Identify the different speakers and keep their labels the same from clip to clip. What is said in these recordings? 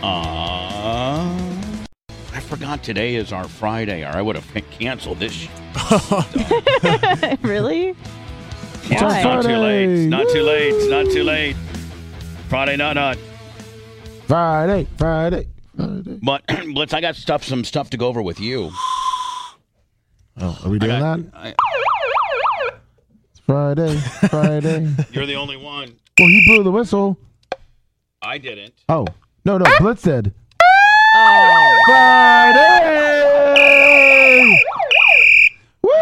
Speaker 1: Uh, I forgot today is our Friday, or I would have canceled this. sh-
Speaker 2: really?
Speaker 1: Yeah,
Speaker 2: our
Speaker 1: it's not too late.
Speaker 3: Friday.
Speaker 1: It's not too late. It's not too late. Friday, not not.
Speaker 3: Friday, Friday, Friday.
Speaker 1: But Blitz, I got stuff. Some stuff to go over with you.
Speaker 3: Oh, are we doing
Speaker 1: got-
Speaker 3: that? It's Friday, Friday.
Speaker 1: You're the only one.
Speaker 3: well, he blew the whistle.
Speaker 1: I didn't.
Speaker 3: Oh, no, no, Blitz did.
Speaker 2: Oh,
Speaker 3: Friday! Woo!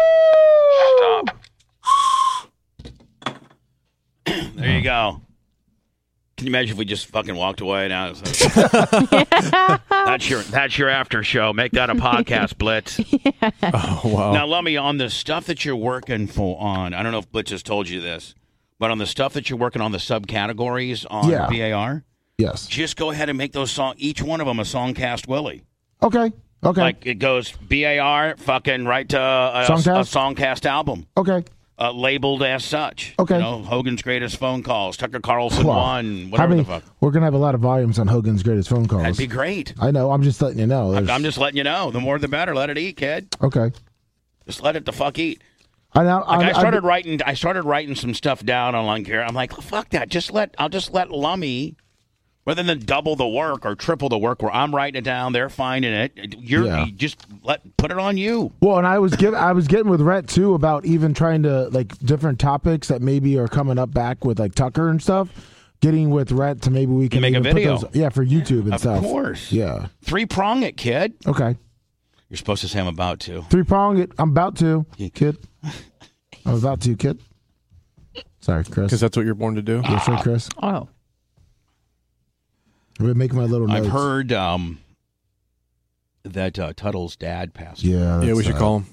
Speaker 1: There you go. Can you imagine if we just fucking walked away now? that's your that's your after show. Make that a podcast, Blitz.
Speaker 3: Oh, wow.
Speaker 1: Now, Lummy, on the stuff that you're working for on, I don't know if Blitz has told you this, but on the stuff that you're working on, the subcategories on
Speaker 3: Yeah.
Speaker 1: VAR,
Speaker 3: Yes.
Speaker 1: just go ahead and make those song each one of them a song cast Willie.
Speaker 3: Okay. Okay.
Speaker 1: Like it goes BAR fucking right to a, a,
Speaker 3: Songcast?
Speaker 1: a songcast album
Speaker 3: okay.
Speaker 1: uh, labeled as such.
Speaker 3: Oh. Okay.
Speaker 1: You know, Hogan's greatest phone calls, Tucker Carlson
Speaker 3: Wow.
Speaker 1: one,
Speaker 3: I
Speaker 1: whatever
Speaker 3: mean,
Speaker 1: the fuck.
Speaker 3: we're gonna have a lot of volumes on Hogan's greatest phone
Speaker 1: That'd
Speaker 3: calls.
Speaker 1: be great.
Speaker 3: I know. I'm just letting you know. There's-
Speaker 1: I'm just letting you know. The more the better. Let it eat, kid.
Speaker 3: okay.
Speaker 1: Just let it the fuck eat.
Speaker 3: I know.
Speaker 1: Like I,
Speaker 3: I- I-
Speaker 1: started writing. I started writing some stuff down on Lung Care. I'm like, fuck that. Just let. I'll just let Lummy. Rather than double the work or triple the work, where I'm writing it down, they're finding it. You're
Speaker 3: Yeah.
Speaker 1: you just let put it on you.
Speaker 3: Well, and I was get, I was getting with Rhett too about even trying to like different topics that maybe are coming up back with like Tucker and stuff. Getting with Rhett to maybe we can
Speaker 1: Make a
Speaker 3: even
Speaker 1: video.
Speaker 3: Put those, yeah, for YouTube and
Speaker 1: Of
Speaker 3: stuff.
Speaker 1: course.
Speaker 3: Yeah.
Speaker 1: Three prong it, kid.
Speaker 3: Okay.
Speaker 1: You're supposed to say I'm about to.
Speaker 3: Three prong it. I'm about to,
Speaker 1: Yeah.
Speaker 3: kid. I'm about to, kid. Sorry,
Speaker 4: Because
Speaker 3: Chris.
Speaker 4: that's what you're born to do.
Speaker 3: Yes, sir, Chris.
Speaker 2: oh,
Speaker 3: We're making my little notes.
Speaker 1: I've heard um, that uh, Tuttle's dad passed,
Speaker 3: Yeah.
Speaker 4: yeah,
Speaker 3: that's uh,
Speaker 4: we should
Speaker 3: sad.
Speaker 4: call him.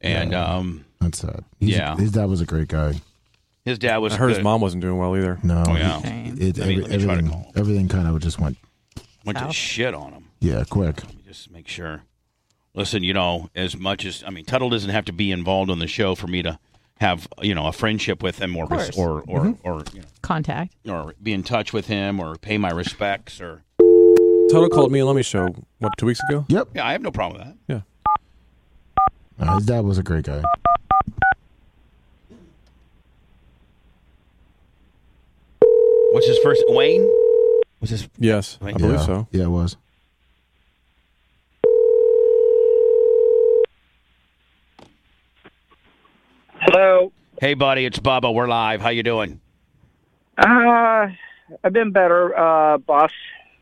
Speaker 1: and um,
Speaker 3: That's sad. He's-
Speaker 1: Yeah.
Speaker 3: His dad was a great guy.
Speaker 1: his dad was.
Speaker 4: I heard
Speaker 1: good.
Speaker 4: his mom wasn't doing well either.
Speaker 3: No.
Speaker 1: Oh, yeah.
Speaker 2: dang.
Speaker 3: It,
Speaker 1: Let me-
Speaker 3: every-
Speaker 1: let me try to
Speaker 3: everything,
Speaker 1: call.
Speaker 3: everything kind of just went,
Speaker 1: went to
Speaker 2: South.
Speaker 1: shit on him.
Speaker 3: yeah, quick.
Speaker 1: Let me just make sure. Listen, you know, as much as I mean, Tuttle doesn't have to be involved on the show for me to have you know a friendship with him or
Speaker 2: Of course.
Speaker 1: or or or, you
Speaker 2: contact.
Speaker 1: know, or be in touch with him or pay my respects or
Speaker 4: Tuttle called me and let me show, what, two weeks ago?
Speaker 3: Yep.
Speaker 1: yeah, I have no problem with that.
Speaker 4: Yeah.
Speaker 3: Uh, his dad was a great guy.
Speaker 1: What's his first Wayne? What's his
Speaker 4: Yes, I
Speaker 1: Wait.
Speaker 4: believe
Speaker 3: yeah.
Speaker 4: so.
Speaker 3: Yeah, it was.
Speaker 5: Hello.
Speaker 1: Hey, buddy, it's Bubba. We're live. How you doing?
Speaker 5: Uh, I've been better, uh, boss.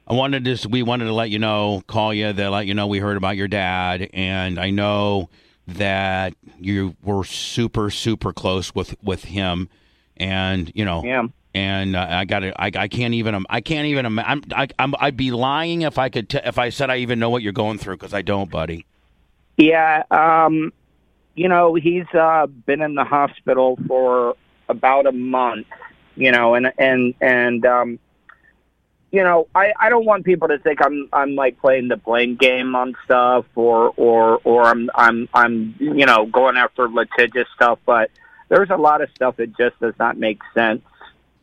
Speaker 1: I wanted to. We wanted to let you know, call you to let you know we heard about your dad, and I know that you were super, super close with with him, and you know,
Speaker 5: Yeah.
Speaker 1: And uh, I got to I, I can't even. um, I can't even. um, I'm. I, I'm. I'd be lying if I could. T- if I said I even know what you're going through, because I don't, buddy.
Speaker 5: Yeah. Um, you know, he's uh, been in the hospital for about a month. You know, and and and um, you know, I, I don't want people to think I'm I'm like playing the blame game on stuff, or or or I'm I'm I'm you know going after litigious stuff. But there's a lot of stuff that just does not make sense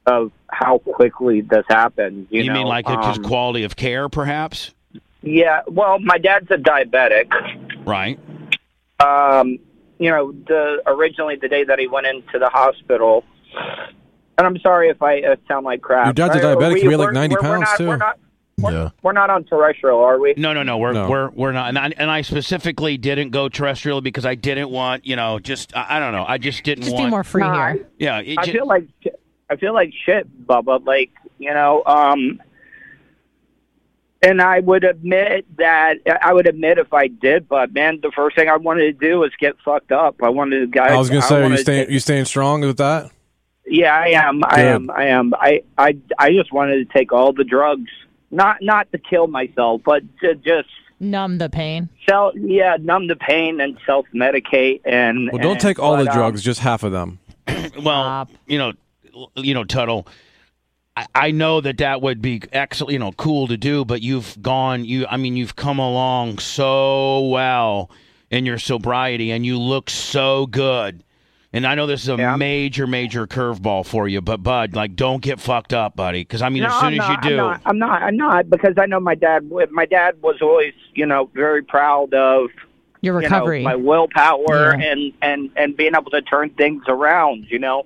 Speaker 5: of how quickly this happened. You,
Speaker 1: You, mean
Speaker 5: know?
Speaker 1: like it's just
Speaker 5: Um,
Speaker 1: quality of care, perhaps?
Speaker 5: Yeah, well, my dad's a diabetic.
Speaker 1: Right.
Speaker 5: Um, you know, the originally the day that he went into the hospital, and I'm sorry if I uh, sound like crap.
Speaker 4: Your dad's a
Speaker 5: I-
Speaker 4: diabetic, he weighed like
Speaker 5: we're-
Speaker 4: 90
Speaker 5: we're- we're
Speaker 4: pounds,
Speaker 5: not-
Speaker 4: too.
Speaker 5: We're not, we're,
Speaker 3: Yeah.
Speaker 5: we're not on terrestrial, are we?
Speaker 1: No, no, no. We're
Speaker 4: No.
Speaker 1: we're we're not. And I, and I specifically didn't go terrestrial because I didn't want. You know, just I, I don't know. I just didn't
Speaker 2: Just
Speaker 1: want.
Speaker 2: be more free
Speaker 5: Nah,
Speaker 2: here.
Speaker 1: Yeah, it
Speaker 5: I
Speaker 1: ju-
Speaker 5: feel like sh- I feel like shit, Bubba. Like you know, um, and I would admit that I would admit if I did, but man, the first thing I wanted to do was get fucked up. I wanted to.
Speaker 4: I was gonna say, are you
Speaker 5: wanted to-
Speaker 4: staying, you staying strong with that?
Speaker 5: Yeah, I am. I
Speaker 4: Good.
Speaker 5: am. I am. I, I, I just wanted to take all the drugs, not not to kill myself, but to just
Speaker 2: Numb the pain.
Speaker 5: self, yeah, numb the pain and self medicate. And
Speaker 4: Well, don't
Speaker 5: and-
Speaker 4: take all
Speaker 5: but,
Speaker 4: the
Speaker 1: uh,
Speaker 5: um,
Speaker 4: drugs, just half of them.
Speaker 1: well,
Speaker 2: Stop.
Speaker 1: you know, l- you know, Tuttle. I, I know that that would be excellent, you know, cool to do, but you've gone. You, I mean, you've come along so well in your sobriety, and you look so good. And I know this is a
Speaker 5: Yeah.
Speaker 1: major, major curveball for you, but Bud, like, don't get fucked up, buddy. Because I mean,
Speaker 5: No,
Speaker 1: as soon
Speaker 5: I'm
Speaker 1: as
Speaker 5: not,
Speaker 1: you do,
Speaker 5: I'm not, I'm not. I'm not because I know my dad. would- My dad was always, you know, very proud of
Speaker 2: Your recovery.
Speaker 5: you know, my willpower
Speaker 2: Yeah.
Speaker 5: and and and being able to turn things around. You know,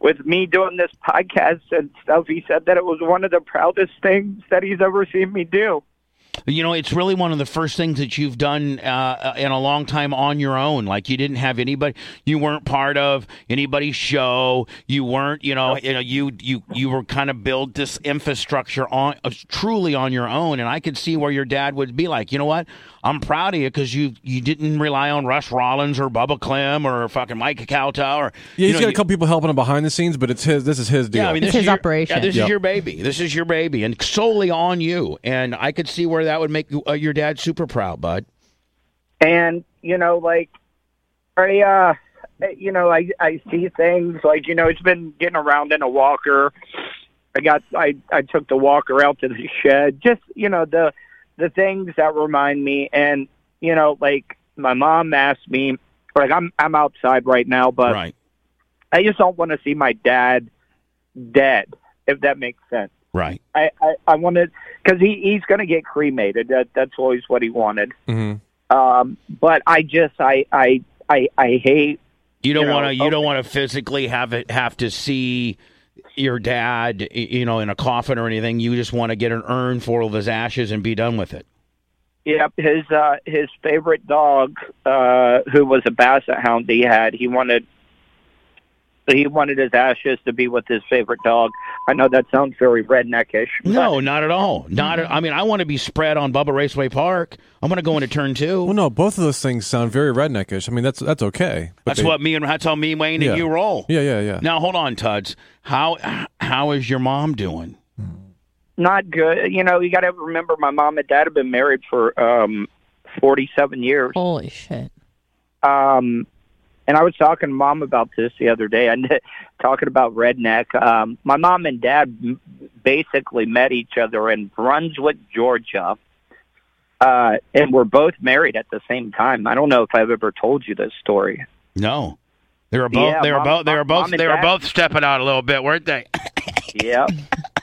Speaker 5: with me doing this podcast and stuff, he said that it was one of the proudest things that he's ever seen me do.
Speaker 1: you know, it's really one of the first things that you've done uh, in a long time on your own. Like, you didn't have anybody, you weren't part of anybody's show. You weren't, you know, you know, you you you were kind of build this infrastructure on uh, truly on your own. And I could see where your dad would be like, you know what, I'm proud of you because you you didn't rely on Russ Rollins or Bubba Clem or fucking Mike Kowtow or you
Speaker 4: Yeah, he's
Speaker 1: know,
Speaker 4: got a
Speaker 1: you-
Speaker 4: couple people helping him behind the scenes, but it's his. This is his deal.
Speaker 1: Yeah, I mean,
Speaker 2: It's
Speaker 1: this is
Speaker 2: his
Speaker 1: your-
Speaker 2: operation.
Speaker 1: Yeah, this
Speaker 4: Yep.
Speaker 1: is your baby. This is your baby, and solely on you. And I could see where that would make you, uh, your dad super proud, bud.
Speaker 5: and you know like i uh you know i i see things like you know it's been getting around in a walker i got i i took the walker out to the shed just you know the the things that remind me and you know like my mom asked me like i'm i'm outside right now but
Speaker 1: right,
Speaker 5: i just don't want to see my dad dead if that makes sense
Speaker 1: right.
Speaker 5: i i, I want to because he he's going to get cremated that that's always what he wanted
Speaker 4: hmm
Speaker 2: Mm-hmm.
Speaker 5: um, but I just I I I, I hate
Speaker 1: You don't
Speaker 5: You know,
Speaker 1: want to. You
Speaker 5: okay.
Speaker 1: don't want to physically have it. Have to see your dad, y- you know, in a coffin or anything. You just want to get an urn full of his ashes and be done with it.
Speaker 5: yep his uh, his favorite dog uh, who was a basset hound he had he wanted he wanted his ashes to be with his favorite dog. I know that sounds very redneckish.
Speaker 1: No, not at all. Not. I mean, I want to be spread on Bubba Raceway Park. I'm going to go into turn two.
Speaker 4: Well, no, both of those things sound very redneckish. I mean, that's that's okay. but
Speaker 1: that's
Speaker 4: they-
Speaker 1: what me and that's how me, Wayne,
Speaker 4: Yeah.
Speaker 1: and you roll.
Speaker 4: Yeah, yeah, yeah.
Speaker 1: Now hold on, Tuds. How how is your mom doing?
Speaker 5: but not good. You know, you got to remember my mom and dad have been married for um, forty seven years.
Speaker 2: Holy shit.
Speaker 5: um, and I was talking to mom about this the other day. And talking about redneck. Um, my mom and dad m- basically met each other in Brunswick, Georgia, uh, and were both married at the same time. I don't know if I've ever told you this story.
Speaker 1: No. They were both.
Speaker 5: Yeah,
Speaker 1: they were
Speaker 5: mom-
Speaker 1: both. They were
Speaker 5: mom-
Speaker 1: both.
Speaker 5: mom and
Speaker 1: They were
Speaker 5: dad-
Speaker 1: both stepping out a little bit, weren't they?
Speaker 5: yep.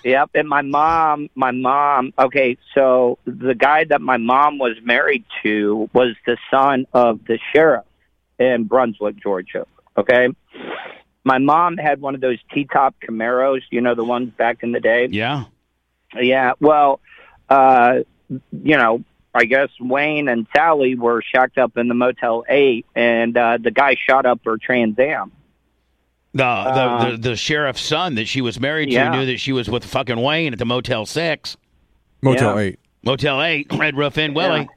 Speaker 5: Yep. And my mom, my mom, okay, so the guy that my mom was married to was the son of the sheriff in Brunswick, Georgia. Okay. My mom had one of those T top Camaros, you know, the ones back in the day.
Speaker 1: Yeah.
Speaker 5: Yeah. Well, uh, you know, I guess Wayne and Sally were shacked up in the Motel 8, and uh, the guy shot up her Trans Am.
Speaker 1: The,
Speaker 5: Uh,
Speaker 1: the the the sheriff's son that she was married
Speaker 5: Yeah.
Speaker 1: to knew that she was with fucking Wayne at the Motel Six,
Speaker 4: Motel
Speaker 5: Yeah.
Speaker 4: Eight.
Speaker 1: Motel Eight, Red Roof Inn, Willie.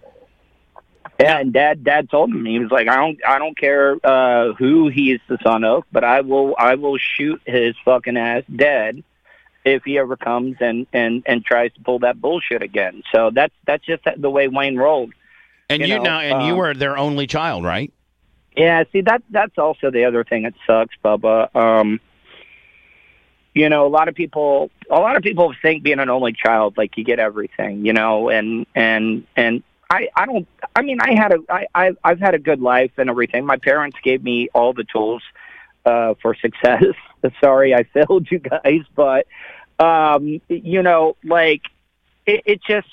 Speaker 5: Yeah, and dad dad told him he was like, I don't I don't care uh who he is the son of, but I will I will shoot his fucking ass dead if he ever comes and and and tries to pull that bullshit again. So that's that's just the way Wayne rolled.
Speaker 1: And you,
Speaker 5: You know,
Speaker 1: now, and you
Speaker 5: um,
Speaker 1: were their only child, right?
Speaker 5: Yeah, see that that's also the other thing that sucks, Bubba. Um you know, a lot of people a lot of people think being an only child like you get everything, you know, and and and I I don't I mean I had a I I've, I've had a good life and everything. My parents gave me all the tools uh for success. Sorry I failed you guys, but um you know, like it, it just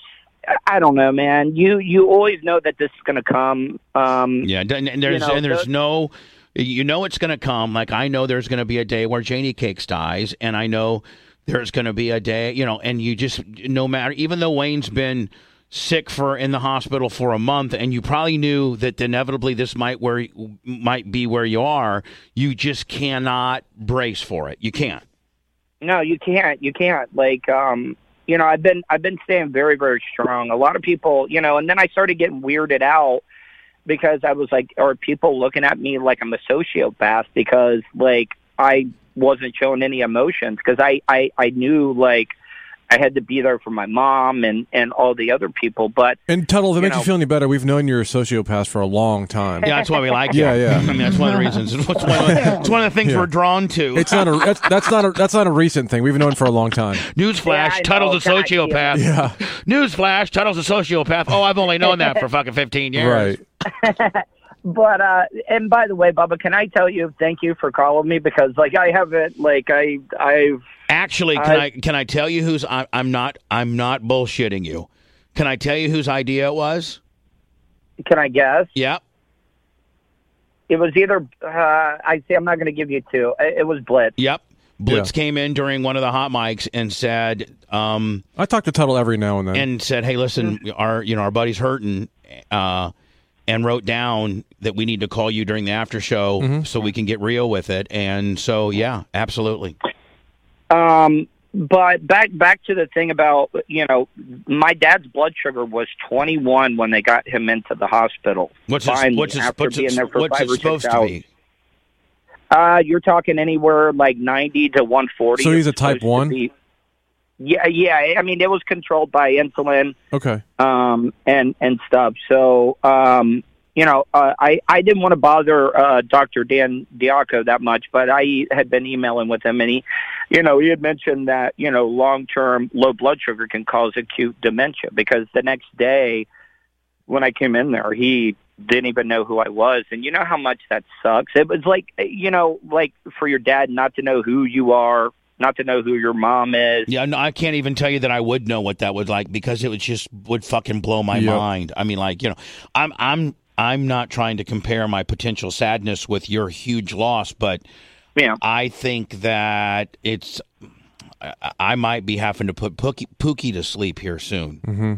Speaker 5: I don't know, man. You you always know that this is going to come. Um
Speaker 1: Yeah. And and there's
Speaker 5: know,
Speaker 1: and there's
Speaker 5: the-
Speaker 1: no, you know, it's gonna come. Like I know there's gonna be a day where Janie Cakes dies, and I know there's gonna be a day, you know, and you just no matter, even though Wayne's been sick for in the hospital for a month and you probably knew that inevitably this might where might be where you are you just cannot brace for it you can't
Speaker 5: No, you can't. You can't. Like, um, you know, I've been I've been staying very very strong. A lot of people, you know, and then I started getting weirded out because I was like, are people looking at me like I'm a sociopath because like I wasn't showing any emotions because I, I I knew like I had to be there for my mom and and all the other people, but
Speaker 4: And Tuttle, if that
Speaker 5: You
Speaker 4: makes you
Speaker 5: know.
Speaker 4: feel any better, we've known you're a sociopath for a long time.
Speaker 1: Yeah, that's why we like
Speaker 4: Yeah,
Speaker 1: you.
Speaker 4: yeah.
Speaker 1: I mean, that's one of the reasons. It's one of the, it's one of the things
Speaker 4: Yeah.
Speaker 1: we're drawn to.
Speaker 4: It's not a that's, that's not a that's not a recent thing. We've known for a long time.
Speaker 5: Yeah,
Speaker 1: Newsflash,
Speaker 5: I know.
Speaker 1: Tuttle's a
Speaker 5: God, yeah.
Speaker 1: sociopath.
Speaker 4: Yeah,
Speaker 1: Newsflash, Tuttle's a sociopath. Oh, I've only known that for fucking 15 years.
Speaker 4: right.
Speaker 5: but uh and by the way bubba can i tell you thank you for calling me because like i haven't like i i've
Speaker 1: Actually, can I,
Speaker 5: I-
Speaker 1: can I tell you who's I, I'm not I'm not bullshitting you. Can I tell you whose idea it was?
Speaker 5: can i guess
Speaker 1: Yep.
Speaker 5: it was either uh i see i'm not going to give you two it, it was blitz
Speaker 1: Yep. Blitz
Speaker 4: Yeah.
Speaker 1: came in during one of the hot mics and said, um,
Speaker 4: I talk to Tuttle every now and then.
Speaker 1: and said, "Hey,
Speaker 5: Mm-hmm.
Speaker 1: listen, our you know our buddy's hurting," uh, and wrote down that we need to call you during the after show
Speaker 4: Mm-hmm.
Speaker 1: so we can get real with it. And so, yeah, absolutely.
Speaker 5: um but back back to the thing about you know my dad's blood sugar was 21 when they got him into the hospital
Speaker 1: What's it,
Speaker 5: Finally,
Speaker 1: what's it,
Speaker 5: after
Speaker 1: what's
Speaker 5: being
Speaker 1: it,
Speaker 5: there for
Speaker 1: what's
Speaker 5: five
Speaker 1: it
Speaker 5: or six
Speaker 1: supposed to
Speaker 5: hours.
Speaker 1: be?
Speaker 5: Uh, you're talking anywhere like 90 to 140.
Speaker 4: So he's a
Speaker 5: It's
Speaker 4: type
Speaker 5: supposed to
Speaker 4: one?
Speaker 5: be- Yeah, yeah. I mean, it was controlled by insulin
Speaker 4: okay.
Speaker 5: um, and and stuff. So um, you know, uh, I I didn't want to bother uh, Dr. Dan Diaco that much, but I had been emailing with him, and he, you know, he had mentioned that you know long term low blood sugar can cause acute dementia because the next day when I came in there, he didn't even know who I was, and you know how much that sucks. It was like you know, like for your dad not to know who you are, not to know who your mom is.
Speaker 1: Yeah, no, I can't even tell you that I would know what that would like because it would just would fucking blow my
Speaker 4: Yep.
Speaker 1: mind. I mean, like you know, I'm I'm I'm not trying to compare my potential sadness with your huge loss, but
Speaker 5: You know,
Speaker 1: I think that it's. I, I might be having to put Pookie, Pookie to sleep here soon. Mm-hmm.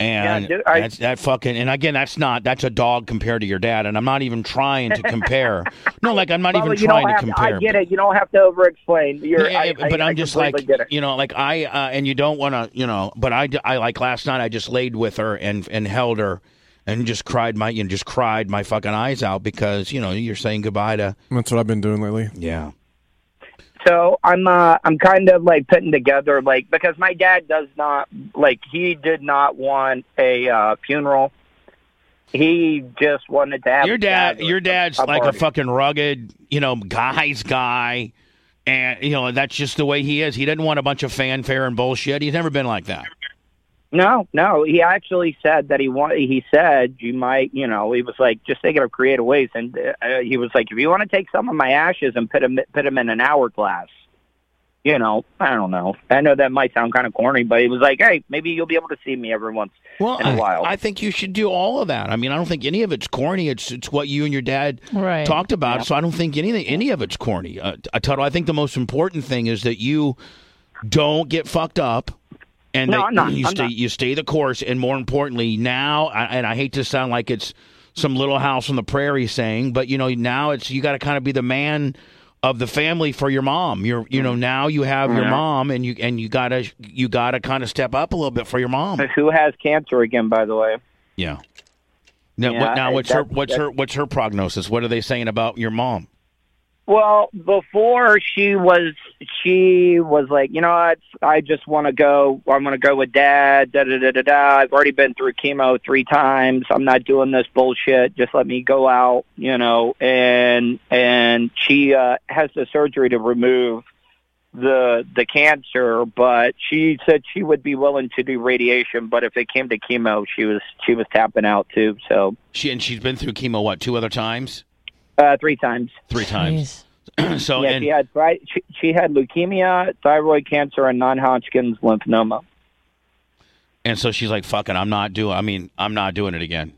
Speaker 1: And
Speaker 5: Yeah, dude, I-
Speaker 1: that's, that fucking and again, that's not that's a dog compared to your dad, and I'm not even trying to compare. no, like I'm not
Speaker 5: Bubba,
Speaker 1: even
Speaker 5: you don't
Speaker 1: trying to
Speaker 5: have
Speaker 1: compare.
Speaker 5: I get it. You don't have to over-explain. You're,
Speaker 1: Yeah,
Speaker 5: I-
Speaker 1: yeah, but
Speaker 5: I,
Speaker 1: I'm
Speaker 5: I
Speaker 1: just like
Speaker 5: completely get it.
Speaker 1: you know, like I uh, and you don't want to, you know. But I, d- I, like last night. I just laid with her and and held her and just cried my you know just cried my fucking eyes out because you know you're saying goodbye to
Speaker 4: That's what I've been doing lately.
Speaker 1: yeah
Speaker 5: So I'm, uh, I'm kind of like putting together like because my dad does not like he did not want a uh, funeral. He just wanted to have
Speaker 1: your
Speaker 5: a
Speaker 1: dad
Speaker 5: gathering,
Speaker 1: your dad's
Speaker 5: a
Speaker 1: like a
Speaker 5: party.
Speaker 1: fucking rugged you know guy's guy and you know that's just the way he is he didn't want a bunch of fanfare and bullshit he's never been like that
Speaker 5: No, no. He actually said that he want. He said you might, you know. He was like just thinking of creative ways, and uh, he was like, if you want to take some of my ashes and put them put 'em in an hourglass, you know. I don't know. I know that might sound kind of corny, but he was like, hey, maybe you'll be able to see me every once.
Speaker 1: well
Speaker 5: In a
Speaker 1: I-
Speaker 5: while.
Speaker 1: I, think you should do all of that i mean i don't think any of it's corny it's it's what you and your dad
Speaker 2: Right.
Speaker 1: talked about so i don't think anything any of it's corny uh, uh, Tuttle, i think the most important thing is that you don't get fucked up and
Speaker 5: No,
Speaker 1: that
Speaker 5: I'm not.
Speaker 1: you
Speaker 5: I'm
Speaker 1: stay
Speaker 5: not.
Speaker 1: you stay the course and more importantly now I- and i hate to sound like it's some little house on the prairie saying but you know now it's you got to kind of be the man of the family for your mom you're you know now you have your mom and you and you gotta you gotta kind of step up a little bit for your mom
Speaker 5: Who has cancer again? By the way,
Speaker 1: yeah now,
Speaker 5: Yeah,
Speaker 1: what, now
Speaker 5: I-
Speaker 1: what's her
Speaker 5: that-
Speaker 1: what's her what's her prognosis what are they saying about your mom
Speaker 5: Well, before she was, she was like, you know what? I just want to go. I'm going to go with dad. Da da da da da. I've already been through chemo three times. I'm not doing this bullshit. Just let me go out, you know. And and she uh, has the surgery to remove the the cancer, but she said she would be willing to do radiation. But if it came to chemo, she was she was tapping out too. So
Speaker 1: she and she's been through chemo what two other times
Speaker 5: uh, three times.
Speaker 1: three times
Speaker 2: Jeez.
Speaker 1: so
Speaker 5: yeah,
Speaker 1: and
Speaker 5: she had thri- she, she had leukemia, thyroid cancer, and non-Hodgkin's lymphoma.
Speaker 1: and so she's like fucking i'm not doing i mean i'm not doing it again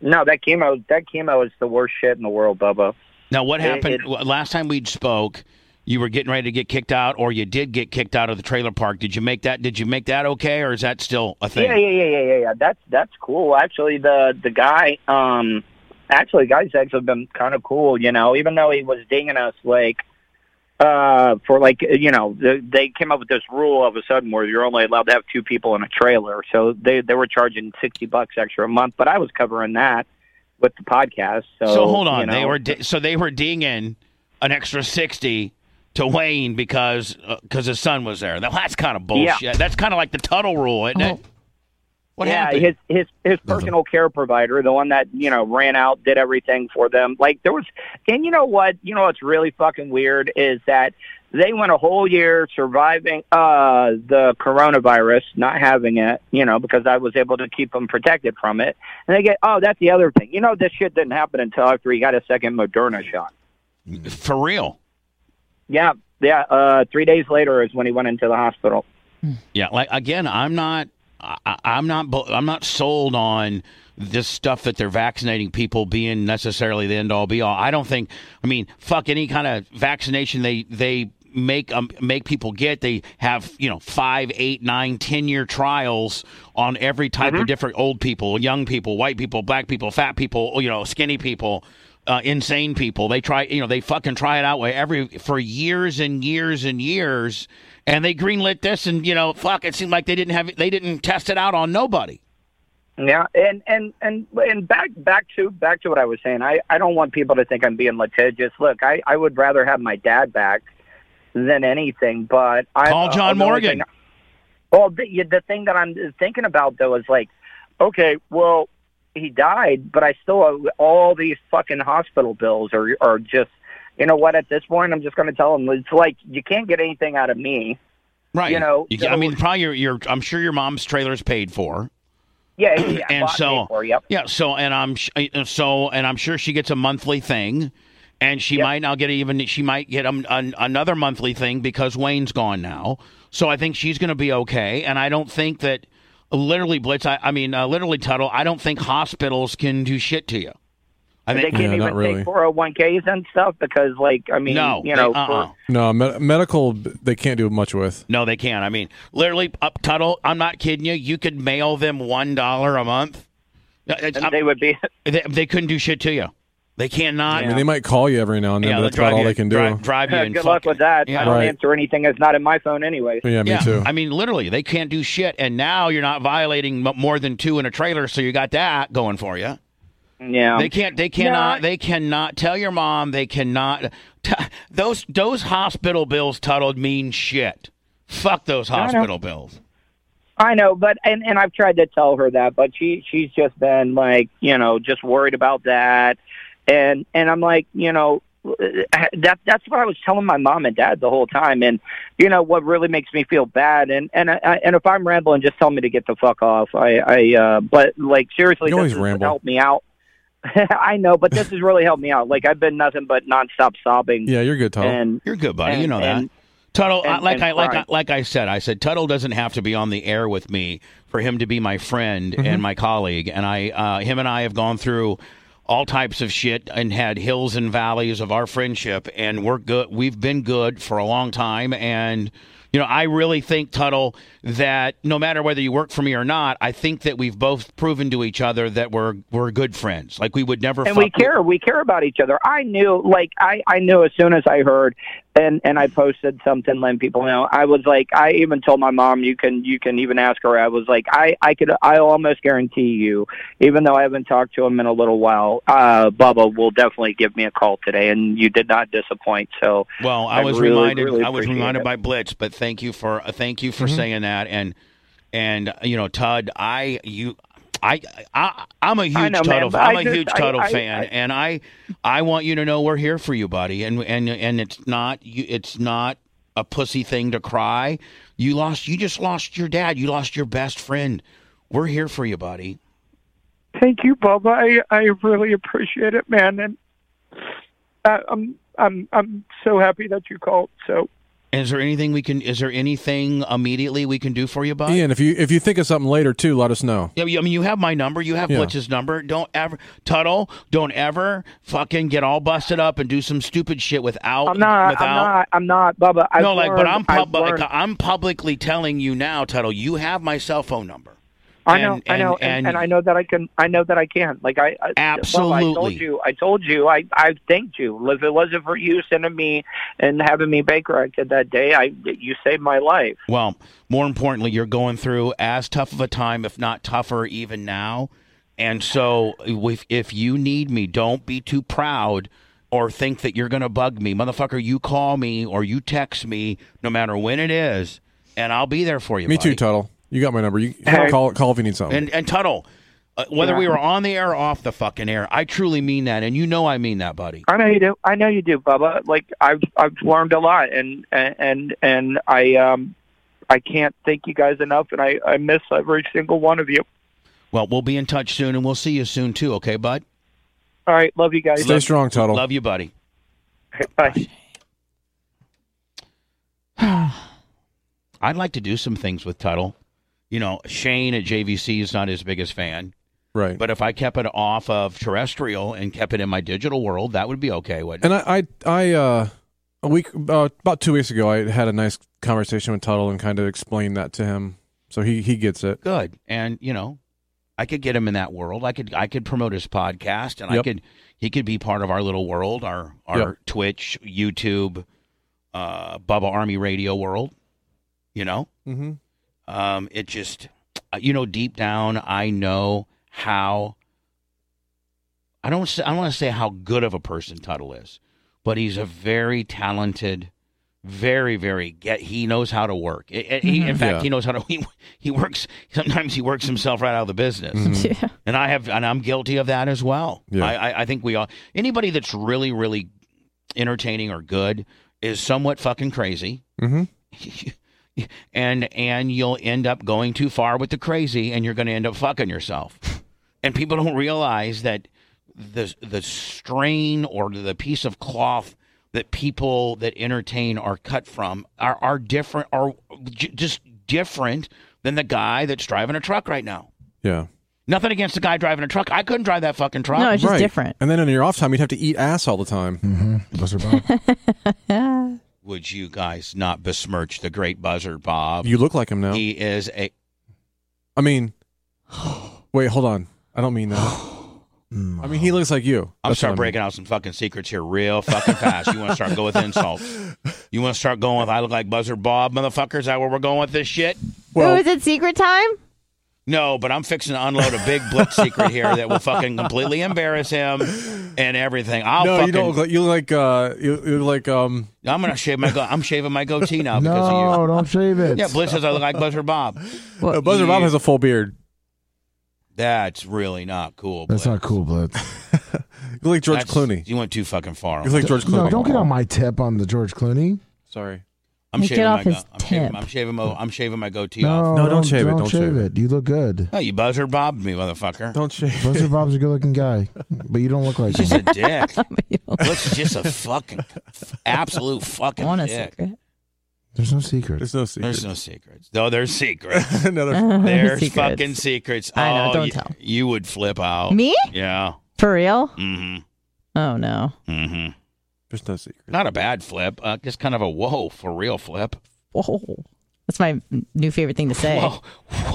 Speaker 5: No, that chemo that chemo is the worst shit in the world, Bubba.
Speaker 1: Now, what
Speaker 5: It-
Speaker 1: happened
Speaker 5: it-
Speaker 1: w last time we spoke? You were getting ready to get kicked out, or you did get kicked out of the trailer park. Did you make that? Did you make that okay, or is that still a thing?
Speaker 5: Yeah, yeah, yeah, yeah, yeah, yeah. That's that's cool. Actually, the the guy, um, actually, the guy's actually been kind of cool. You know, even though he was dinging us like uh for like you know the, they came up with this rule all of a sudden where you're only allowed to have two people in a trailer so they they were charging 60 bucks extra a month but i was covering that with the podcast so
Speaker 1: So hold on,
Speaker 5: you know.
Speaker 1: they were di- so they were dinging an extra sixty to Wayne because because his son was there. Now, that's kind of bullshit. That's kind of like the Tuttle rule, isn't it?
Speaker 2: Oh.
Speaker 1: What
Speaker 5: yeah,
Speaker 1: happened?
Speaker 5: his his his personal care provider, the one that you know ran out, did everything for them. Like there was, and you know what? You know what's really fucking weird is that they went a whole year surviving uh, the coronavirus, not having it, you know, because I was able to keep them protected from it. And they get, oh, that's the other thing. You know, this shit didn't happen until after he got a second Moderna shot.
Speaker 1: For real.
Speaker 5: Yeah, yeah. Uh, three days later is when he went into the hospital.
Speaker 1: Yeah, like again, I'm not, I, I- I'm not, bu- I'm not sold on this stuff that they're vaccinating people being necessarily the end all be all. I don't think. I mean, fuck any kind of vaccination they they make um, make people get. They have you know five, eight, nine, ten year trials on every type of different old people, young people, white people, black people, fat people, you know, skinny people. Uh, insane people. They try, you know, they fucking try it out with every for years and years and years, and they greenlit this, and you know, fuck, it seemed like they didn't have, they didn't test it out on nobody.
Speaker 5: Yeah, and and and and back back to back to what I was saying. I I don't want people to think I'm being litigious. Look, I I would rather have my dad back than anything. But I Oh,
Speaker 1: Call John
Speaker 5: the only
Speaker 1: Morgan.
Speaker 5: thing- well, the, the thing that I'm thinking about though is like, okay, well, he died, but I still owe all these fucking hospital bills are are just. You know what? At this point, I'm just going to tell him it's like you can't get anything out of me.
Speaker 1: Right.
Speaker 5: You know,
Speaker 1: ca- I
Speaker 5: so-
Speaker 1: mean, probably your, your, I'm sure your mom's trailer is paid for.
Speaker 5: Yeah, yeah
Speaker 1: And
Speaker 5: bought
Speaker 1: so-
Speaker 5: paid for, yep.
Speaker 1: Yeah. So, and I'm sh- uh, so, and I'm sure she gets a monthly thing, and she might now get even. She might get um, an, another monthly thing because Wayne's gone now. So I think she's going to be okay, and I don't think that literally Blitz. I, I mean, uh, literally Tuttle. I don't think hospitals can do shit to you. I
Speaker 5: They
Speaker 1: think
Speaker 5: can't
Speaker 4: Yeah,
Speaker 5: even
Speaker 4: not really.
Speaker 5: take 401ks and stuff because, like, I mean,
Speaker 1: no.
Speaker 5: you know,
Speaker 1: they- uh-uh.
Speaker 5: for-
Speaker 4: No, med- medical they can't do much with.
Speaker 1: No, they can't. I mean, literally, up Tuttle. I'm not kidding you. You could mail them one dollar a month. Uh, it's-
Speaker 5: and they would be.
Speaker 1: They, they couldn't do shit to you. They cannot.
Speaker 4: I mean, they might call you every now and then,
Speaker 1: Yeah,
Speaker 4: but
Speaker 1: they'll
Speaker 4: that's about
Speaker 1: drive
Speaker 4: all
Speaker 1: you-
Speaker 4: they can do.
Speaker 1: Drive, drive you and
Speaker 5: Good luck
Speaker 1: fuck-
Speaker 5: with that.
Speaker 1: Yeah.
Speaker 5: I don't
Speaker 4: Right.
Speaker 5: answer anything that's not in my phone anyway.
Speaker 4: yeah, me
Speaker 1: yeah.
Speaker 4: too.
Speaker 1: I mean, literally, they can't do shit. And now you're not violating m- more than two in a trailer, so you got that going for you.
Speaker 5: Yeah.
Speaker 1: They can't. They cannot. They cannot tell your mom. They cannot. T- those those hospital bills, Tuttle, mean shit. Fuck those hospital bills.
Speaker 5: I know, but and and I've tried to tell her that, but she she's just been like, you know, just worried about that, and and I'm like, you know, that that's what I was telling my mom and dad the whole time, and you know what really makes me feel bad, and and I, and if I'm rambling, just tell me to get the fuck off. I I uh, but like seriously,
Speaker 4: You
Speaker 5: this
Speaker 4: always
Speaker 5: has
Speaker 4: ramble.
Speaker 5: helped me out. I know, but this has really helped me out. Like I've been nothing but nonstop sobbing,
Speaker 4: Yeah, you're good, Tom.
Speaker 5: and
Speaker 1: You're good, buddy. you
Speaker 5: And-
Speaker 1: know that.
Speaker 5: and-
Speaker 1: Tuttle, I
Speaker 5: and-
Speaker 1: like
Speaker 5: and
Speaker 1: I like I,
Speaker 5: pride.
Speaker 1: like I said, I said Tuttle doesn't have to be on the air with me for him to be my friend and my colleague. And I, uh, him and I have gone through all types of shit and had hills and valleys of our friendship, and we're good. We've been good for a long time, and you know I really think Tuttle that no matter whether you work for me or not, I think that we've both proven to each other that we're we're good friends. Like we would never
Speaker 5: and
Speaker 1: fuck
Speaker 5: we care we care about each other i knew like i i knew as soon as i heard and and i posted something letting people know i was like i even told my mom you can you can even ask her i was like i i could i almost guarantee you even though i haven't talked to him in a little while uh bubba will definitely give me a call today and you did not disappoint so
Speaker 1: Well, I,
Speaker 5: I
Speaker 1: was
Speaker 5: really,
Speaker 1: reminded.
Speaker 5: really
Speaker 1: I was
Speaker 5: appreciate
Speaker 1: reminded
Speaker 5: it.
Speaker 1: by Blitz, but thank you for uh, thank you for saying that. And and you know, Todd, I you. I, I I'm a huge
Speaker 5: know, man,
Speaker 1: Tuttle.
Speaker 5: but
Speaker 1: I'm
Speaker 5: I
Speaker 1: a
Speaker 5: just-
Speaker 1: huge
Speaker 5: I-
Speaker 1: Tuttle
Speaker 5: I-
Speaker 1: fan,
Speaker 5: I-
Speaker 1: and I I want you to know we're here for you, buddy. And and and it's not you. It's not a pussy thing to cry. You lost. You just lost your dad. You lost your best friend. We're here for you, buddy.
Speaker 5: thank you bubba i i really appreciate it man and uh, i'm i'm i'm so happy that you called so
Speaker 1: Is there anything we can? Is there anything immediately we can do for you, buddy?
Speaker 4: Ian, if you if you think of something later too, let us know.
Speaker 1: Yeah, you- I mean, you have my number. You have
Speaker 4: Yeah.
Speaker 1: Blitz's number. Don't ever, Tuttle. Don't ever fucking get all busted up and do some stupid shit without.
Speaker 5: Uh, I'm not.
Speaker 1: Without.
Speaker 5: I'm not. I'm not, Bubba. I've
Speaker 1: no, like, but
Speaker 5: learned-
Speaker 1: I'm
Speaker 5: I've
Speaker 1: public.
Speaker 5: learned.
Speaker 1: I'm publicly telling you now, Tuttle. You have my cell phone number.
Speaker 5: I know.
Speaker 1: And-
Speaker 5: I know. And, and, I know that I can. I know that I can. Like I. I Bubba, I
Speaker 1: Absolutely.
Speaker 5: told you. I told you. I. I thanked you. If it wasn't for you sending me and having me bank corrected that day, I. You saved my life.
Speaker 1: Well, more importantly, you're going through as tough of a time, if not tougher, even now. And so, if, if you need me, don't be too proud or think that you're going to bug me. Motherfucker, you call me or you text me, no matter when it is, and I'll be there for you.
Speaker 4: Me
Speaker 1: buddy.
Speaker 4: too, Tuttle. You got my number. You
Speaker 5: Hey.
Speaker 4: call call if you need something.
Speaker 1: And and Tuttle, uh, whether
Speaker 5: Yeah.
Speaker 1: we were on the air or off the fucking air. I truly mean that, and you know I mean that, buddy.
Speaker 5: I know you do. I know you do, Bubba. Like I've I've learned a lot, and and and I um I can't thank you guys enough, and I I miss every single one of you.
Speaker 1: Well, we'll be in touch soon, and we'll see you soon too. Okay, bud.
Speaker 5: All right, love you guys.
Speaker 4: Stay strong, Tuttle.
Speaker 1: Love you, buddy.
Speaker 5: Bye.
Speaker 1: I'd like to do some things with Tuttle. You know, Shane at JVC is not his biggest fan,
Speaker 4: right.
Speaker 1: but if I kept it off of terrestrial and kept it in my digital world, that would be okay. Wouldn't? it?
Speaker 4: And I, I, I uh, a week, uh, about two weeks ago, I had a nice conversation with Tuttle and kind of explained that to him, so he he gets it.
Speaker 1: good and you know i could get him in that world i could i could promote his podcast and i
Speaker 4: Yep.
Speaker 1: could he could be part of our little world our our
Speaker 4: Yep.
Speaker 1: twitch youtube uh bubba army radio world you know
Speaker 4: Mm-hmm.
Speaker 1: um it just uh, you know deep down i know how i don't say, i don't want to say how good of a person tuttle is but he's a very talented very very get he knows how to work I- I- he, in fact
Speaker 4: Mm-hmm. Yeah.
Speaker 1: he knows how to he, he works sometimes he works himself right out of the business
Speaker 2: Yeah.
Speaker 1: and I have, and I'm guilty of that as well.
Speaker 4: Mm-hmm. Yeah.
Speaker 1: I, I, I think we all. Anybody that's really, really entertaining or good is somewhat fucking crazy,
Speaker 4: Mm-hmm.
Speaker 1: and and you'll end up going too far with the crazy, and you're going to end up fucking yourself. and people don't realize that the the strain or the piece of cloth that people that entertain are cut from are are different, are j- just different than the guy that's driving a truck right now.
Speaker 4: Yeah.
Speaker 1: Nothing against the guy driving a truck. I couldn't drive that fucking truck.
Speaker 2: No, it's just
Speaker 4: right.
Speaker 2: different.
Speaker 4: And then in your off time, you'd have to eat ass all the time.
Speaker 3: Buster Bob.
Speaker 1: Would you guys not besmirch the great buzzer, Bob?
Speaker 4: You look like him now.
Speaker 1: He is a.
Speaker 4: I mean, wait, hold on. I don't mean that. I mean, he looks like you.
Speaker 1: I'm
Speaker 4: That's what I
Speaker 1: start
Speaker 4: mean.
Speaker 1: breaking out some fucking secrets here real fucking fast. you want to start going with insults? You want to start going with I look like Buzzer Bob, motherfuckers? Is that where we're going with this shit?
Speaker 2: oh,
Speaker 4: Well,
Speaker 2: is it secret time?
Speaker 1: No, but I'm fixing to unload a big blitz secret here that will fucking completely embarrass him and everything. I'll
Speaker 4: no,
Speaker 1: fucking.
Speaker 4: you don't look like you look like uh, you, you look like um.
Speaker 1: I'm gonna shave my. Go- I'm shaving my goatee now because of
Speaker 3: No, don't shave it.
Speaker 1: you. Yeah, Blitz says I look like Buzzer Bob.
Speaker 4: Uh, Buzzer Bob has a full beard.
Speaker 1: That's really not cool.
Speaker 3: That's
Speaker 1: Blitz.
Speaker 3: not cool, Blitz.
Speaker 4: You look like George
Speaker 1: That's-
Speaker 4: Clooney.
Speaker 1: You went too fucking far.
Speaker 4: You look like George Clooney.
Speaker 3: No, don't get on my tip on the George Clooney.
Speaker 4: Sorry.
Speaker 1: I'm
Speaker 2: Hey,
Speaker 1: shaving
Speaker 2: get
Speaker 1: my
Speaker 2: off
Speaker 1: go-
Speaker 2: his
Speaker 1: I'm shaving,
Speaker 2: tip.
Speaker 1: I'm shaving my I'm shaving my goatee off.
Speaker 3: No,
Speaker 4: No, don't shave it, don't shave
Speaker 3: it. You look good.
Speaker 1: Oh, you buzzard bobbed me, motherfucker.
Speaker 4: Don't shave.
Speaker 3: Buster Bob's a good-looking guy, but you don't look like
Speaker 1: He's
Speaker 3: him.
Speaker 1: a dick. Looks just a fucking absolute fucking
Speaker 2: want a
Speaker 1: dick.
Speaker 2: secret.
Speaker 3: There's no secret.
Speaker 4: There's no
Speaker 1: There's
Speaker 4: secret.
Speaker 1: no secrets. No, there's secrets.
Speaker 4: Another.
Speaker 1: There's
Speaker 2: Secrets.
Speaker 1: fucking secrets.
Speaker 2: I know,
Speaker 1: Oh,
Speaker 2: don't
Speaker 1: you,
Speaker 2: tell.
Speaker 1: You would flip out.
Speaker 2: Me?
Speaker 1: Yeah.
Speaker 2: For real?
Speaker 1: Mm-hmm.
Speaker 2: Oh no.
Speaker 1: Mm-hmm.
Speaker 4: There's no secret.
Speaker 1: Not a bad flip. Uh, just kind of a whoa for real flip.
Speaker 2: Whoa. That's my new favorite thing to say.
Speaker 1: Whoa,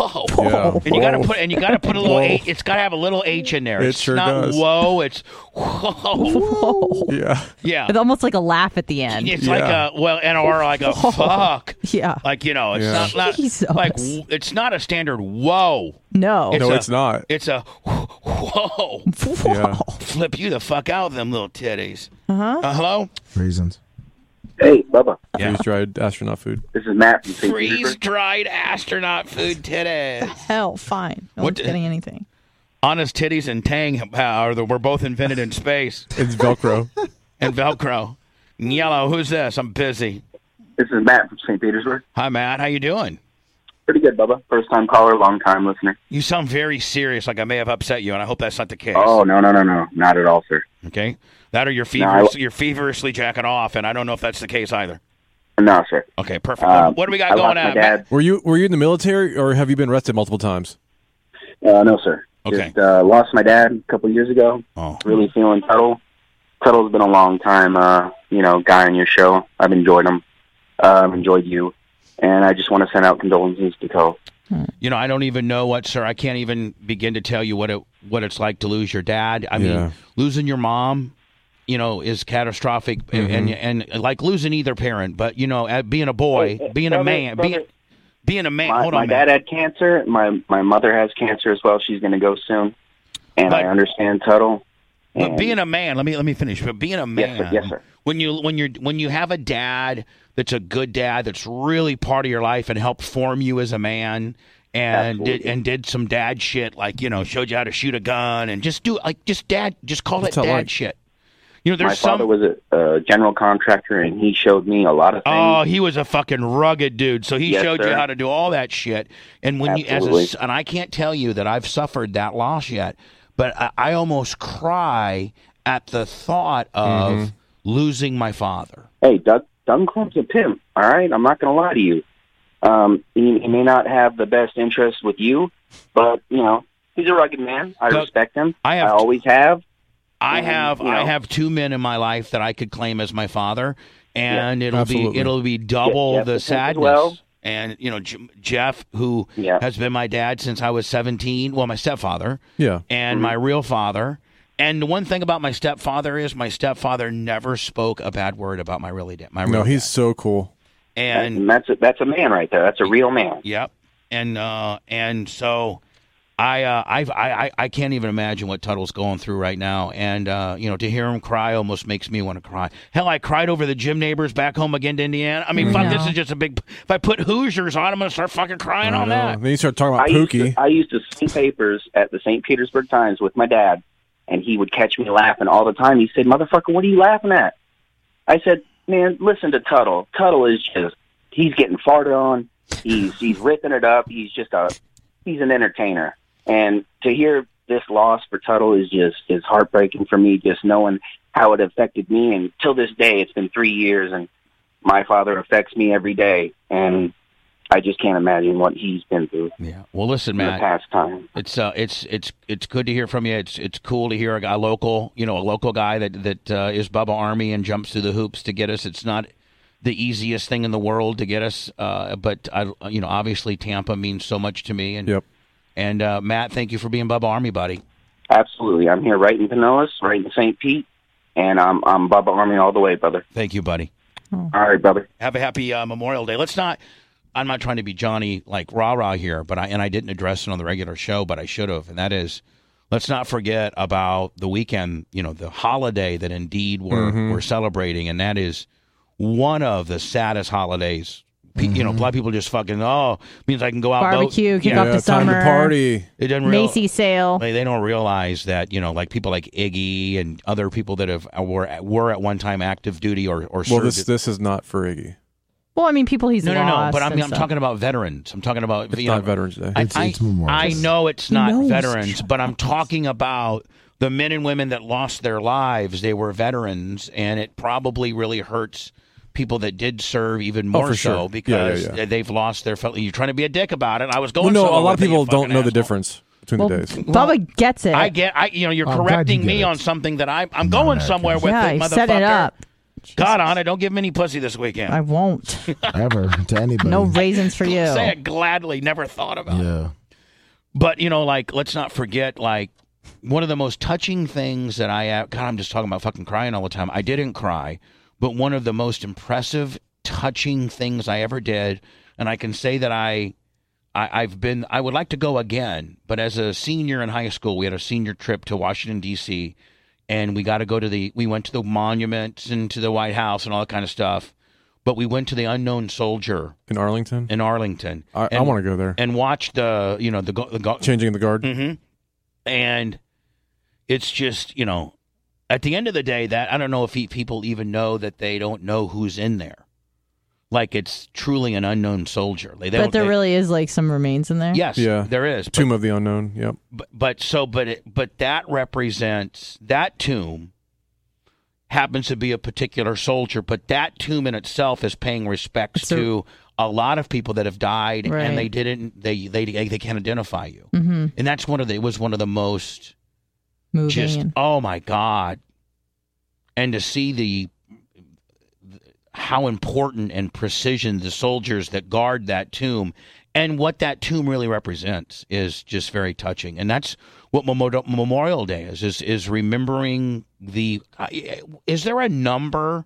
Speaker 1: whoa.
Speaker 4: Yeah.
Speaker 1: And you gotta
Speaker 4: Whoa.
Speaker 1: put and you gotta put a little
Speaker 4: Whoa.
Speaker 1: H. It's gotta have a little H in there.
Speaker 4: It
Speaker 1: it's
Speaker 4: sure
Speaker 1: not
Speaker 4: does.
Speaker 1: whoa. It's whoa.
Speaker 2: Whoa.
Speaker 4: Yeah.
Speaker 1: Yeah.
Speaker 2: It's almost like a laugh at the end.
Speaker 1: It's like
Speaker 4: Yeah.
Speaker 1: a well, and or like a fuck,
Speaker 2: Yeah.
Speaker 1: like you know, it's
Speaker 4: Yeah.
Speaker 1: not, not
Speaker 2: Jesus.
Speaker 1: like w- it's not a standard. Whoa,
Speaker 2: No.
Speaker 1: It's
Speaker 4: no,
Speaker 1: a-
Speaker 4: it's not.
Speaker 1: it's a whoa.
Speaker 2: Whoa.
Speaker 4: Yeah.
Speaker 1: Flip you the fuck out, of them little titties. Uh-huh. Uh hello.
Speaker 3: Reasons.
Speaker 6: Hey, Bubba.
Speaker 1: Yeah.
Speaker 4: Freeze dried astronaut food.
Speaker 6: This is Matt from St.
Speaker 1: Freeze
Speaker 6: Petersburg.
Speaker 1: dried astronaut food titties.
Speaker 2: Hell, fine. No
Speaker 1: What
Speaker 2: one's
Speaker 1: did-
Speaker 2: getting anything.
Speaker 1: Honest titties and Tang are the, were both invented in space
Speaker 4: It's Velcro.
Speaker 1: and Velcro. Yellow, who's this? I'm busy.
Speaker 6: This is Matt from St. Petersburg.
Speaker 1: Hi, Matt. How you doing?
Speaker 6: Pretty good, Bubba. First time caller, long time listener.
Speaker 1: You sound very serious, like I may have upset you, and I hope that's not the case.
Speaker 6: Oh no, no, no, no, not at all, sir.
Speaker 1: Okay, that or you're
Speaker 6: No, I-
Speaker 1: feverishly, you're feverishly jacking off, and I don't know if that's the case either.
Speaker 6: No, sir.
Speaker 1: Okay, perfect.
Speaker 6: Uh,
Speaker 1: what do we got
Speaker 6: I
Speaker 1: going
Speaker 6: lost my
Speaker 1: on?
Speaker 6: dad.
Speaker 4: were you were you in the military or have you been arrested multiple times?
Speaker 6: Uh, no, sir.
Speaker 1: Okay.
Speaker 6: Just uh, lost my dad a couple years ago.
Speaker 1: Oh,
Speaker 6: Really feeling Tuttle. Tuttle's been a long time, uh, you know, guy on your show. I've enjoyed him. Um, enjoyed you. And I just want to send out condolences to Tuttle.
Speaker 1: you know, I don't even know what, sir. I can't even begin to tell you what it what it's like to lose your dad. I
Speaker 4: Yeah.
Speaker 1: mean, losing your mom, you know, is catastrophic, and, and and like losing either parent. But you know, at being a
Speaker 6: Hey,
Speaker 1: boy,
Speaker 6: hey,
Speaker 1: being a
Speaker 6: brother,
Speaker 1: man,
Speaker 6: brother.
Speaker 1: being being a man.
Speaker 6: My,
Speaker 1: hold
Speaker 6: my
Speaker 1: on,
Speaker 6: dad
Speaker 1: man.
Speaker 6: had cancer. My my mother has cancer as well. She's going to go soon. And
Speaker 1: But-
Speaker 6: I understand Tuttle.
Speaker 1: But
Speaker 6: And-
Speaker 1: being a man, let me let me finish. But being a man,
Speaker 6: Yes, sir. Yes, sir.
Speaker 1: when you when you're when you have a dad that's a good dad that's really part of your life and helped form you as a man and did,
Speaker 5: Absolutely.
Speaker 1: and did some dad shit like you know showed you how to shoot a gun and just do like just dad just call
Speaker 4: What's
Speaker 1: it
Speaker 4: that
Speaker 1: dad
Speaker 4: like?
Speaker 1: shit. You know,
Speaker 6: My
Speaker 1: there's some.
Speaker 6: father was a, a general contractor, and he showed me a lot of things.
Speaker 1: Oh, he was a fucking rugged dude. So he
Speaker 6: Yes,
Speaker 1: showed you
Speaker 6: sir.
Speaker 1: how to do all that shit. And when you, as a,
Speaker 6: Absolutely.
Speaker 1: and I can't tell you that I've suffered that loss yet, but I, I almost cry at the thought of
Speaker 6: Mm-hmm.
Speaker 1: losing my father.
Speaker 6: hey, Doug, Doug Clump's a pimp. All right, I'm not going to lie to you. Um, he, he may not have the best interest with you, but you know he's a rugged man. I
Speaker 1: Doug,
Speaker 6: respect him.
Speaker 1: I have-
Speaker 6: I always have.
Speaker 1: I
Speaker 6: Mhm,
Speaker 1: have
Speaker 6: you
Speaker 1: I
Speaker 6: know.
Speaker 1: have two men in my life that I could claim as my father, and it'll be
Speaker 4: absolutely.
Speaker 1: it'll be double
Speaker 6: Jeff
Speaker 1: the
Speaker 6: is as
Speaker 1: sadness.
Speaker 6: well.
Speaker 1: And you know J- Jeff, who
Speaker 6: Yeah.
Speaker 1: has been my dad since I was seventeen, well, my stepfather,
Speaker 4: Yeah.
Speaker 1: and
Speaker 6: Mm-hmm.
Speaker 1: my real father. And the one thing about my stepfather is my stepfather never spoke a bad word about my really dad. My
Speaker 4: No,
Speaker 1: real
Speaker 4: he's
Speaker 1: dad.
Speaker 4: so cool.
Speaker 1: and
Speaker 6: And that's a, that's a man right there. That's a real man.
Speaker 1: Yep. And uh, and so I uh, I've, I I I can't even imagine what Tuttle's going through right now. And uh, you know, to hear him cry almost makes me want to cry. Hell, I cried over the gym neighbors back home again to Indiana. I mean, fuck, this
Speaker 2: Yeah.
Speaker 1: is just a big. If I put Hoosiers on, I'm gonna start fucking crying on
Speaker 4: know.
Speaker 1: that.
Speaker 4: Then you start talking about
Speaker 6: I used, to,
Speaker 4: Pookie.
Speaker 6: I used to sling papers at the St. Petersburg Times with my dad, and he would catch me laughing all the time. He said, "Motherfucker, what are you laughing at?" I said, "Man, listen to Tuttle. Tuttle is just—he's getting farted on. He's he's ripping it up. He's just a—he's an entertainer. And to hear this loss for Tuttle is just is heartbreaking for me. Just knowing how it affected me, and till this day, it's been three years, and my father affects me every day, and I just can't imagine what he's been through."
Speaker 1: Yeah. Well, listen,
Speaker 6: in the
Speaker 1: Matt.
Speaker 6: past time.
Speaker 1: It's uh, it's it's it's good to hear from you. It's it's cool to hear a guy local, you know, a local guy that that uh, is Bubba Army and jumps through the hoops to get us. It's not the easiest thing in the world to get us, uh, but I, you know, obviously Tampa means so much to me. And
Speaker 4: Yep.
Speaker 1: and uh, Matt, thank you for being Bubba Army, buddy.
Speaker 6: Absolutely. I'm here right in Pinellas, right in St. Pete, and I'm I'm Bubba Army all the way, brother.
Speaker 1: Thank you, buddy.
Speaker 6: All right, brother.
Speaker 1: Have a happy uh, Memorial Day. Let's not. I'm not trying to be Johnny like rah rah here, but I and I didn't address it on the regular show, but I should have. And that is, let's not forget about the weekend. You know, the holiday that indeed we're
Speaker 2: Mm-hmm.
Speaker 1: we're celebrating, and that is one of the saddest holidays. Pe- You know, a lot of people just fucking oh means I can go out boat."
Speaker 2: Mm-hmm. Barbecue, kick
Speaker 1: Yeah,
Speaker 2: off the
Speaker 4: time
Speaker 2: summer.
Speaker 4: to party.
Speaker 1: it doesn't real-
Speaker 2: Macy sale.
Speaker 1: They, they don't realize that you know, like people like Iggy and other people that have uh, were at, were at one time active duty or or
Speaker 4: Well,
Speaker 1: served
Speaker 4: this
Speaker 1: at-
Speaker 4: this is not for Iggy.
Speaker 2: Well, I mean, people he's
Speaker 1: no, no, no.
Speaker 2: lost
Speaker 1: But I'm,
Speaker 2: and
Speaker 1: I'm
Speaker 2: stuff.
Speaker 1: talking about veterans. I'm talking about
Speaker 4: It's
Speaker 1: you
Speaker 4: not
Speaker 1: know,
Speaker 4: Veterans Day.
Speaker 1: I,
Speaker 3: It's-
Speaker 1: I-
Speaker 3: it's Memorial
Speaker 1: I
Speaker 3: Day.
Speaker 1: know it's not
Speaker 2: knows.
Speaker 1: veterans, but I'm talking about the men and women that lost their lives. They were veterans, and it probably really hurts people that did serve even more
Speaker 4: Oh, for
Speaker 1: so
Speaker 4: sure. Yeah,
Speaker 1: because
Speaker 4: yeah, yeah.
Speaker 1: they've lost their fellow. You're trying to be a dick about it. I was going.
Speaker 4: Well, no,
Speaker 1: somewhere
Speaker 4: a lot of
Speaker 1: with it, you
Speaker 4: people don't
Speaker 1: fucking
Speaker 4: know the
Speaker 1: asshole.
Speaker 4: difference between
Speaker 2: Well,
Speaker 4: the days.
Speaker 2: Bubba gets it.
Speaker 1: I get, I you know, you're
Speaker 3: Oh, I'm glad you
Speaker 1: correcting
Speaker 3: get
Speaker 1: me
Speaker 3: it.
Speaker 1: on something that I I'm going somewhere with
Speaker 2: yeah,
Speaker 1: it,
Speaker 2: he
Speaker 1: motherfucker.
Speaker 2: set it up.
Speaker 1: God on it. Don't give me any pussy this weekend.
Speaker 2: I won't.
Speaker 3: ever to anybody.
Speaker 2: No raisins for you.
Speaker 1: Say it gladly. Never thought about. it.
Speaker 3: Yeah.
Speaker 1: But you know, like, let's not forget, like, one of the most touching things that I uh, God, I'm just talking about fucking crying all the time. I didn't cry, but one of the most impressive, touching things I ever did, and I can say that I, I I've been. I would like to go again, but as a senior in high school, we had a senior trip to Washington D.C. And we got to go to the, we went to the monuments and to the White House and all that kind of stuff. But we went to the Unknown Soldier
Speaker 4: In Arlington?
Speaker 1: in Arlington
Speaker 4: I, I
Speaker 1: And-
Speaker 4: want to go there.
Speaker 1: and watched the, you know, the, go- the go-
Speaker 4: Changing the guard.
Speaker 1: hmm And it's just, you know, at the end of the day, that I don't know if he, people even know that they don't know who's in there. Like it's truly an unknown soldier. Like, they
Speaker 2: but
Speaker 1: don't-
Speaker 2: there
Speaker 1: they-
Speaker 2: really is like some remains in there.
Speaker 1: yes,
Speaker 4: Yeah.
Speaker 1: there is. But,
Speaker 4: Tomb of the Unknown. Yep.
Speaker 1: but, but so, but it, but that represents that tomb happens to be a particular soldier, but that tomb in itself is paying respects
Speaker 2: It's a-
Speaker 1: to a lot of people that have died
Speaker 2: Right.
Speaker 1: and they didn't they they they can't identify you.
Speaker 2: Mm-hmm.
Speaker 1: And that's one of the it was one of the most
Speaker 2: Moving.
Speaker 1: just
Speaker 2: and-
Speaker 1: oh my god and to see the how important and precision the soldiers that guard that tomb and what that tomb really represents is just very touching and that's what Memo- memorial day is is is remembering the uh, is there a number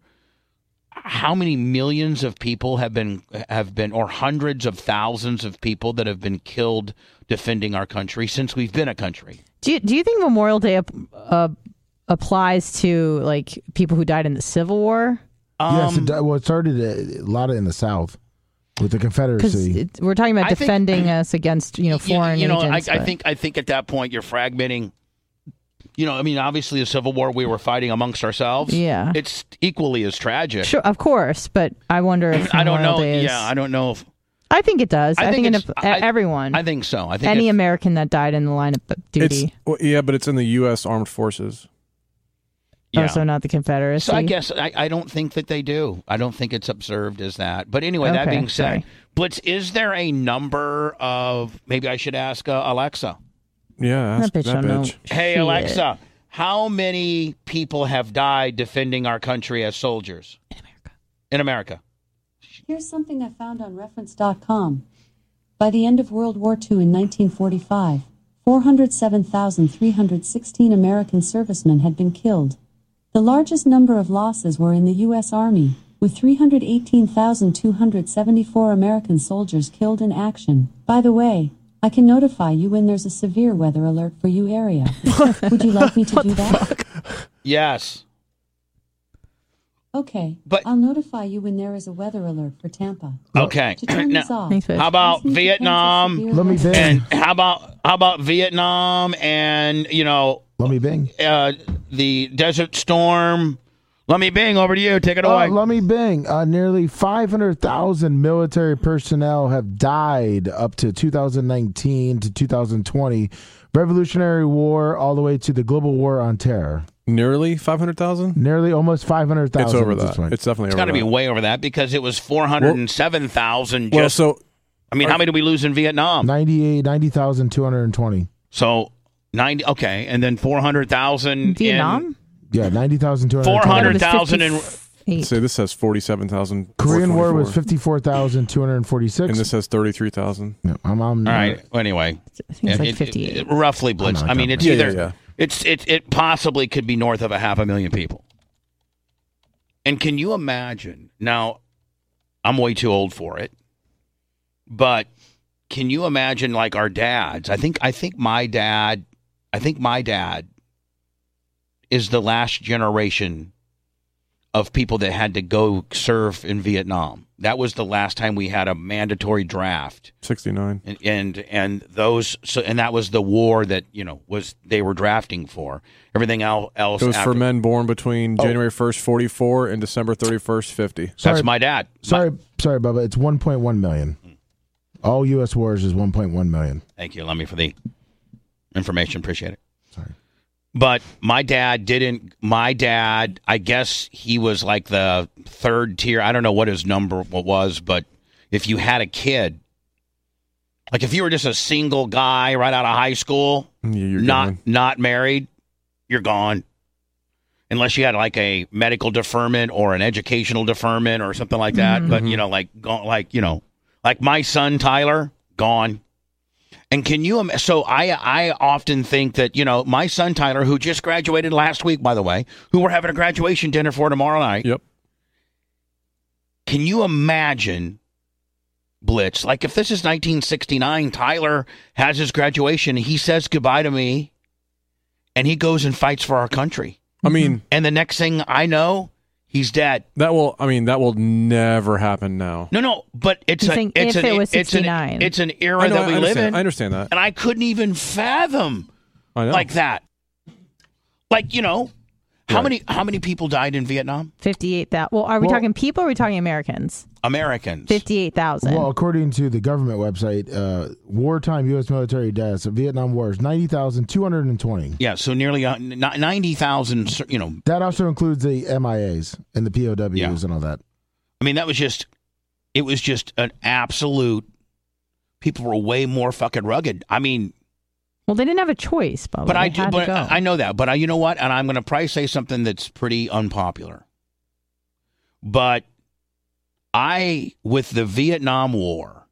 Speaker 1: how many millions of people have been have been or hundreds of thousands of people that have been killed defending our country since we've been a country
Speaker 2: Do you, do you think Memorial Day ap- uh, applies to like people who died in the Civil War?
Speaker 1: Um,
Speaker 4: Um,
Speaker 3: yes. It, di- well, it started a, a lot in the South. with the Confederacy.
Speaker 2: because we're talking about
Speaker 1: I think-
Speaker 2: defending us against you know
Speaker 1: You-
Speaker 2: foreign
Speaker 1: you, know,
Speaker 2: agents.
Speaker 1: I, I
Speaker 2: but-
Speaker 1: think I think at that point you're fragmenting. You know, I mean, obviously the Civil War we were fighting amongst ourselves.
Speaker 2: Yeah.
Speaker 1: it's equally as tragic.
Speaker 2: sure, of course, but I wonder if
Speaker 1: I don't
Speaker 2: Memorial
Speaker 1: know.
Speaker 2: Day is-
Speaker 1: Yeah, I don't know if
Speaker 2: I think it does. I, think,
Speaker 1: it's-
Speaker 2: it,
Speaker 1: I-
Speaker 2: everyone,
Speaker 1: I think so. I think
Speaker 2: any
Speaker 1: it's-
Speaker 2: American that died in the line of
Speaker 4: It's
Speaker 2: duty,
Speaker 4: well, yeah, but it's in the U.S. Armed Forces.
Speaker 1: yeah.
Speaker 2: also not the Confederacy.
Speaker 1: So I guess I, I don't think that they do. I don't think it's observed as that. But anyway, that
Speaker 2: Okay,
Speaker 1: being said,
Speaker 2: sorry.
Speaker 1: Blitz, is there a number of maybe I should ask uh, Alexa?
Speaker 4: Yeah,
Speaker 2: that
Speaker 4: that's,
Speaker 2: bitch
Speaker 4: that
Speaker 2: don't know
Speaker 4: bitch.
Speaker 1: Hey
Speaker 2: shit.
Speaker 1: Alexa, how many people have died defending our country as soldiers
Speaker 2: In America.
Speaker 1: in America?
Speaker 7: Here's something I found on reference.com. By the end of World War II in 1945, 407,316 American servicemen had been killed. The largest number of losses were in the U.S. Army, with 318,274 American soldiers killed in action. By the way, I can notify you when there's a severe weather alert for you area. Would you like me to do that?
Speaker 1: Yes.
Speaker 7: Okay.
Speaker 1: But-
Speaker 7: I'll notify you when there is a weather alert for Tampa.
Speaker 1: Okay.
Speaker 7: To turn
Speaker 1: Now,
Speaker 7: this off.
Speaker 2: Thanks, babe.
Speaker 1: how about
Speaker 7: Please need to cancel
Speaker 1: Vietnam?
Speaker 7: severe
Speaker 3: Let me
Speaker 7: weather.
Speaker 3: think.
Speaker 1: And how about how about Vietnam and you know
Speaker 3: Let me Bing.
Speaker 1: uh, the Desert Storm? Let me Bing over to you. Take it away.
Speaker 3: Uh, Lummy Bing, uh, nearly 500,000 military personnel have died up to 2019 to 2020. Revolutionary War all the way to the Global War on Terror.
Speaker 4: Nearly five hundred thousand.
Speaker 3: Nearly almost 500,000.
Speaker 4: It's over
Speaker 3: at this
Speaker 4: that.
Speaker 3: point.
Speaker 4: It's definitely
Speaker 1: It's
Speaker 4: over
Speaker 1: got to be
Speaker 4: that.
Speaker 1: way over that because it was 407,000
Speaker 4: well,
Speaker 1: just
Speaker 4: so
Speaker 1: I mean, how many do we lose in Vietnam?
Speaker 3: 98, 90,220.
Speaker 1: So 90 okay, and then 400,000 in
Speaker 2: Vietnam.
Speaker 3: Yeah, 90,220.
Speaker 1: 400.
Speaker 2: That was
Speaker 1: 100,000 in-
Speaker 2: 58.
Speaker 4: say this says forty-seven thousand.
Speaker 3: Korean War was 54,246.
Speaker 4: and this says thirty-three thousand.
Speaker 3: No, I'm, I'm,
Speaker 1: All right. Well, anyway,
Speaker 2: I think it's
Speaker 1: it-
Speaker 2: like
Speaker 1: it-
Speaker 2: 58.
Speaker 1: it- roughly blitz.
Speaker 3: I'm not
Speaker 1: I mean, it's
Speaker 4: Yeah,
Speaker 1: either
Speaker 4: yeah, yeah.
Speaker 1: it's it it possibly could be north of a half a million people. And can you imagine? Now, I'm way too old for it, but can you imagine like our dads? I think I think my dad, I think my dad is the last generation of people that had to go serve in Vietnam. That was the last time we had a mandatory draft
Speaker 4: Sixty-nine.
Speaker 1: and and, and those so and that was the war that you know was they were drafting for everything el- else
Speaker 4: It was
Speaker 1: after- Oh.
Speaker 4: for men born between January first, forty-four, and December thirty-first, fifty.
Speaker 1: that's
Speaker 3: Sorry.
Speaker 1: my dad Hmm. My-
Speaker 3: Sorry, sorry, Bubba. It's 1.1 million. All U.S. wars is 1.1 million.
Speaker 1: thank you Lemmy for the information appreciate it
Speaker 3: Sorry.
Speaker 1: but my dad didn't my dad I guess he was like the third tier I don't know what his number was but if you had a kid like if you were just a single guy right out of high school
Speaker 4: Yeah, Mm, you're
Speaker 1: not
Speaker 4: gone.
Speaker 1: not married, you're gone. Unless you had like a medical deferment or an educational deferment or something like that. But you know, like go, like you know, like my son Tyler gone. And can you? im- So I I often think that you know my son Tyler, who just graduated last week, by the way, who we're having a graduation dinner for tomorrow night.
Speaker 4: Yep.
Speaker 1: Can you imagine Blitz? Like, if this is 1969, Tyler has his graduation, he says goodbye to me, and he goes and fights for our country.
Speaker 4: I mean,
Speaker 1: And the next thing I know, he's dead.
Speaker 4: that will. I mean, that will never happen now.
Speaker 1: No, no, but it's
Speaker 2: He's
Speaker 1: a,
Speaker 2: saying
Speaker 1: it's
Speaker 2: if
Speaker 1: an, e,
Speaker 2: it was
Speaker 1: it's an,
Speaker 2: 69.
Speaker 1: it's an era
Speaker 4: I know,
Speaker 1: that we live
Speaker 4: I understand-
Speaker 1: in,
Speaker 4: I understand that.
Speaker 1: and I couldn't even fathom
Speaker 4: I know.
Speaker 1: like that. Like you know, how
Speaker 4: Right.
Speaker 1: many how many people died in Vietnam?
Speaker 2: 58,000. Well, are we
Speaker 3: Well-
Speaker 2: talking people or are we talking Americans?
Speaker 1: Americans.
Speaker 2: 58,000.
Speaker 3: Well, according to the government website, uh, wartime U.S. military deaths of Vietnam War is 90,220.
Speaker 1: Yeah, so nearly uh, n- ninety thousand. You know,
Speaker 3: That also includes the MIAs and the POWs
Speaker 1: Yeah.
Speaker 3: and all that.
Speaker 1: I mean, that was just, it was just an absolute. People were way more fucking rugged. I mean,
Speaker 2: Well, they didn't have a choice, Bubba.
Speaker 1: but I,
Speaker 2: They had to
Speaker 1: but
Speaker 2: go.
Speaker 1: I know that. But I, you know what? And I'm going to probably say something that's pretty unpopular. But I, with the Vietnam War,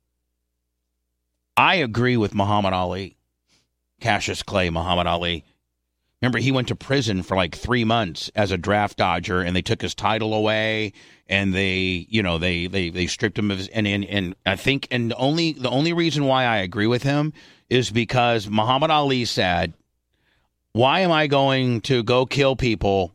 Speaker 1: I agree with Muhammad Ali, Cassius Clay, Muhammad Ali. Remember, he went to prison for like three months as a draft dodger, and they took his title away, and they, you know, they they they stripped him of his. And and, and I think, and the only the only reason why I agree with him is because Muhammad Ali said, "Why am I going to go kill people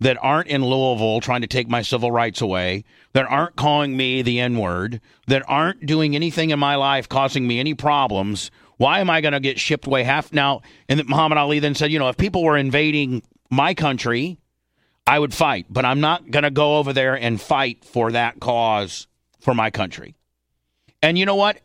Speaker 1: that aren't in Louisville trying to take my civil rights away, that aren't calling me the N word, that aren't doing anything in my life causing me any problems, why am I going to get shipped away half now? And that Muhammad Ali then said, you know, if people were invading my country, I would fight, but I'm not going to go over there and fight for that cause for my country. And you know what?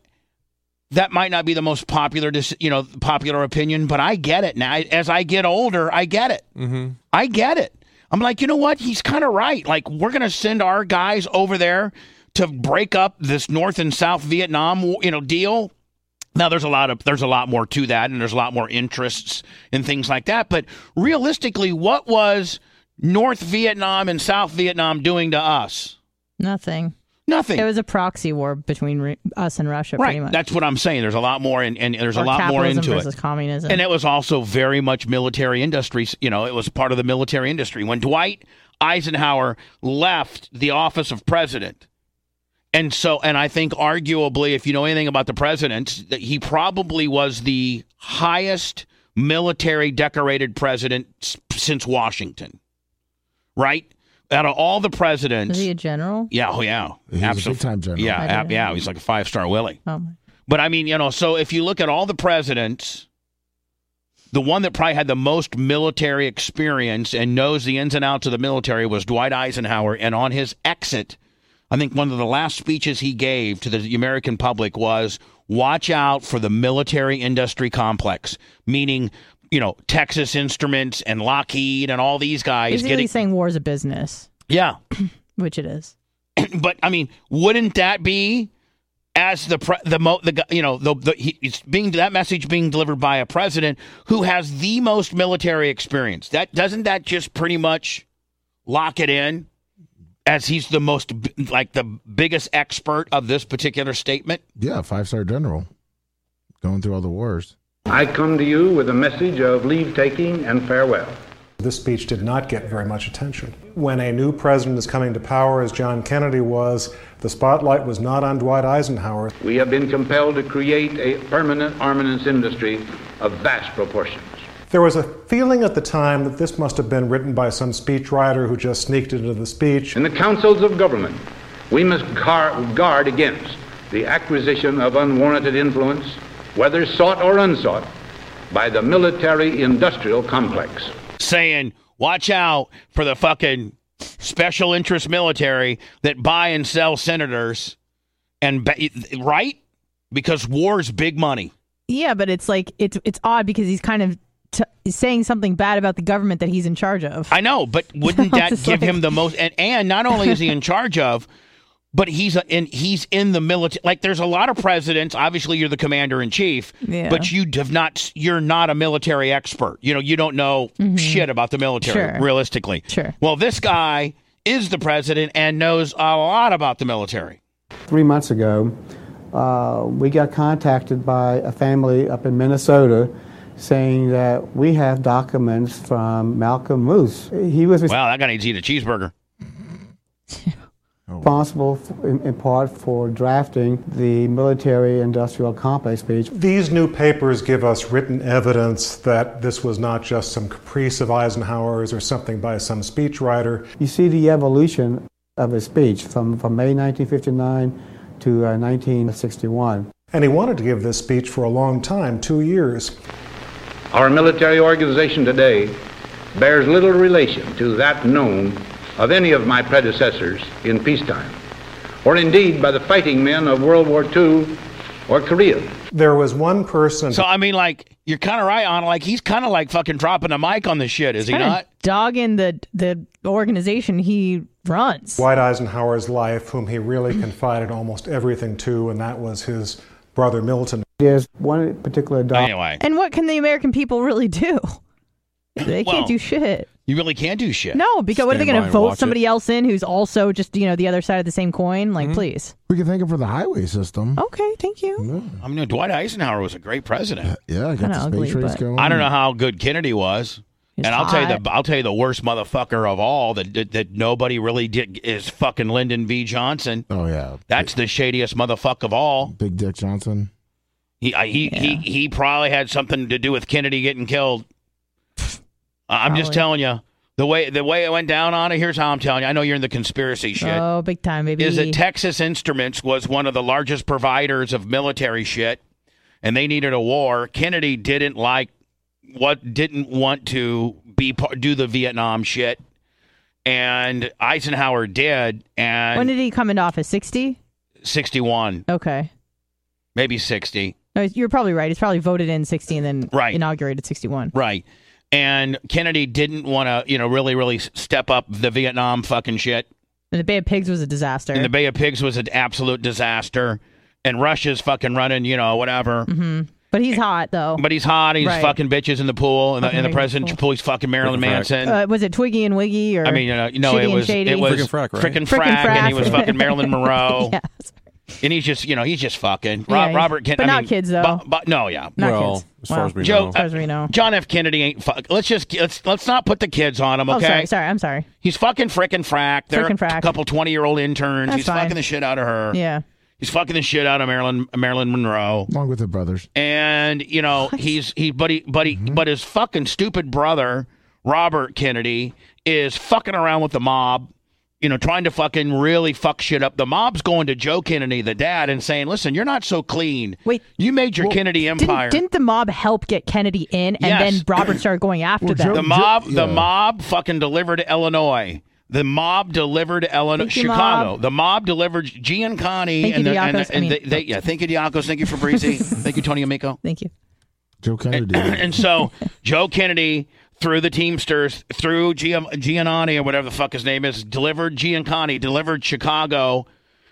Speaker 1: That might not be the most popular, dis- you know, popular opinion, but I get it now. As I get older, I get it.
Speaker 4: Mm-hmm.
Speaker 1: I get it. I'm like, you know what? He's kind of right. Like, we're going to send our guys over there to break up this North and South Vietnam, you know, deal. Now there's a lot of there's a lot more to that, and there's a lot more interests and things like that. But realistically, what was North Vietnam and South Vietnam doing to us?
Speaker 2: Nothing.
Speaker 1: Nothing.
Speaker 2: It was a proxy war between re- us and Russia, pretty
Speaker 1: right.
Speaker 2: much.
Speaker 1: That's what I'm saying. There's a lot more, and, and there's a
Speaker 2: Or
Speaker 1: lot more
Speaker 2: capitalism
Speaker 1: into it.
Speaker 2: versus communism.
Speaker 1: And it was also very much military industries. You know, it was part of the military industry. When Dwight Eisenhower left the office of president, and so, and I think arguably, if you know anything about the presidents, that he probably was the highest military decorated president s- since Washington, right? Out of all the presidents,
Speaker 2: Is he a general?
Speaker 1: yeah, oh yeah,
Speaker 3: He's a
Speaker 1: absolutely,
Speaker 3: big-time general.
Speaker 1: yeah,
Speaker 2: I didn't
Speaker 1: ab- yeah, he's like a five star Willie.
Speaker 2: Oh, my.
Speaker 1: But I mean, you know, so if you look at all the presidents, the one that probably had the most military experience and knows the ins and outs of the military was Dwight Eisenhower. And on his exit, I think one of the last speeches he gave to the American public was watch out for the military industry complex, meaning, you know, Texas Instruments and Lockheed and all these guys
Speaker 2: Basically
Speaker 1: getting.
Speaker 2: saying war is a business,
Speaker 1: Yeah.
Speaker 2: which it is.
Speaker 1: but I mean, wouldn't that be as the pre- the mo the guy- you know the, the he, it's being that message being delivered by a president who has the most military experience? That doesn't that just pretty much lock it in as he's the most b- like the biggest expert of this particular statement?
Speaker 3: Yeah, five star general, going through all the wars.
Speaker 8: I come to you with a message of leave taking and farewell.
Speaker 9: This speech did not get very much attention. When a new president is coming to power, as John Kennedy was, the spotlight was not on Dwight Eisenhower.
Speaker 8: We have been compelled to create a permanent armaments industry of vast proportions.
Speaker 9: There was a feeling at the time that this must have been written by some speechwriter who just sneaked it into the speech.
Speaker 8: In the councils of government, we must gar- guard against the acquisition of unwarranted influence, whether sought or unsought, by the military industrial complex.
Speaker 1: saying, "Watch out for the fucking special interest military that buy and sell senators," and ba- right because war's big money.
Speaker 2: Yeah, but it's like it's it's odd because he's kind of t- he's saying something bad about the government that he's in charge of.
Speaker 1: I know, but wouldn't that
Speaker 2: It's
Speaker 1: give him
Speaker 2: like-
Speaker 1: the most? And, and not only is he in charge of, but he's a, in he's in the military. Like there's a lot of presidents. Obviously, you're the commander in chief,
Speaker 2: Yeah.
Speaker 1: but you have not. You're not a military expert. You know, you don't know shit about the military
Speaker 2: Mm-hmm. Sure.
Speaker 1: realistically.
Speaker 2: Sure.
Speaker 1: Well, this guy is the president and knows a lot about the military.
Speaker 10: Three months ago, uh, we got contacted by a family up in Minnesota saying that we have documents from Malcolm Moose. He was
Speaker 1: Wow, that guy needs to eat a cheeseburger.
Speaker 10: responsible f- in, in part for drafting the military industrial complex speech.
Speaker 9: These new papers give us written evidence that this was not just some caprice of Eisenhower's or something by some speechwriter.
Speaker 10: You see the evolution of his speech from, from May 1959 to uh, 1961.
Speaker 9: And he wanted to give this speech for a long time, two years.
Speaker 8: Our military organization today bears little relation to that known of any of my predecessors in peacetime, or indeed by the fighting men of World War II or Korea.
Speaker 9: There was one person.
Speaker 1: So I mean, like you're kind of right on. Like he's kind of like fucking dropping the mic on this shit, is he
Speaker 2: Kinda
Speaker 1: not?
Speaker 2: dogging the the organization he runs.
Speaker 9: Dwight Eisenhower's life, whom he really confided almost everything to, and that was his brother Milton.
Speaker 10: There's one particular document.
Speaker 1: Anyway,
Speaker 2: And what can the American people really do? They
Speaker 1: Well-
Speaker 2: can't do shit.
Speaker 1: you really can do shit.
Speaker 2: No, because what are they
Speaker 4: Stand by
Speaker 2: going to
Speaker 4: and
Speaker 2: vote
Speaker 4: watch
Speaker 2: somebody else in who's also just you know the other side of the same coin?
Speaker 1: Mm-hmm.
Speaker 2: Like, please.
Speaker 3: We can thank him for the highway system.
Speaker 2: Okay, thank you.
Speaker 1: I mean, Dwight Eisenhower was a great president.
Speaker 3: Yeah, I got
Speaker 2: Kinda
Speaker 3: the space
Speaker 2: ugly,
Speaker 3: race
Speaker 2: but-
Speaker 3: going.
Speaker 1: I don't know how good Kennedy was,
Speaker 2: He's
Speaker 1: and I'll tell you
Speaker 2: hot.
Speaker 1: the I'll tell you the worst motherfucker of all that that, that nobody really did is fucking Lyndon B. Johnson.
Speaker 3: Oh yeah,
Speaker 1: That's the shadiest motherfucker of all.
Speaker 3: Big Dick Johnson.
Speaker 1: He I- he he he probably had something to do with Kennedy getting killed. I- I'm just
Speaker 2: Probably.
Speaker 1: telling you. The way the way it went down on it. Here's how I'm telling you. I know you're in the conspiracy shit.
Speaker 2: Oh, big time, baby.
Speaker 1: is that Texas Instruments was one of the largest providers of military shit, and they needed a war. Kennedy didn't like what didn't want to be par- do the Vietnam shit, and Eisenhower did.
Speaker 2: when
Speaker 1: And
Speaker 2: did he come into office? Sixty?
Speaker 1: sixty one,
Speaker 2: Okay.
Speaker 1: maybe sixty,
Speaker 2: No, you're probably right. It's probably voted in sixty and then
Speaker 1: Right.
Speaker 2: inaugurated sixty one.
Speaker 1: right? And Kennedy didn't want to, you know, really, really s- step up the Vietnam fucking shit.
Speaker 2: And the Bay of Pigs was a disaster.
Speaker 1: And the Bay of Pigs was an absolute disaster. And Russia's fucking running, you know, whatever.
Speaker 2: hmm But he's hot though.
Speaker 1: But he's hot. He's
Speaker 2: Right.
Speaker 1: fucking bitches in the pool, and the,
Speaker 2: Fucking
Speaker 1: and the
Speaker 2: Reagan's
Speaker 1: president pulls fucking Marilyn
Speaker 4: Frickin'
Speaker 1: Manson.
Speaker 2: uh, was it Twiggy and Wiggy or
Speaker 1: I mean, you know, you know
Speaker 2: Shitty
Speaker 1: it
Speaker 2: and
Speaker 1: was
Speaker 2: Shady?
Speaker 1: it was
Speaker 4: Frickin' Frack, right?
Speaker 1: frickin'
Speaker 2: Frickin'
Speaker 1: frack, and he was
Speaker 2: Frack.
Speaker 1: fucking Marilyn Monroe,
Speaker 2: yeah.
Speaker 1: and he's just you know he's just fucking Ro-
Speaker 2: Yeah, he's-
Speaker 1: Robert Kennedy.
Speaker 2: but
Speaker 1: I
Speaker 2: not
Speaker 1: mean,
Speaker 2: kids, though.
Speaker 1: But, no, yeah.
Speaker 2: Not
Speaker 4: well,
Speaker 2: kids.
Speaker 4: as far
Speaker 2: Wow.
Speaker 4: as we
Speaker 1: Joe- uh,
Speaker 4: know,
Speaker 2: As far as we know.
Speaker 1: John F. Kennedy ain't fuck. Let's just let's let's not put the kids on him,
Speaker 2: Oh,
Speaker 1: uh, okay?
Speaker 2: sorry, sorry. I'm sorry.
Speaker 1: He's fucking frickin' frack. They're
Speaker 2: Frickin'
Speaker 1: a
Speaker 2: frack.
Speaker 1: couple twenty year old interns.
Speaker 2: That's
Speaker 1: he's
Speaker 2: fine.
Speaker 1: fucking the shit out of her.
Speaker 2: Yeah.
Speaker 1: He's fucking the shit out of Marilyn Marilyn Monroe.
Speaker 3: along with the brothers.
Speaker 1: and you know he's he but he but he
Speaker 2: Mm-hmm.
Speaker 1: but his fucking stupid brother Robert Kennedy is fucking around with the mob, you know, trying to fucking really fuck shit up. The mob's going to Joe Kennedy, the dad, and saying, "Listen, you're not so clean.
Speaker 2: Wait.
Speaker 1: you made your Kennedy empire.
Speaker 2: Didn't, didn't the mob help get Kennedy in, and
Speaker 1: Yes.
Speaker 2: then Robert started going after
Speaker 3: Well,
Speaker 2: them?
Speaker 1: the
Speaker 3: Joe-
Speaker 1: mob, the
Speaker 3: yeah.
Speaker 1: mob, fucking delivered Illinois." The mob delivered Illinois,
Speaker 2: Thank you,
Speaker 1: Chicago.
Speaker 2: mob.
Speaker 1: The mob delivered Giancani
Speaker 2: Thank you,
Speaker 1: and, the, and,
Speaker 2: Diakos.
Speaker 1: the,
Speaker 2: I
Speaker 1: and
Speaker 2: mean-
Speaker 1: they, they, yeah. Thank you, Diakos. Thank you, Fabrizi. thank you, Tony Amico.
Speaker 2: Thank you.
Speaker 3: Joe Kennedy.
Speaker 1: and so Joe Kennedy through the Teamsters, through Gian- Giannotti or whatever the fuck his name is, delivered Giancani, delivered Chicago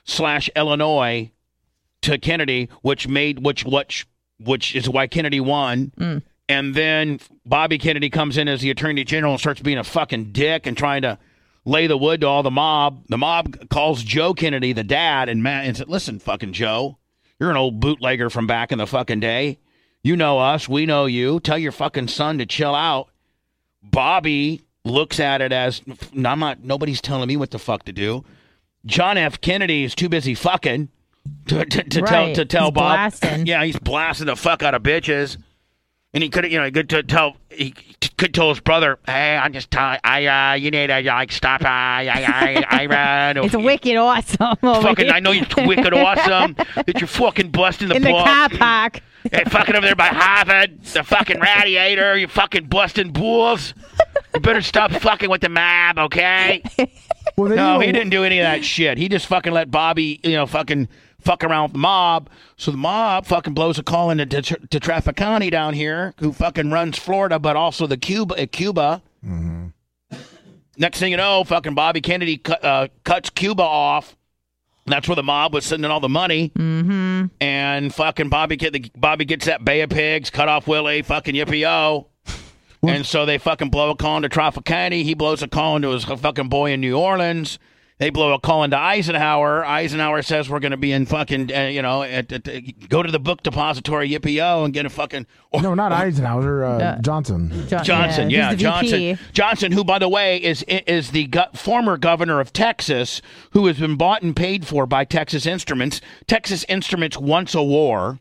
Speaker 1: slash Illinois to Kennedy, which made which which which is why Kennedy won. And then Bobby Kennedy comes in as the Attorney General and starts being a fucking dick and trying to lay the wood to all the mob. The mob calls Joe Kennedy, the dad, and Matt, and said, "Listen, fucking Joe, you're an old bootlegger from back in the fucking day. You know us. We know you. Tell your fucking son to chill out. Bobby looks at it as "No, I'm not. Nobody's telling me what the fuck to do. John F. Kennedy is too busy fucking to, to, to tell
Speaker 2: Right.
Speaker 1: to tell
Speaker 2: He's
Speaker 1: Bob.
Speaker 2: blasting.
Speaker 1: yeah, he's blasting the fuck out of bitches. And he could, you know, he could t- tell he t- could tell his brother, "Hey, I'm just telling I, uh, you need to like stop. uh, I, I, I, I ran.
Speaker 2: It's wicked awesome. over
Speaker 1: fucking.
Speaker 2: here.
Speaker 1: I know you're wicked awesome that you're fucking busting the
Speaker 2: in the
Speaker 1: ball.
Speaker 2: car park.
Speaker 1: Hey, fucking over there by Harvard, the fucking radiator, you fucking busting bulls. You better stop fucking with the mob, okay?
Speaker 3: Well, they
Speaker 1: No,
Speaker 3: know-
Speaker 1: he didn't do any of that shit. He just fucking let Bobby, you know, fucking fuck around with the mob. So the mob fucking blows a call into to, to Trafficani down here, who fucking runs Florida, but also the Cuba, uh, Cuba. Next thing you know, fucking Bobby Kennedy cu- uh, cuts Cuba off. That's where the mob was sending all the money. Mm-hmm. And fucking Bobby get the Bobby gets that Bay of Pigs, cut off Willie, fucking yippee oh. And so they fucking blow a call into Trafficante. He blows a call into his fucking boy in New Orleans. They blow a call into Eisenhower. Eisenhower says we're going to be in fucking, uh, you know, at, at, at- go to the book depository, yippee oh, and get a fucking. Or,
Speaker 3: No, not Eisenhower. Uh,
Speaker 2: Yeah.
Speaker 3: Johnson.
Speaker 2: John-
Speaker 1: Johnson, yeah,
Speaker 2: he's the
Speaker 1: Johnson,
Speaker 2: VP.
Speaker 1: Johnson, who by the way is is the go- former governor of Texas, who has been bought and paid for by Texas Instruments. Texas Instruments wants a war.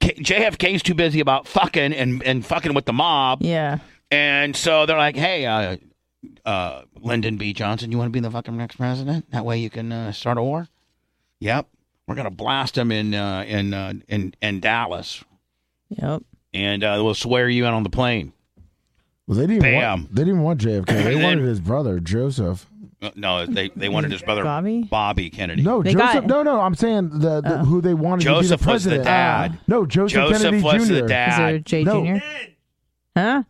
Speaker 1: K- JFK's too busy about fucking and and fucking with the mob,
Speaker 2: Yeah.
Speaker 1: and so they're like, hey. Uh, uh, Lyndon B. Johnson, you want to be the fucking next president? That way you can uh, start a war. Yep, we're gonna blast him in uh, in uh, in in Dallas,
Speaker 2: Yep.
Speaker 1: and uh, we'll swear you in on the plane.
Speaker 3: Well, they didn't
Speaker 1: Bam.
Speaker 3: want. They didn't want JFK. They
Speaker 1: And then-
Speaker 3: wanted his brother Joseph.
Speaker 1: Uh, No, they they wanted his brother
Speaker 2: Bobby?
Speaker 1: Bobby Kennedy.
Speaker 3: No,
Speaker 2: They got- Uh.
Speaker 3: Joseph. No, no. I'm saying the, the who they wanted to be
Speaker 1: Joseph
Speaker 3: the
Speaker 1: was the
Speaker 3: president. Uh,
Speaker 1: dad.
Speaker 3: No, Joseph,
Speaker 1: Joseph
Speaker 3: Kennedy
Speaker 1: was
Speaker 3: Jr.
Speaker 1: the
Speaker 2: Is there
Speaker 1: dad.
Speaker 2: Jay
Speaker 3: No.
Speaker 2: Jr.? Huh?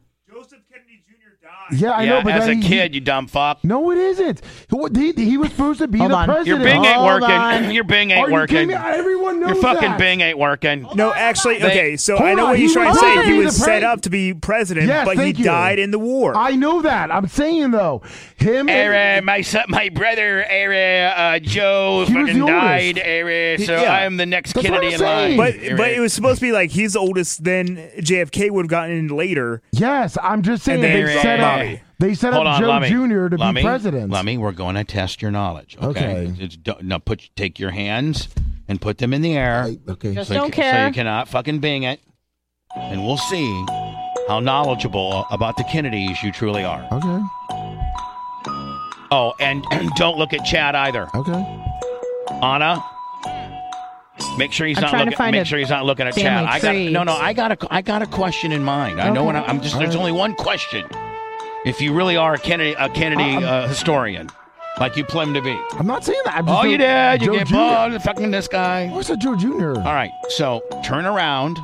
Speaker 3: Yeah, I
Speaker 1: yeah,
Speaker 3: know, but
Speaker 1: as
Speaker 3: then
Speaker 1: a
Speaker 3: he-
Speaker 1: kid, you dumb fuck.
Speaker 3: No, it isn't. Who- He, he was supposed to be
Speaker 2: Hold
Speaker 3: the
Speaker 2: on. Your
Speaker 1: Your
Speaker 3: president.
Speaker 1: Bing ain't
Speaker 3: Hold
Speaker 1: working.
Speaker 3: on.
Speaker 1: Your Bing
Speaker 3: Are
Speaker 1: ain't
Speaker 3: you
Speaker 1: working.
Speaker 3: kidding me? Everyone knows
Speaker 1: Your fucking
Speaker 3: that.
Speaker 1: Bing ain't working.
Speaker 11: No, actually,
Speaker 1: They-
Speaker 11: okay. So
Speaker 3: Hold
Speaker 11: I know
Speaker 3: on,
Speaker 11: what
Speaker 3: he
Speaker 11: you're trying
Speaker 3: was
Speaker 11: to
Speaker 3: supposed
Speaker 11: say.
Speaker 3: to
Speaker 11: He
Speaker 3: be
Speaker 11: was
Speaker 3: the
Speaker 11: set
Speaker 3: pres-
Speaker 11: up to be president,
Speaker 3: Yes,
Speaker 11: but he
Speaker 3: thank you.
Speaker 11: died in the war.
Speaker 3: I know that. I'm saying though, him.
Speaker 1: Era, my son, my brother, Era, uh, Joe
Speaker 3: He was
Speaker 1: fucking
Speaker 3: the oldest.
Speaker 1: died. Era, so
Speaker 11: Yeah.
Speaker 1: I'm the next
Speaker 3: That's what
Speaker 1: Kennedy in
Speaker 3: I'm
Speaker 1: line.
Speaker 3: saying.
Speaker 11: but
Speaker 1: Era.
Speaker 11: but it was supposed to be like he's the oldest. Then JFK would have gotten in later.
Speaker 3: yes, I'm just
Speaker 11: And
Speaker 3: saying they
Speaker 11: then
Speaker 3: set
Speaker 11: Bobby.
Speaker 3: up. They set
Speaker 1: Hold
Speaker 3: up
Speaker 1: on,
Speaker 3: Joe
Speaker 1: Lummy.
Speaker 3: Jr. to
Speaker 1: Lummy,
Speaker 3: be president.
Speaker 1: Lummy, we're going to test your knowledge. Okay.
Speaker 3: Okay.
Speaker 1: It's- it's- now put take your hands and put them in the air.
Speaker 3: Okay.
Speaker 2: Just
Speaker 1: So you
Speaker 2: don't
Speaker 1: ca- So
Speaker 2: care.
Speaker 1: you cannot fucking bing it. And we'll see how knowledgeable about the Kennedys you truly are.
Speaker 3: Okay.
Speaker 1: Oh, and don't look at Chad either.
Speaker 3: Okay.
Speaker 1: Anna, make sure he's
Speaker 2: I'm
Speaker 1: not
Speaker 2: trying to
Speaker 1: looking.
Speaker 2: find
Speaker 1: Make
Speaker 2: a
Speaker 1: sure he's not looking at Chad.
Speaker 2: family
Speaker 1: I got
Speaker 2: tree.
Speaker 1: no, no. I got a, I got a question in mind. I know
Speaker 2: Okay.
Speaker 1: when I, I'm just.
Speaker 2: All
Speaker 1: There's
Speaker 2: right.
Speaker 1: only one question. If you really are a Kennedy, a Kennedy uh, historian, like you claim to be.
Speaker 3: I'm not saying that. I'm just
Speaker 1: Oh, you did. You
Speaker 3: Joe
Speaker 1: get
Speaker 3: Jr.
Speaker 1: bald. Fucking this guy.
Speaker 3: Where's the Joe Jr.?
Speaker 1: All right. So turn around.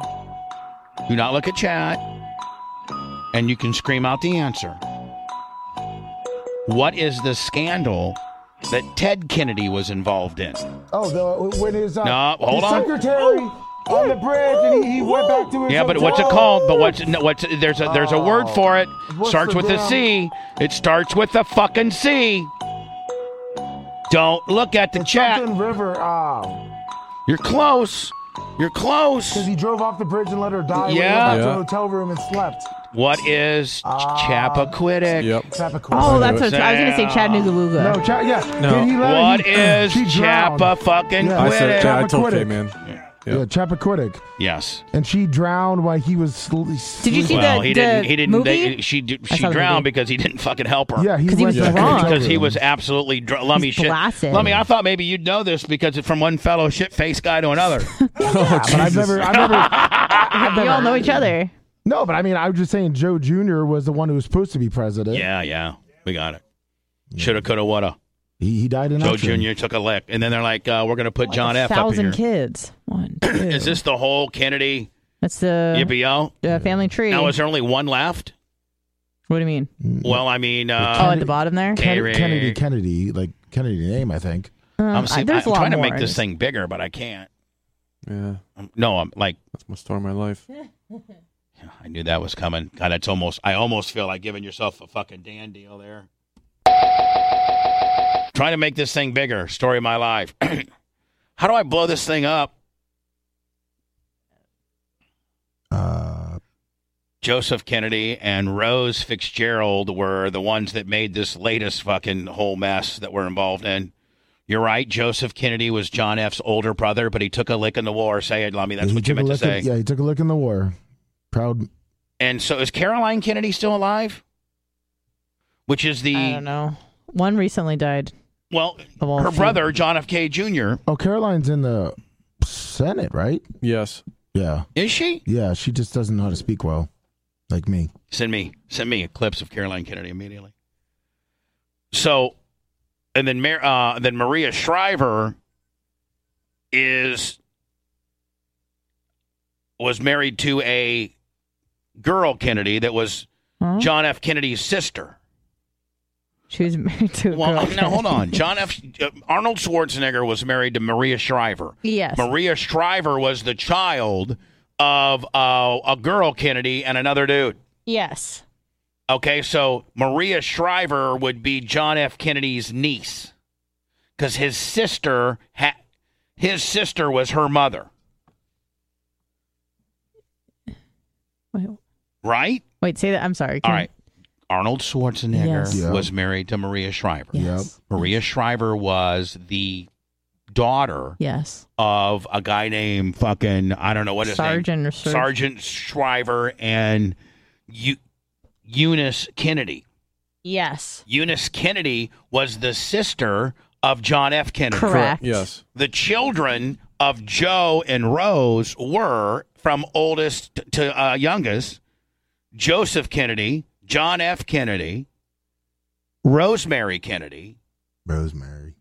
Speaker 1: Do not look at Chad. And you can scream out the answer. What is the scandal that Ted Kennedy was involved in?
Speaker 3: Oh, the, when his uh,
Speaker 1: No, hold
Speaker 3: his
Speaker 1: on.
Speaker 3: secretary on the bridge, and he, he went back to his.
Speaker 1: Yeah, but what's it
Speaker 3: hotel.
Speaker 1: called? But what's no, what's there's a there's a word for it.
Speaker 3: What's
Speaker 1: starts
Speaker 3: the
Speaker 1: with a
Speaker 3: damn-
Speaker 1: C. It starts with a fucking C. Don't look at the chat.
Speaker 3: Something River. Ah,
Speaker 1: You're close. You're close.
Speaker 3: because he drove off the bridge and let her die. when he went
Speaker 1: Yeah.
Speaker 3: back to
Speaker 1: Yeah.
Speaker 3: the hotel room and slept.
Speaker 1: What is
Speaker 3: Uh,
Speaker 1: ch- Chappaquiddick?
Speaker 4: Yep.
Speaker 3: Chappaqua.
Speaker 2: Oh,
Speaker 4: I
Speaker 2: that's
Speaker 4: knew
Speaker 2: what I was going to say Chattanooga.
Speaker 3: No, cha- yeah.
Speaker 4: No.
Speaker 3: Did he let her-
Speaker 1: What
Speaker 3: he-
Speaker 1: is
Speaker 3: she drowned.
Speaker 1: Chappa fucking
Speaker 3: Yeah.
Speaker 4: I said, yeah, I told
Speaker 3: Chappaquiddick.
Speaker 4: K man.
Speaker 3: Yeah, Chappaquiddick,
Speaker 1: Yes.
Speaker 3: and she drowned while he was. Sl-
Speaker 2: Did you see
Speaker 1: well,
Speaker 2: the-
Speaker 1: he
Speaker 2: the
Speaker 1: didn't. He didn't. They,
Speaker 2: movie?
Speaker 1: she d-
Speaker 2: I
Speaker 1: she
Speaker 2: saw the
Speaker 1: drowned
Speaker 2: movie.
Speaker 1: because he didn't fucking help her.
Speaker 3: Yeah, he
Speaker 2: 'Cause he
Speaker 3: went
Speaker 2: was
Speaker 3: back to
Speaker 2: drunk.
Speaker 3: the
Speaker 1: Because he
Speaker 3: room.
Speaker 1: was absolutely dr- Lummy
Speaker 2: He's
Speaker 1: shit.
Speaker 2: blasted.
Speaker 1: Lummy, I thought maybe you'd know this because it's from one fellow shit face guy to another.
Speaker 4: Oh,
Speaker 3: But I've never, I've never.
Speaker 2: We all know each other.
Speaker 3: No, but I mean, I was just saying, Joe Jr. was the one who was supposed to be president.
Speaker 1: Yeah, yeah. We got it. Shoulda, coulda, woulda.
Speaker 3: He, he died in
Speaker 1: Joe
Speaker 3: action.
Speaker 1: Jr. took a lick. And then they're like, uh, we're going to put John
Speaker 2: a
Speaker 1: F. up
Speaker 2: thousand
Speaker 1: here.
Speaker 2: kids. One, two.
Speaker 1: Is this the whole Kennedy
Speaker 2: That's the
Speaker 1: yippee
Speaker 2: uh, family tree.
Speaker 1: Now, is there only one left?
Speaker 2: what do you mean?
Speaker 1: Well, I mean,
Speaker 2: Oh,
Speaker 1: uh,
Speaker 2: at the bottom there.
Speaker 3: Kennedy,
Speaker 1: Kennedy.
Speaker 3: Mm. Kennedy, Kennedy, like Kennedy name, I think.
Speaker 1: I'm, see-
Speaker 2: I- Uh, there's a
Speaker 1: I'm
Speaker 2: lot
Speaker 1: trying to
Speaker 2: more.
Speaker 1: make this thing bigger, but I can't.
Speaker 4: Yeah,
Speaker 1: Um, No, I'm like,
Speaker 4: that's my story of my life.
Speaker 1: I knew that was coming. God, that's almost, I almost feel like giving yourself a fucking Dan deal there. Trying to make this thing bigger. Story of my life. How do I blow this thing up?
Speaker 3: Uh,
Speaker 1: Joseph Kennedy and Rose Fitzgerald were the ones that made this latest fucking whole mess that we're involved in. You're right. Joseph Kennedy was John F.'s older brother, but he took a lick in the war. Say it, Lummy. That's
Speaker 3: he
Speaker 1: what you
Speaker 3: took a
Speaker 1: meant to
Speaker 3: look
Speaker 1: say.
Speaker 3: at- yeah, he took a look in the war. Proud.
Speaker 1: And so is Caroline Kennedy still alive? Which is
Speaker 2: I
Speaker 1: the,
Speaker 2: don't know. One recently died.
Speaker 1: well,
Speaker 2: Of all
Speaker 1: her
Speaker 2: the-
Speaker 1: brother, John F. K. Jr.
Speaker 3: Oh, Caroline's in the Senate, right?
Speaker 4: Yes.
Speaker 3: Yeah,
Speaker 1: Is she?
Speaker 3: yeah. She just doesn't know how to speak well, like me.
Speaker 1: Send me, send me clips of Caroline Kennedy immediately. So, and then, Mar- uh, then Maria Shriver is was married to a girl Kennedy that was
Speaker 2: Huh?
Speaker 1: John F. Kennedy's sister.
Speaker 2: She was married to a
Speaker 1: Well,
Speaker 2: girl.
Speaker 1: now hold on. John F. uh, Arnold Schwarzenegger was married to Maria Shriver.
Speaker 2: Yes.
Speaker 1: Maria Shriver was the child of uh, a girl Kennedy and another dude.
Speaker 2: Yes.
Speaker 1: Okay, so Maria Shriver would be John F. Kennedy's niece because his sister ha- his sister was her mother,
Speaker 2: Wait,
Speaker 1: right?
Speaker 2: wait, say that. I'm sorry.
Speaker 1: All
Speaker 2: Can-
Speaker 1: right. Arnold Schwarzenegger
Speaker 2: Yes.
Speaker 3: Yeah.
Speaker 1: was married to Maria Shriver.
Speaker 2: Yes.
Speaker 1: Maria Shriver was the daughter
Speaker 2: Yes.
Speaker 1: of a guy named fucking I don't know what his
Speaker 2: Sergeant
Speaker 1: name
Speaker 2: or Serg-
Speaker 1: Sergeant Shriver and Eu- Eunice Kennedy.
Speaker 2: Yes.
Speaker 1: Eunice Kennedy was the sister of John F. Kennedy.
Speaker 2: Correct.
Speaker 4: Yes.
Speaker 1: The children of Joe and Rose were from oldest to uh, youngest Joseph Kennedy, John F. Kennedy, Rosemary Kennedy,
Speaker 3: Rosemary.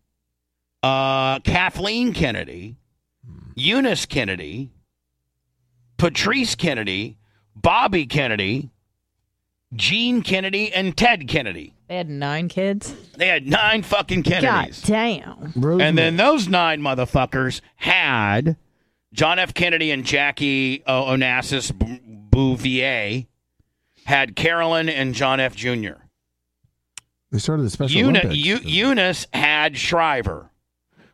Speaker 1: uh, Kathleen Kennedy, Eunice Kennedy, Patrice Kennedy, Bobby Kennedy, Gene Kennedy, and Ted Kennedy.
Speaker 2: They had nine kids.
Speaker 1: They had nine fucking
Speaker 2: God
Speaker 1: Kennedys.
Speaker 2: damn.
Speaker 3: Rosemary.
Speaker 1: And then those nine motherfuckers had John F. Kennedy and Jackie O- Onassis B- Bouvier, had Carolyn and John F. Jr.
Speaker 3: they started the special
Speaker 1: Euna-
Speaker 3: Olympics.
Speaker 1: Eu- Eunice had Shriver.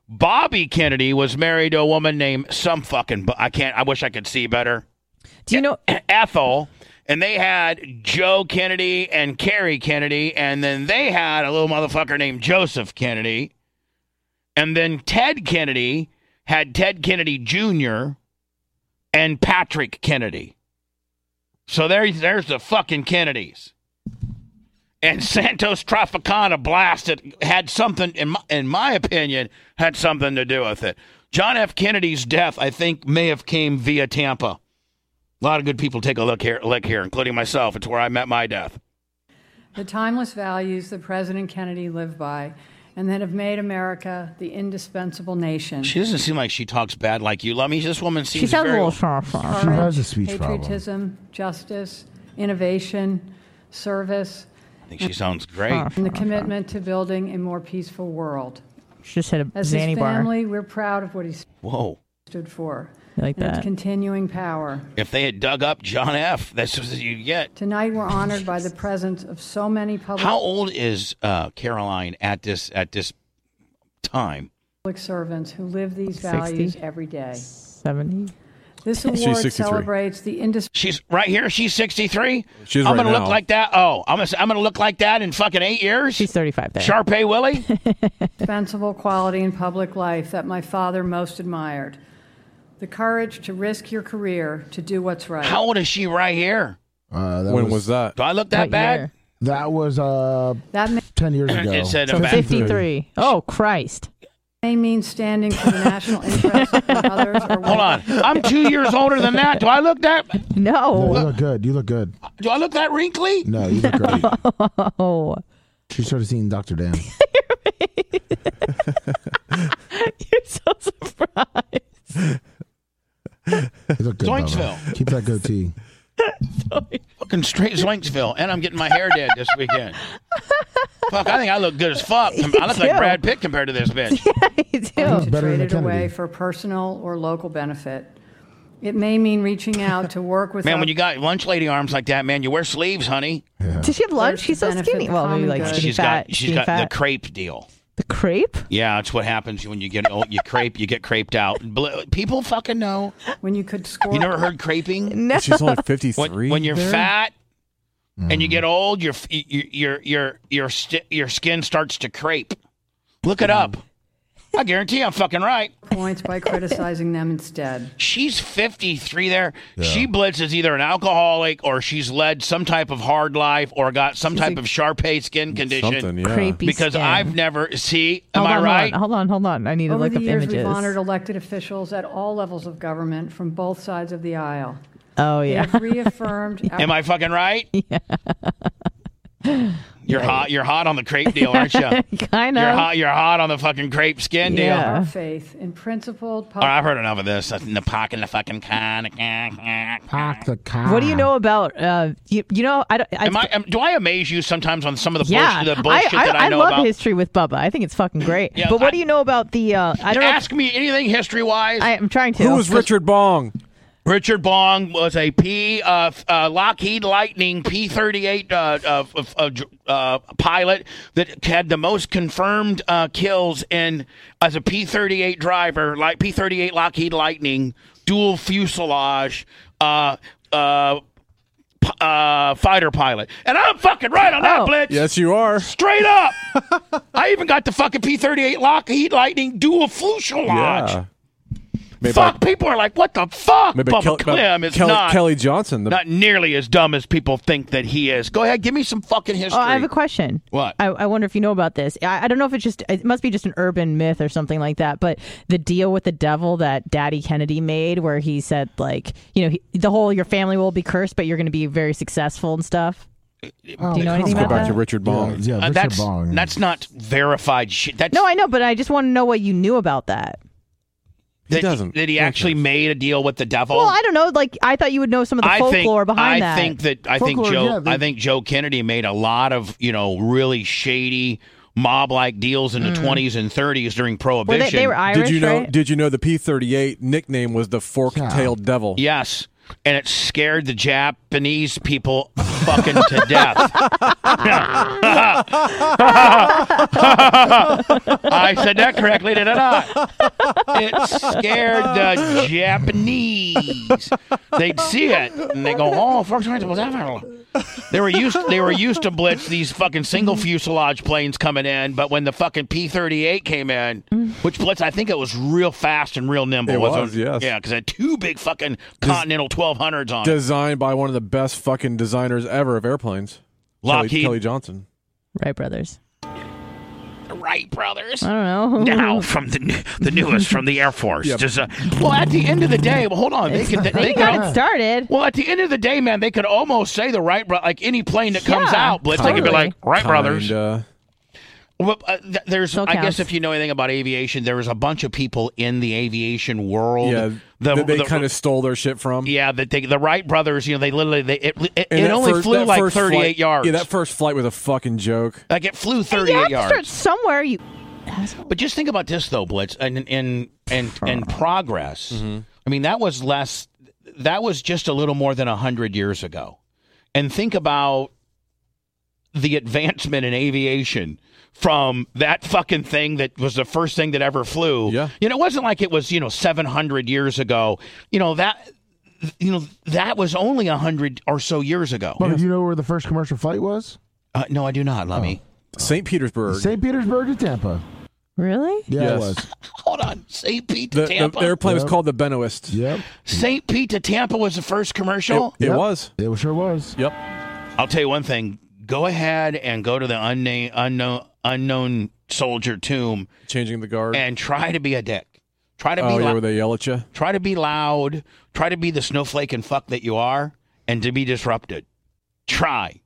Speaker 1: Bobby Kennedy was married to a woman named some fucking bu- I can't I wish I could see better E-,
Speaker 2: Do you know?
Speaker 1: Ethel and they had Joe Kennedy and Carrie Kennedy and then they had a little motherfucker named Joseph Kennedy and then Ted Kennedy had Ted Kennedy Jr. and Patrick Kennedy. So there there's the fucking Kennedys. and Santos Tropicana blasted had something in my, in my opinion had something to do with it. John F. Kennedy's death, I think, may have came via Tampa. A lot of good people take a look here, look here, including myself. It's where I met my death.
Speaker 12: the timeless values that President Kennedy lived by and that have made America the indispensable nation.
Speaker 1: She doesn't seem like she talks bad like you, Lummy. This woman seems
Speaker 12: sounds a
Speaker 1: very,
Speaker 12: little
Speaker 3: She has a speech problem.
Speaker 12: Patriotism, justice, innovation, service,
Speaker 1: I think she sounds great.
Speaker 12: and the commitment to building a more peaceful world.
Speaker 2: She just hit a
Speaker 12: As his
Speaker 2: Zanny bar.
Speaker 12: family, we're proud of what he
Speaker 1: Whoa.
Speaker 12: stood for.
Speaker 2: I like
Speaker 12: and its
Speaker 2: that.
Speaker 12: continuing power.
Speaker 1: If they had dug up John F., that's what you get.
Speaker 12: Tonight, we're honored by the presence of so many public
Speaker 1: How old is uh, Caroline at this at this time?
Speaker 12: public servants who live these
Speaker 1: 60?
Speaker 12: values every day.
Speaker 2: 70.
Speaker 12: This
Speaker 1: She's
Speaker 12: award
Speaker 1: 63.
Speaker 12: celebrates the industry.
Speaker 1: She's right here. She's sixty three.
Speaker 4: She's
Speaker 1: I'm
Speaker 4: right
Speaker 1: gonna
Speaker 4: now.
Speaker 1: look like that. Oh, I'm gonna I'm gonna look like that in fucking eight years. She's
Speaker 2: thirty five.
Speaker 1: Sharpay Willie.
Speaker 12: indispensable quality in public life that my father most admired the courage to risk your career to do what's right.
Speaker 1: How old is she right here?
Speaker 3: Uh, that
Speaker 4: When was that?
Speaker 1: Do I look that bad?
Speaker 3: That was uh
Speaker 12: that
Speaker 3: ten years
Speaker 1: It
Speaker 3: ago.
Speaker 1: said about-
Speaker 2: 53. Oh, Christ.
Speaker 12: may mean standing for the national interest and others or
Speaker 1: Hold on. I'm two years older than that. Do I look that?
Speaker 3: No, you
Speaker 2: No.
Speaker 3: look good. You look good.
Speaker 1: Do I look that wrinkly?
Speaker 3: No, you look great.
Speaker 2: Oh.
Speaker 3: She started seeing Doctor Dan.
Speaker 2: You're so surprised.
Speaker 3: You look good, Bubba.
Speaker 1: Zoinksville.
Speaker 3: Keep that goatee.
Speaker 1: Fucking straight Zoinksville, and I'm getting my hair did this weekend. fuck, I think I look good as fuck. I look like
Speaker 12: do.
Speaker 1: Brad Pitt compared to this bitch.
Speaker 12: to trade
Speaker 3: better than
Speaker 12: it
Speaker 3: Kennedy.
Speaker 12: away for personal or local benefit. It may mean reaching out to work with
Speaker 1: Man, when you got lunch lady arms like that, man, you wear sleeves, honey.
Speaker 2: Does she have lunch?
Speaker 12: There's
Speaker 2: She's so
Speaker 12: benefit
Speaker 2: skinny.
Speaker 12: to
Speaker 2: Well, maybe
Speaker 12: common
Speaker 2: like
Speaker 12: good.
Speaker 2: skinny
Speaker 1: She's
Speaker 2: fat.
Speaker 1: got she's
Speaker 2: skinny
Speaker 1: got
Speaker 2: fat.
Speaker 1: the crepe deal.
Speaker 2: the crepe.
Speaker 1: Yeah, that's what happens when you get old. You crepe, you get craped out. Bl- People fucking know.
Speaker 12: when you could score.
Speaker 1: You never heard craping?
Speaker 2: No.
Speaker 4: She's only Mm. fifty
Speaker 1: When,
Speaker 4: three.
Speaker 1: when you're fat and you get old, your f- y- y- your your your sti your skin starts to crepe. Look it
Speaker 4: Mm.
Speaker 1: up. I guarantee I'm fucking right.
Speaker 12: points by criticizing them instead.
Speaker 1: She's 53 there. She blitz is either an alcoholic or she's led some type of hard life or got some type of Sharpay skin condition.
Speaker 4: Something, yeah.
Speaker 2: Crepey
Speaker 1: Because
Speaker 2: skin. Oh
Speaker 1: I've never see. Am
Speaker 2: Hold
Speaker 1: I
Speaker 2: on,
Speaker 1: right?
Speaker 2: Hold on, hold on. I need to
Speaker 12: Over
Speaker 2: look
Speaker 12: the
Speaker 2: up
Speaker 12: years,
Speaker 2: images.
Speaker 12: we've honored elected officials at all levels of government from both sides of the aisle.
Speaker 2: Oh
Speaker 12: They
Speaker 2: yeah.
Speaker 12: have reaffirmed our
Speaker 1: Am I fucking right? You're hot. You're hot on the crepe deal, aren't you?
Speaker 2: kind
Speaker 1: You're
Speaker 2: of.
Speaker 1: hot. You're hot on the fucking crepe skin deal.
Speaker 2: Yeah.
Speaker 12: our faith in principled
Speaker 1: All right,
Speaker 12: public
Speaker 1: I've heard enough of this. That's in the pocket, in the fucking con. Am
Speaker 3: Pack the car.
Speaker 2: What do you know about? Uh, you, you know, I don't. I,
Speaker 1: I? Am, do I amaze you sometimes on some of the
Speaker 2: yeah,
Speaker 1: bullshit, the bullshit
Speaker 2: I, I,
Speaker 1: that I, know
Speaker 2: love
Speaker 1: about?
Speaker 2: history with Bubba. I think it's fucking great.
Speaker 1: Yeah,
Speaker 2: but what
Speaker 1: I-
Speaker 2: do you know about the? Uh, I don't. know if-
Speaker 1: Ask me anything history wise.
Speaker 2: I, I'm trying to.
Speaker 4: Who was Richard Bong?
Speaker 1: Richard Bong was a P uh, f- uh, Lockheed Lightning P uh, thirty eight uh, pilot that had the most confirmed uh, kills in as a P thirty eight driver, like P thirty eight Lockheed Lightning dual fuselage. Uh, uh, p- uh, fighter pilot, and I'm fucking right on
Speaker 2: Oh.
Speaker 4: Oh.
Speaker 1: that, Blitz.
Speaker 4: Yes, you are.
Speaker 1: Straight up, I even got the fucking P-38 Lockheed Lightning dual fuselage.
Speaker 4: Yeah. Made by-
Speaker 1: Fuck, people are like, what the fuck?
Speaker 4: made by
Speaker 1: Bubba
Speaker 4: Kel- by
Speaker 1: Clem is
Speaker 4: Kelly,
Speaker 1: not,
Speaker 4: Kelly Johnson. The,
Speaker 1: not nearly as dumb as people think that he is. Go ahead, give me some fucking
Speaker 2: Oh,
Speaker 1: history.
Speaker 2: I have a question.
Speaker 1: What?
Speaker 2: I, I wonder if you know about this. I, I don't know if it's just it must be just an urban myth or something like that. But the deal with the devil that Daddy Kennedy made, where he said like, you know, he, the whole your family will be cursed, but you're going to be very successful and stuff.
Speaker 3: Oh,
Speaker 2: do you know
Speaker 3: come
Speaker 2: anything
Speaker 3: on.
Speaker 2: about
Speaker 4: go back to
Speaker 2: that?
Speaker 4: Richard
Speaker 3: Yeah,
Speaker 4: Bong.
Speaker 3: yeah
Speaker 1: Uh,
Speaker 3: Richard
Speaker 1: that's
Speaker 3: Bong.
Speaker 1: that's not verified shit. That's
Speaker 2: No, I know, but I just want to know what you knew about that.
Speaker 1: that,
Speaker 4: He doesn't.
Speaker 1: That he
Speaker 4: No, he
Speaker 1: actually
Speaker 4: doesn't.
Speaker 1: made a deal with the devil.
Speaker 2: Well, I don't know. Like I thought you would know some of the
Speaker 1: I think,
Speaker 2: folklore behind
Speaker 1: I
Speaker 2: that.
Speaker 1: think that I think
Speaker 3: Folklore,
Speaker 1: Joe
Speaker 3: yeah, they-
Speaker 1: I think Joe Kennedy made a lot of you know really shady mob like deals in the 20s and 30s during
Speaker 2: Mm. were
Speaker 1: Prohibition.
Speaker 2: they, they were Irish,
Speaker 4: Did you know?
Speaker 2: right?
Speaker 4: Did you know the P thirty eight nickname was the fork tailed devil?
Speaker 1: Yes. And it scared the Japanese people fucking to death. I said that correctly, did I not? It scared the Japanese. They'd see it and they go, "Oh, first was that?" They were used. They were used to blitz these fucking single
Speaker 4: Mm-hmm.
Speaker 1: fuselage planes coming in, but when the fucking P thirty eight came in, which blitz, I think it was real fast and real nimble.
Speaker 4: Mm-hmm. It
Speaker 1: wasn't
Speaker 4: was, yes.
Speaker 1: Yeah, because it had two big fucking Continental twelve hundreds on it.
Speaker 4: Designed by one of the best fucking designers ever of airplanes, Kelly,
Speaker 1: Lockheed.
Speaker 4: Kelly Johnson.
Speaker 2: Right Brothers.
Speaker 1: Right, brothers.
Speaker 2: I don't know.
Speaker 1: Now from the new- the newest from the Air Force.
Speaker 2: Yep.
Speaker 1: Just, uh, Oh. well, at the end of the day, well, hold on. They
Speaker 2: It's-
Speaker 1: could. They,
Speaker 2: they
Speaker 1: could
Speaker 2: got
Speaker 1: al-
Speaker 2: it started.
Speaker 1: Well, at the end of the day, man, they could almost say the right, bro- like any plane that comes
Speaker 2: Yeah,
Speaker 1: out, Blitz, they could be
Speaker 2: totally.
Speaker 1: like Right Brothers.
Speaker 4: Kinda.
Speaker 1: Well, uh, th- there's,
Speaker 2: Still
Speaker 1: I
Speaker 2: counts.
Speaker 1: guess, if you know anything about aviation, there was a bunch of people in the aviation world.
Speaker 4: Yeah, that they kinda stole their shit from.
Speaker 1: Yeah, that they, the Wright brothers, you know, they literally, they, it, it,
Speaker 4: And
Speaker 1: it
Speaker 4: that
Speaker 1: only
Speaker 4: fir-
Speaker 1: flew
Speaker 4: that
Speaker 1: like
Speaker 4: first
Speaker 1: 38
Speaker 4: flight-
Speaker 1: yards.
Speaker 4: Yeah, that first flight was a fucking joke.
Speaker 1: Like it flew
Speaker 2: You
Speaker 1: 38
Speaker 2: have to
Speaker 1: yards.
Speaker 2: start somewhere. You
Speaker 1: But just think about this though, Blitz, and and and and progress.
Speaker 4: Mm-hmm.
Speaker 1: I mean, that was less. That was just a little more than hundred years ago, and think about the advancement in aviation from that fucking thing that was the first thing that ever flew. Yeah, you know, it wasn't like it was you know seven hundred years ago. You know that. You know that was only hundred or so years ago.
Speaker 3: But do you know where the first commercial flight was?
Speaker 1: Uh, no, I do not, Lummy.
Speaker 4: St. Petersburg.
Speaker 3: St. Petersburg to Tampa.
Speaker 2: Really?
Speaker 3: Yeah,
Speaker 4: Yes.
Speaker 3: it was.
Speaker 1: Hold on, St. Pete to
Speaker 4: The, the
Speaker 1: Tampa.
Speaker 4: airplane was called the Benoist.
Speaker 3: Yep.
Speaker 1: St. Pete to Tampa was the first commercial.
Speaker 4: It, it was.
Speaker 3: It sure was.
Speaker 4: Yep.
Speaker 1: I'll tell you one thing. Go ahead and go to the unnamed, unknown, unknown soldier tomb,
Speaker 4: changing the guard,
Speaker 1: and try to be a dick. Try to be.
Speaker 4: Oh, yeah,
Speaker 1: lou-
Speaker 4: where they yell at you.
Speaker 1: try to be loud. Try to be the snowflake and fuck that you are, and to be disrupted. Try.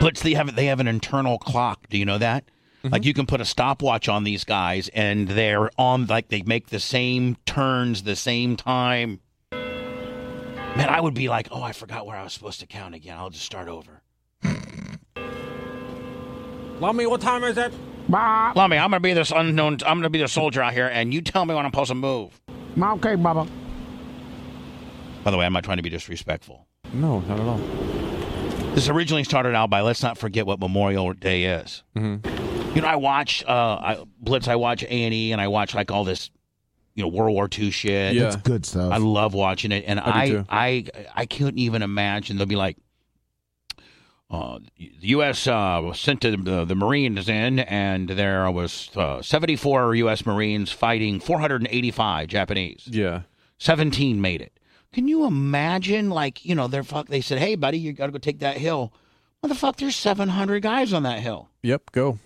Speaker 1: But they have they have an internal clock. Do you know that? Like you can put a stopwatch on these guys, and they're on like they make the same turns the same time. Man, I would be like, oh, I forgot where I was supposed to count again. I'll just start over.
Speaker 4: Lummy, what time is it?
Speaker 1: Lummy, I'm gonna be this unknown. I'm gonna be the soldier out here, and you tell me when I'm supposed to move.
Speaker 3: Okay, Baba.
Speaker 1: By the way, I'm not trying to be disrespectful.
Speaker 4: No, not at all.
Speaker 1: This originally started out by let's not forget what Memorial Day is. Mm-hmm. You know, I watch uh, I, Blitz. I watch A and E, and I watch like all this, you know, World War II shit.
Speaker 3: Yeah. It's good stuff.
Speaker 1: I love watching it, and
Speaker 3: I do
Speaker 1: I I, I couldn't even imagine. They'll be like, uh, the U.S. Uh, sent the, the, the Marines in, and there was uh, 74 U.S. Marines fighting 485 Japanese.
Speaker 4: Yeah.
Speaker 1: 17 made it. Can you imagine, like, you know, they're fuck, they said, hey, buddy, you got to go take that hill. Motherfucker, there's 700 guys on that hill.
Speaker 4: Yep, go.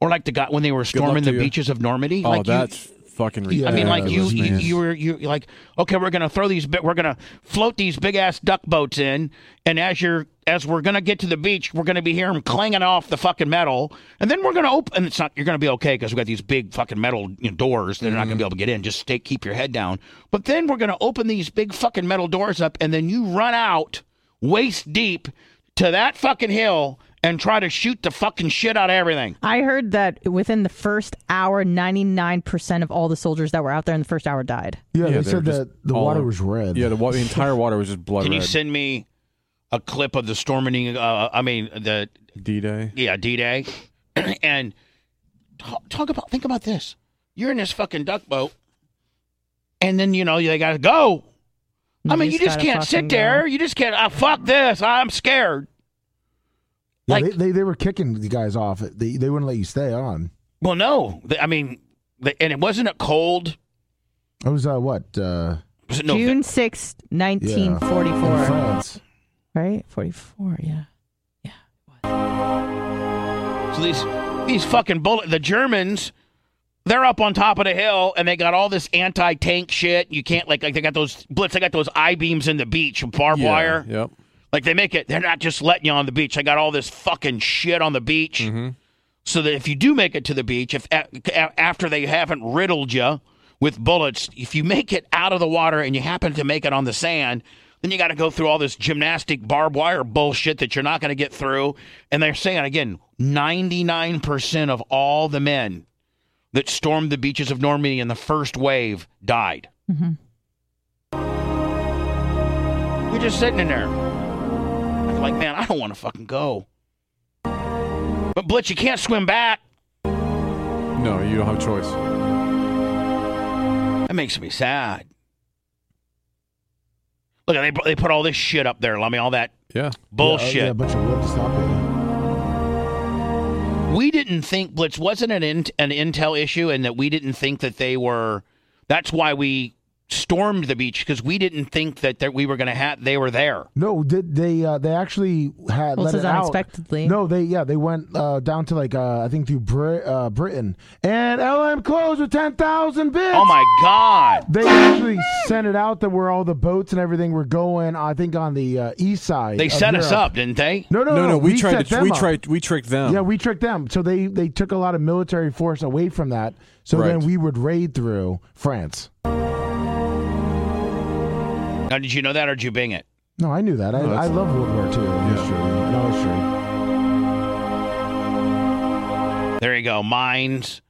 Speaker 1: Or like the guy when they were
Speaker 4: luck
Speaker 1: storming the
Speaker 4: to you.
Speaker 1: beaches of Normandy.
Speaker 4: Oh,
Speaker 1: like you-
Speaker 4: that's fucking ridiculous.
Speaker 1: I mean, like you, you, you were you you're like, okay, we're gonna throw these, bi- we're gonna float these big ass duck boats in, and as you're as we're gonna get to the beach, we're gonna be hearing them clanging off the fucking metal, and then we're gonna open. And it's not you're gonna be okay because we got these big fucking metal you know, doors. They're not gonna be able to get in. Just stay, keep your head down. But then we're gonna open these big fucking metal doors up, and then you run out waist deep to that fucking hill and try to shoot the fucking shit out of everything.
Speaker 2: I heard that within the first hour, 99% of all the soldiers that were out there in the first hour died.
Speaker 3: Yeah,
Speaker 4: Yeah,
Speaker 3: they
Speaker 4: they
Speaker 3: said
Speaker 4: were just
Speaker 3: that the
Speaker 4: all
Speaker 3: water
Speaker 4: over-
Speaker 3: was red.
Speaker 4: Yeah, the, wa- the entire water was just blood
Speaker 1: Can
Speaker 4: red.
Speaker 1: you send me a clip of the storming? Uh, I mean the
Speaker 4: D-Day.
Speaker 1: yeah D Day, and talk, talk about think about this. You're in this fucking duck boat, and then you know they gotta go. I
Speaker 2: You
Speaker 1: mean,
Speaker 2: just
Speaker 1: you just
Speaker 2: gotta
Speaker 1: can't
Speaker 2: fucking
Speaker 1: sit
Speaker 2: go.
Speaker 1: there. You just can't. I fuck this. I'm scared.
Speaker 3: Yeah,
Speaker 1: Like-
Speaker 3: they, they they were kicking the guys off. They they wouldn't let you stay on.
Speaker 1: Well, no. Th- I mean, th- and it wasn't it cold.
Speaker 3: It was uh, what uh,
Speaker 1: Was it Nove-
Speaker 2: June 6th,
Speaker 3: yeah.
Speaker 2: 1944.
Speaker 3: in France.
Speaker 2: Right? 44, yeah.
Speaker 1: So these these fucking bullet the Germans, they're up on top of the hill and they got all this anti tank shit. You can't like like they got those blitz. They got those I beams in the beach, barbed
Speaker 4: Yeah,
Speaker 1: wire.
Speaker 4: Yep.
Speaker 1: Like they make it. They're not just letting you on the beach. I got all this fucking shit on the beach. So that if you do make it to the beach, if a, a- after they haven't riddled you with bullets, if you make it out of the water and you happen to make it on the sand, then you got to go through all this gymnastic barbed wire bullshit that you're not going to get through. And they're saying again, 99% of all the men that stormed the beaches of Normandy in the first wave died. You're just sitting in there. You're like, man, I don't want to fucking go. But Blitz, you can't swim back.
Speaker 4: No, you don't have a choice.
Speaker 1: That makes me sad. Look, they they put all this shit up there. Let me all that
Speaker 4: Yeah.
Speaker 1: bullshit.
Speaker 3: Yeah, uh, yeah, a bunch of wood to stop it.
Speaker 1: we didn't think Blitz wasn't an in, an intel issue, and that we didn't think that they were. That's why we stormed the beach because we didn't think that, that we were going to have they were there.
Speaker 3: No, did they? Uh, they actually had
Speaker 1: Well,
Speaker 3: let
Speaker 1: this is
Speaker 3: it out.
Speaker 1: unexpectedly.
Speaker 3: No, they yeah they went uh, down to like uh, I think through Brit- uh, Britain and LM closed with ten thousand bits.
Speaker 1: Oh my God!
Speaker 3: They actually sent it out that where all the boats and everything were going. I think on the uh, east side.
Speaker 1: They
Speaker 3: of
Speaker 1: set us
Speaker 3: Europe.
Speaker 1: up, didn't they?
Speaker 3: No, no,
Speaker 4: No,
Speaker 3: no.
Speaker 4: no, we tried
Speaker 3: set
Speaker 4: to-
Speaker 3: them
Speaker 4: we
Speaker 3: up.
Speaker 4: tried- we tricked them.
Speaker 3: Yeah, we tricked them. So they they took a lot of military force away from that. So
Speaker 4: Right.
Speaker 3: then we would raid through France.
Speaker 1: Now, did you know that, or did you bing it?
Speaker 3: No, I knew that. I,
Speaker 1: No, that's-
Speaker 3: I love World War II history and history.
Speaker 1: There you go. Mines,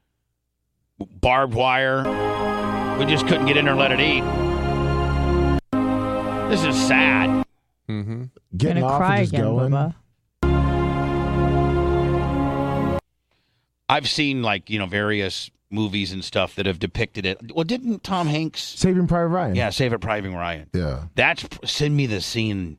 Speaker 1: barbed wire. We just couldn't get in or let it eat. This is sad.
Speaker 4: Mm-hmm.
Speaker 3: Getting off and just going.
Speaker 1: I've seen like you know various movies and stuff that have depicted it. Well, didn't Tom Hanks?
Speaker 3: Saving Private Ryan.
Speaker 1: Yeah, Save It Private Ryan.
Speaker 3: Yeah.
Speaker 1: That's send me the scene.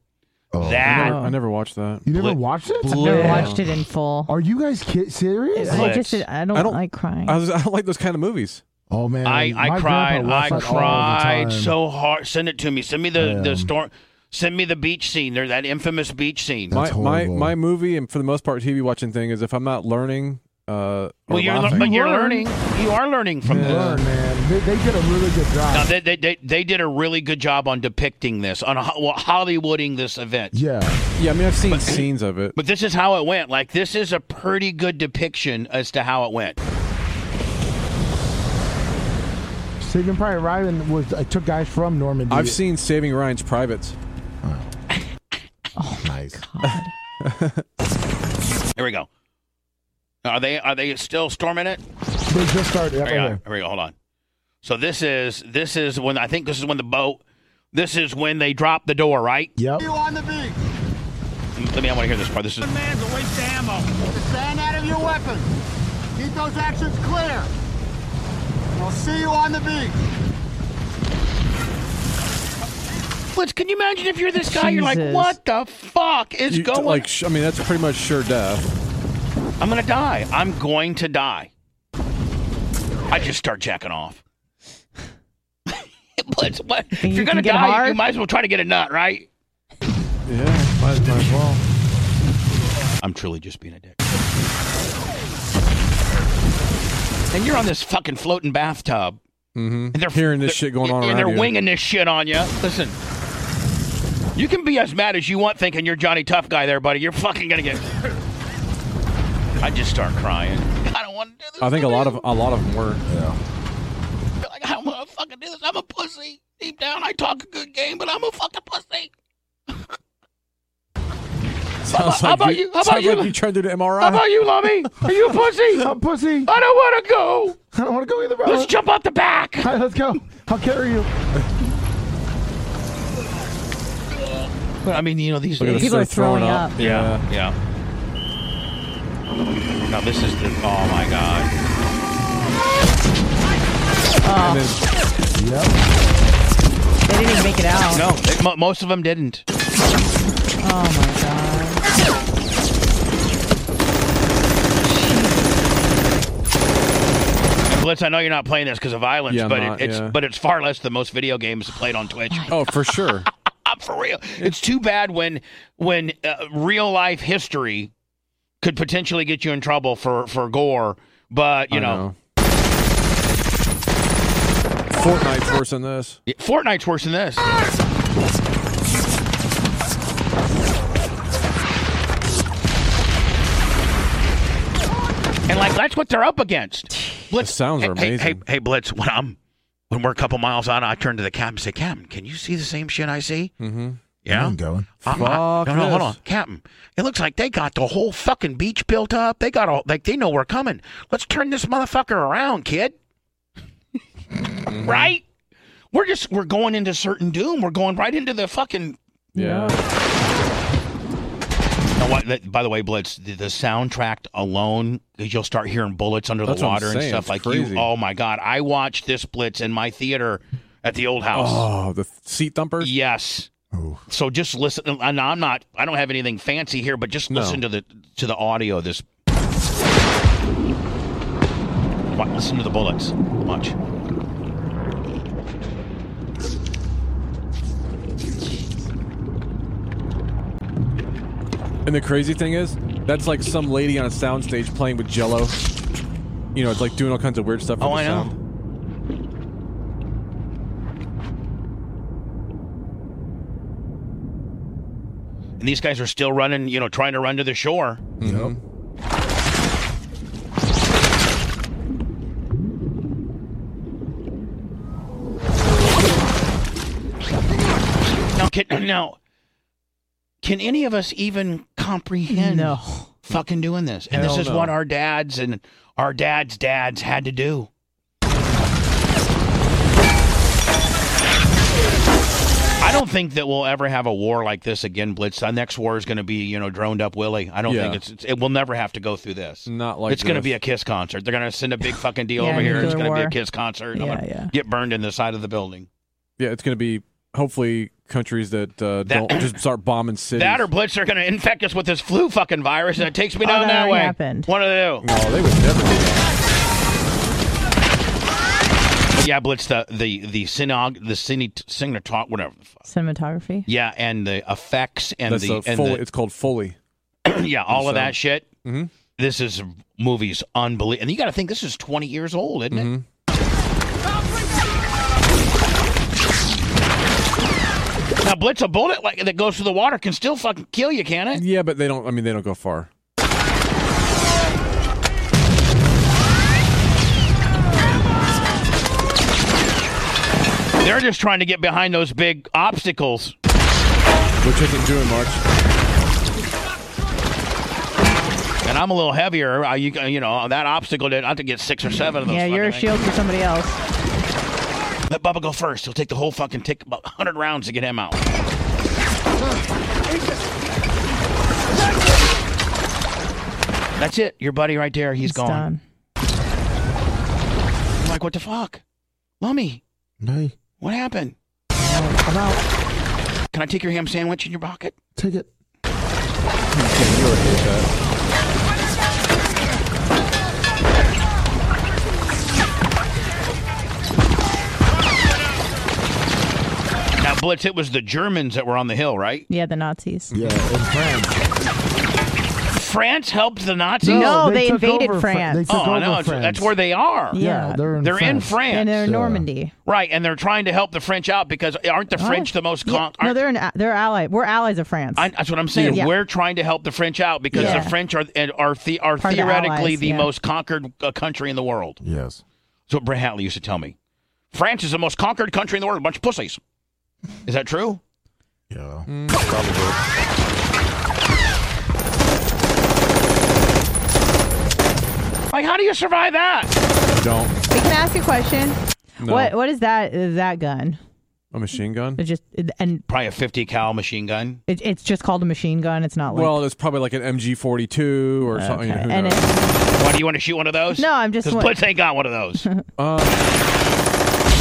Speaker 3: Oh.
Speaker 1: that
Speaker 4: I never, I never watched that.
Speaker 3: You never
Speaker 1: Blit-
Speaker 3: watched it?
Speaker 1: I've never Blitz. watched
Speaker 2: it in full.
Speaker 3: Are you guys ki- serious?
Speaker 2: I just I don't, like crying.
Speaker 4: I, was, I don't like those kind of movies.
Speaker 3: Oh man,
Speaker 1: I, I
Speaker 4: My grandpa
Speaker 1: cried.
Speaker 4: watched
Speaker 1: I
Speaker 4: that all the time.
Speaker 1: cried so hard. Send it to me. Send me the the storm. Send me the beach scene. There, that infamous beach scene.
Speaker 4: My, my my movie and for the most part TV watching thing is if I'm not learning, uh,
Speaker 1: well,
Speaker 4: or
Speaker 1: you're, lear-
Speaker 4: laughing-
Speaker 1: but you're learning. You are learning from this.
Speaker 3: Learn, man. They, they did a really good job.
Speaker 1: Now, they, they, they, they did a really good job on depicting this, on ho- Hollywooding this event.
Speaker 3: Yeah.
Speaker 4: Yeah, I mean I've seen scenes of it.
Speaker 1: But this is how it went. Like, this is a pretty good depiction as to how it went.
Speaker 3: Saving Private Ryan was I took guys from Normandy.
Speaker 4: I've seen Saving Ryan's Privates.
Speaker 3: nice.
Speaker 2: Oh
Speaker 1: Here we go. Are they are they still storming it?
Speaker 3: They just started.
Speaker 1: Hang on. Here we go. Hold on. So this is this is when I think this is when the boat. This is when they drop the door, right?
Speaker 3: Yep.
Speaker 13: on the beach.
Speaker 1: Let me. I want to hear this part. This is.
Speaker 13: Man's a waste of ammo. Stand out of your weapons. Keep those actions clear. We'll see you on the beach.
Speaker 1: Blitz, can you imagine if you're this guy? You're like,
Speaker 4: Jesus.
Speaker 1: what the fuck is
Speaker 4: You-
Speaker 1: going?
Speaker 4: like sh- I mean that's pretty much sure death.
Speaker 1: I'm gonna die. I'm going to die. I just start jacking off. Blitz, what? If
Speaker 2: you
Speaker 1: you're gonna
Speaker 2: can get
Speaker 1: die, you
Speaker 2: hard?
Speaker 1: might as well try to get a nut, right?
Speaker 4: Yeah, might, might as well.
Speaker 1: I'm truly just being a dick. And you're on this fucking floating bathtub.
Speaker 4: Mm-hmm. And they're hearing this shit going on around
Speaker 1: and they're
Speaker 4: you.
Speaker 1: winging this shit on you. Listen, you can be as mad as you want, thinking you're Johnny Tough Guy, there, buddy. You're fucking gonna get. I just start crying. I don't want to do this.
Speaker 4: I think a lot of a lot of them were. Yeah.
Speaker 1: Like, I don't want to fucking do this. I'm a pussy. Deep down, I talk a good game, but I'm a fucking pussy.
Speaker 4: Sounds
Speaker 1: How
Speaker 4: like
Speaker 1: about you- how about
Speaker 4: sounds
Speaker 1: you-
Speaker 4: Like you trying to do an MRI?
Speaker 1: How about you, Lummy? Are you a pussy?
Speaker 3: I'm a pussy.
Speaker 1: I don't want to go.
Speaker 3: I don't want to go either. Bro.
Speaker 1: Let's jump out the back.
Speaker 3: All right, let's go. I'll carry you.
Speaker 1: I mean, you know these
Speaker 4: Look at this,
Speaker 1: people
Speaker 4: they're
Speaker 1: are throwing
Speaker 4: throwing
Speaker 1: up.
Speaker 4: up.
Speaker 1: Yeah, yeah. Now this is the. Oh my god.
Speaker 4: And then,
Speaker 2: Ah. They didn't even make it out.
Speaker 1: No, it, mo most of them didn't.
Speaker 2: Oh my god.
Speaker 1: And Blitz, I know you're not playing this because of violence,
Speaker 4: Yeah, I'm
Speaker 1: but
Speaker 4: not,
Speaker 1: it, it's
Speaker 4: yeah.
Speaker 1: but it's far less than most video games played on Twitch.
Speaker 4: oh, for sure.
Speaker 1: For real, it's too bad when when uh, real life history could potentially get you in trouble for for gore, but you
Speaker 4: I
Speaker 1: know,
Speaker 4: know. Fortnite's worse than this.
Speaker 1: Fortnite's worse than this. And like that's what they're up against. Blitz,
Speaker 4: sounds
Speaker 1: hey,
Speaker 4: are
Speaker 1: hey, Hey,
Speaker 4: amazing.
Speaker 1: hey, Blitz, when I'm when we're a couple miles out, I turn to the captain and say, Captain, can you see the same shit I see?
Speaker 4: Mm-hmm.
Speaker 1: Yeah.
Speaker 3: I'm going.
Speaker 1: I'm- I-
Speaker 4: Fuck
Speaker 1: no, no, hold
Speaker 4: this.
Speaker 1: on, Captain. It looks like they got the whole fucking beach built up. They got all like they know we're coming. Let's turn this motherfucker around, kid.
Speaker 4: Mm-hmm.
Speaker 1: Right? We're just we're going into certain doom. We're going right into the fucking.
Speaker 4: Yeah.
Speaker 1: Now, what, that- by the way, Blitz, the, the soundtrack alone, 'cause you'll start hearing bullets under
Speaker 4: That's
Speaker 1: the
Speaker 4: what I'm
Speaker 1: water and
Speaker 4: saying.
Speaker 1: stuff
Speaker 4: It's
Speaker 1: like
Speaker 4: crazy.
Speaker 1: you. Oh my god! I watched this Blitz in my theater at the old house.
Speaker 4: Oh, the seat thumper.
Speaker 1: Yes. So just listen. And I'm not. I don't have anything fancy here, but just
Speaker 4: No.
Speaker 1: listen to the to the audio. Of this. Wa- Listen to the bullets. Watch.
Speaker 4: And the crazy thing is, that's like some lady on a soundstage playing with Jello. You know, it's like doing all kinds of weird stuff.
Speaker 1: Oh,
Speaker 4: with
Speaker 1: I
Speaker 4: the
Speaker 1: know.
Speaker 4: Sound.
Speaker 1: And these guys are still running, you know, trying to run to the shore. Now, can, now, can any of us even comprehend fucking doing this? And
Speaker 14: Hell
Speaker 1: this is
Speaker 14: no.
Speaker 1: what our dads and our dads' dads had to do. I don't think that we'll ever have a war like this again, Blitz. Our next war is going to be, you know, droned up Willie. I don't
Speaker 4: Yeah.
Speaker 1: think it's, it's it will never have to go through this.
Speaker 4: Not like
Speaker 1: it's going to
Speaker 4: this.
Speaker 1: be a Kiss concert. They're going to send a big fucking deal
Speaker 4: Yeah,
Speaker 1: over here. It's
Speaker 4: nuclear
Speaker 1: going to be a
Speaker 4: war.
Speaker 1: Kiss concert. I'm
Speaker 4: Yeah,
Speaker 1: gonna
Speaker 4: yeah.
Speaker 1: Get burned in the side of the building.
Speaker 4: Yeah, it's going to be hopefully countries that, uh, don't just start bombing cities.
Speaker 1: That or Blitz are going to infect us with this flu fucking virus, and it takes me
Speaker 2: Oh,
Speaker 1: down
Speaker 2: that
Speaker 1: that,
Speaker 2: already
Speaker 1: way.
Speaker 2: happened.
Speaker 1: What do they do?
Speaker 4: No, they would never.
Speaker 1: Yeah, Blitz. The the the synog the cine, singer talk whatever. the fuck.
Speaker 2: Cinematography.
Speaker 1: Yeah, and the effects and
Speaker 4: That's
Speaker 1: the
Speaker 4: a
Speaker 1: and
Speaker 4: Foley-
Speaker 1: the,
Speaker 4: it's Mm-hmm. called Foley.
Speaker 1: yeah, all of
Speaker 4: so-
Speaker 1: that shit. This is movies unbelievable, and you got to think this is twenty years old, isn't
Speaker 4: Mm-hmm.
Speaker 1: it? Now, Blitz, a bullet like that goes through the water can still fucking kill you, can it?
Speaker 4: Yeah, but they don't. I mean, they don't go far.
Speaker 1: They're just trying to get behind those big obstacles.
Speaker 4: Which isn't doing much.
Speaker 1: And I'm a little heavier. I, you, you know, that obstacle did. I have to get six or seven of those.
Speaker 2: Yeah, you're a
Speaker 1: fucking
Speaker 2: shield
Speaker 1: things.
Speaker 2: for somebody else.
Speaker 1: Let Bubba go first. He'll take the whole fucking take about 100 rounds to get him out. That's it. Your buddy right there. he's gone. I'm like, what the fuck? Lummy,
Speaker 3: Hey,
Speaker 1: what happened?
Speaker 3: I'm out.
Speaker 1: Can I take your ham sandwich in your pocket?
Speaker 3: Take it.
Speaker 1: Now, Blitz, it was the Germans that were on the hill, right?
Speaker 2: Yeah, the Nazis.
Speaker 3: Yeah, in France.
Speaker 1: France helped the Nazis?
Speaker 2: No, No, they they took invaded over Fran- France. they took
Speaker 1: oh, I know.
Speaker 2: over
Speaker 1: It's- That's
Speaker 2: France.
Speaker 1: where they are.
Speaker 2: Yeah, Yeah,
Speaker 1: they're in France.
Speaker 2: And they're in Normandy.
Speaker 1: Right, and they're trying to help the French out because aren't the French the most...
Speaker 2: Yeah,
Speaker 1: Con-
Speaker 2: no, they're an, they're allies. We're allies of France.
Speaker 1: I, that's what I'm saying.
Speaker 2: Yeah.
Speaker 1: We're trying to help the French out because
Speaker 2: Yeah.
Speaker 1: the French are and are the, are
Speaker 2: Part of the
Speaker 1: theoretically
Speaker 2: allies,
Speaker 1: the
Speaker 2: yeah.
Speaker 1: most conquered uh, country in the world.
Speaker 3: Yes.
Speaker 1: That's what Brent Hatley used to tell me. France is the most conquered country in the world. A bunch of pussies. Is that true?
Speaker 3: Yeah.
Speaker 4: Mm.
Speaker 1: Like, how do you survive that?
Speaker 4: Don't
Speaker 2: Hey, can I ask a question?
Speaker 1: No.
Speaker 2: What what is that that gun?
Speaker 4: a machine gun.
Speaker 2: It just it- and
Speaker 1: Probably a 50 cal machine gun.
Speaker 2: it, it's just called a machine gun. It's not like
Speaker 4: Well, it's probably like an MG42 or something. You know, who
Speaker 2: And
Speaker 4: knows?
Speaker 1: Why do you want to shoot one of those?
Speaker 2: No, I'm just
Speaker 1: because
Speaker 2: wa-
Speaker 1: Blitz ain't got one of those.
Speaker 4: Uh,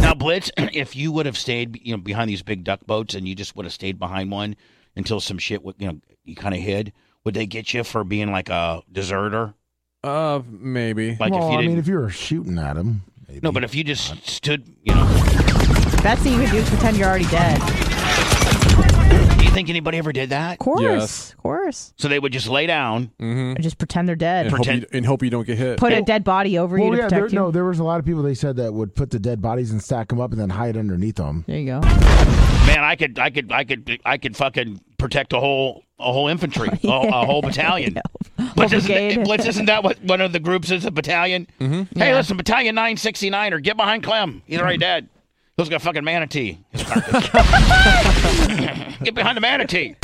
Speaker 1: Now, Blitz, if you would have stayed, you know, behind these big duck boats, and you just would have stayed behind one until some shit, would, you know, you kind of hid, would they get you for being like a deserter?
Speaker 4: uh, maybe.
Speaker 1: Like, if
Speaker 3: well,
Speaker 1: you
Speaker 3: I
Speaker 1: didn't-
Speaker 3: mean, if you were shooting at him,
Speaker 1: No, but if you just stood, you know,
Speaker 2: that's what you can do is pretend you're already dead. Of
Speaker 1: do you think anybody ever did that? Of
Speaker 2: course, of course.
Speaker 1: So they would just lay down,
Speaker 4: mm-hmm.
Speaker 2: Or just pretend they're dead.
Speaker 4: and, hope you, and hope you don't get hit.
Speaker 2: Put a dead body over you
Speaker 3: Well,
Speaker 2: to
Speaker 3: yeah, there,
Speaker 2: protect you.
Speaker 3: no, there was a lot of people they said that would put the dead bodies and stack them up and then hide underneath them.
Speaker 2: There you go.
Speaker 1: man, I could, I could, I could, I could fucking protect a whole, a whole infantry, a, a whole battalion. Blitz, isn't,
Speaker 2: brigade.
Speaker 1: Blitz, isn't that what one of the groups is? A battalion. Mm-hmm. Hey,
Speaker 2: Yeah. Mm-hmm.
Speaker 1: listen, battalion nine sixty nine, or get behind Clem. He's already dead. Those got fucking manatee. His carcass. get behind the manatee.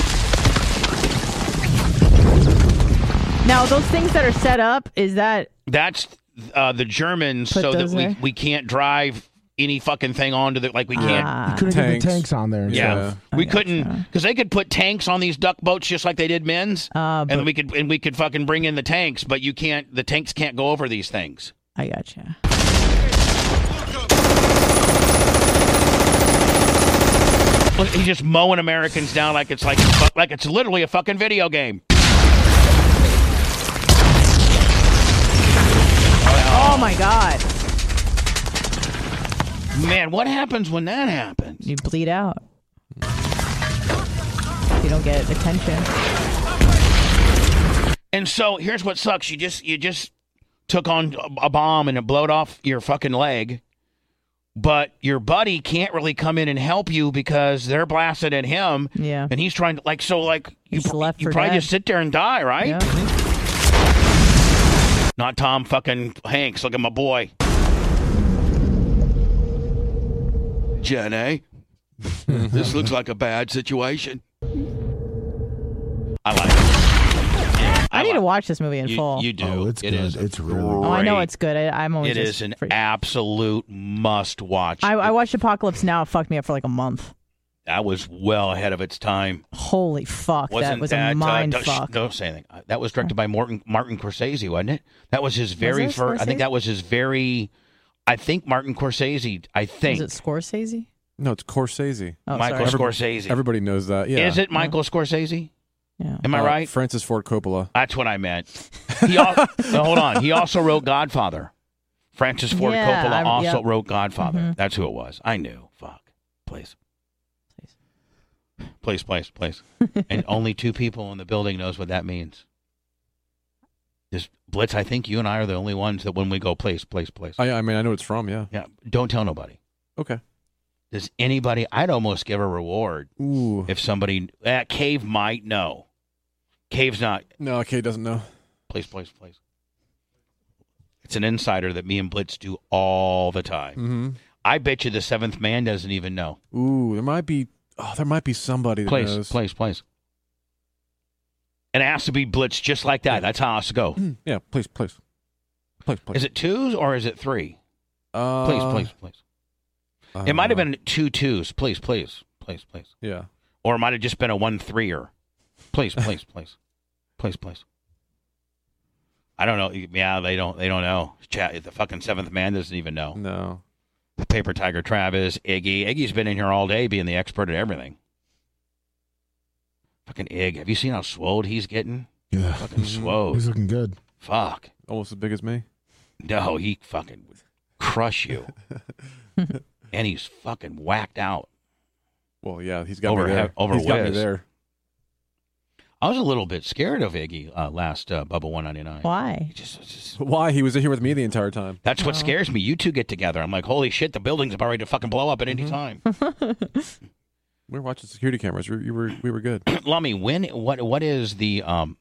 Speaker 2: Now those things that are set up is that
Speaker 1: That's uh, the Germans,
Speaker 2: Put
Speaker 1: so that
Speaker 2: those
Speaker 1: we,
Speaker 2: there?
Speaker 1: we can't drive any fucking thing onto the like we can't.
Speaker 3: You couldn't get the Ah. tanks on there. And
Speaker 1: Yeah,
Speaker 3: stuff.
Speaker 1: we couldn't because they could put tanks on these duck boats just like they did men's, uh,
Speaker 2: Ah, but-
Speaker 1: and we could and we could fucking bring in the tanks, but you can't. The tanks can't go over these things.
Speaker 2: I gotcha.
Speaker 1: Look, he's just mowing Americans down like it's like like it's literally a fucking video game.
Speaker 2: Oh my god.
Speaker 1: Man, what happens when that happens?
Speaker 2: You bleed out. You don't get attention.
Speaker 1: And so here's what sucks: you just you just took on a bomb and it blowed off your fucking leg, but your buddy can't really come in and help you because they're blasted at him.
Speaker 2: Yeah.
Speaker 1: and he's trying to like so like you pr-
Speaker 2: left
Speaker 1: you
Speaker 2: for
Speaker 1: probably
Speaker 2: dead.
Speaker 1: just sit there and die, right? Not Tom fucking Hanks. Look at my boy, Jenny. this looks like a bad situation. I like. it.
Speaker 2: I need to watch this movie in
Speaker 1: You-
Speaker 2: full.
Speaker 1: You do. Oh, it's good. It's really.
Speaker 2: Oh, I know it's good. I, I'm always
Speaker 1: It
Speaker 2: just
Speaker 1: is an absolute must-watch.
Speaker 2: I, I watched Apocalypse Now. It fucked me up for like a month.
Speaker 1: That was well ahead of its time.
Speaker 2: Holy fuck!
Speaker 1: Wasn't
Speaker 2: that was
Speaker 1: uh,
Speaker 2: a mind
Speaker 1: don't, shh,
Speaker 2: fuck.
Speaker 1: don't say anything. Uh, That was directed by Martin Martin Corsese, wasn't it? That was his very
Speaker 2: it
Speaker 1: first. I
Speaker 2: Scorsese?
Speaker 1: think that was his very. I think Martin Corsese. I think
Speaker 2: Is it Scorsese?
Speaker 4: No, it's Corsese.
Speaker 2: Oh,
Speaker 1: Michael
Speaker 4: Everybody-
Speaker 1: Scorsese.
Speaker 4: Everybody knows that. Yeah.
Speaker 1: Is it Michael Scorsese?
Speaker 2: Yeah.
Speaker 1: Am I
Speaker 4: Uh,
Speaker 1: right?
Speaker 4: Francis Ford Coppola.
Speaker 1: That's what I meant. He al- no, hold on. He also wrote Godfather. Francis Ford
Speaker 2: Yeah,
Speaker 1: Coppola
Speaker 2: I-
Speaker 1: also
Speaker 2: yep.
Speaker 1: wrote Godfather.
Speaker 2: Mhm.
Speaker 1: That's who it was. I knew. Fuck. Please. Please, please, please. and only two people in the building knows what that means. This Blitz, I think you and I are the only ones that when we go, please, please, please.
Speaker 4: I, I mean, I know it's from. Yeah.
Speaker 1: Yeah. Don't tell nobody.
Speaker 4: Okay.
Speaker 1: Does anybody? I'd almost give a reward
Speaker 4: Ooh.
Speaker 1: if somebody. Uh, Cave might know. Cave's not.
Speaker 4: No, Kate doesn't know.
Speaker 1: Please, please, please. It's an insider that me and Blitz do all the time.
Speaker 4: Mm-hmm.
Speaker 1: I bet you the seventh man doesn't even know.
Speaker 4: Ooh, there might be. Oh, there might be somebody. That
Speaker 1: Place,
Speaker 4: knows.
Speaker 1: place, place. And it has to be Blitz just like that. That's how it has to go.
Speaker 4: Yeah, please, please, please, please.
Speaker 1: Is it twos or is it three?
Speaker 4: Uh,
Speaker 1: Please, please, please. it might have been two twos. Please, please, please, please.
Speaker 4: Yeah.
Speaker 1: Or it might have just been a one threer. Please, please, please, please, please. I don't know. Yeah, they don't. They don't know. Chat, the fucking seventh man doesn't even know.
Speaker 4: No.
Speaker 1: Paper Tiger Travis, Iggy. Iggy's been in here all day being the expert at everything. Fucking Ig. Have you seen how swolled he's getting?
Speaker 3: Yeah.
Speaker 1: Fucking swole.
Speaker 3: He's looking good.
Speaker 1: Fuck.
Speaker 4: Mm-hmm. Almost as big as me.
Speaker 1: No, he fucking would crush you. and he's fucking whacked out.
Speaker 4: Well, yeah, he's got
Speaker 1: Over
Speaker 4: me
Speaker 1: hev-
Speaker 4: there.
Speaker 1: over
Speaker 4: he's got me
Speaker 1: whiz.
Speaker 4: there.
Speaker 1: I was a little bit scared of Iggy uh, last uh, Bubba 199.
Speaker 2: Why?
Speaker 4: Why he was here with me the entire time?
Speaker 1: That's what scares me. You two get together. I'm like, holy shit, the building's about ready to fucking blow up at any time.
Speaker 4: We were watching security cameras. We, you were we were good.
Speaker 1: Lummy, when what what is the um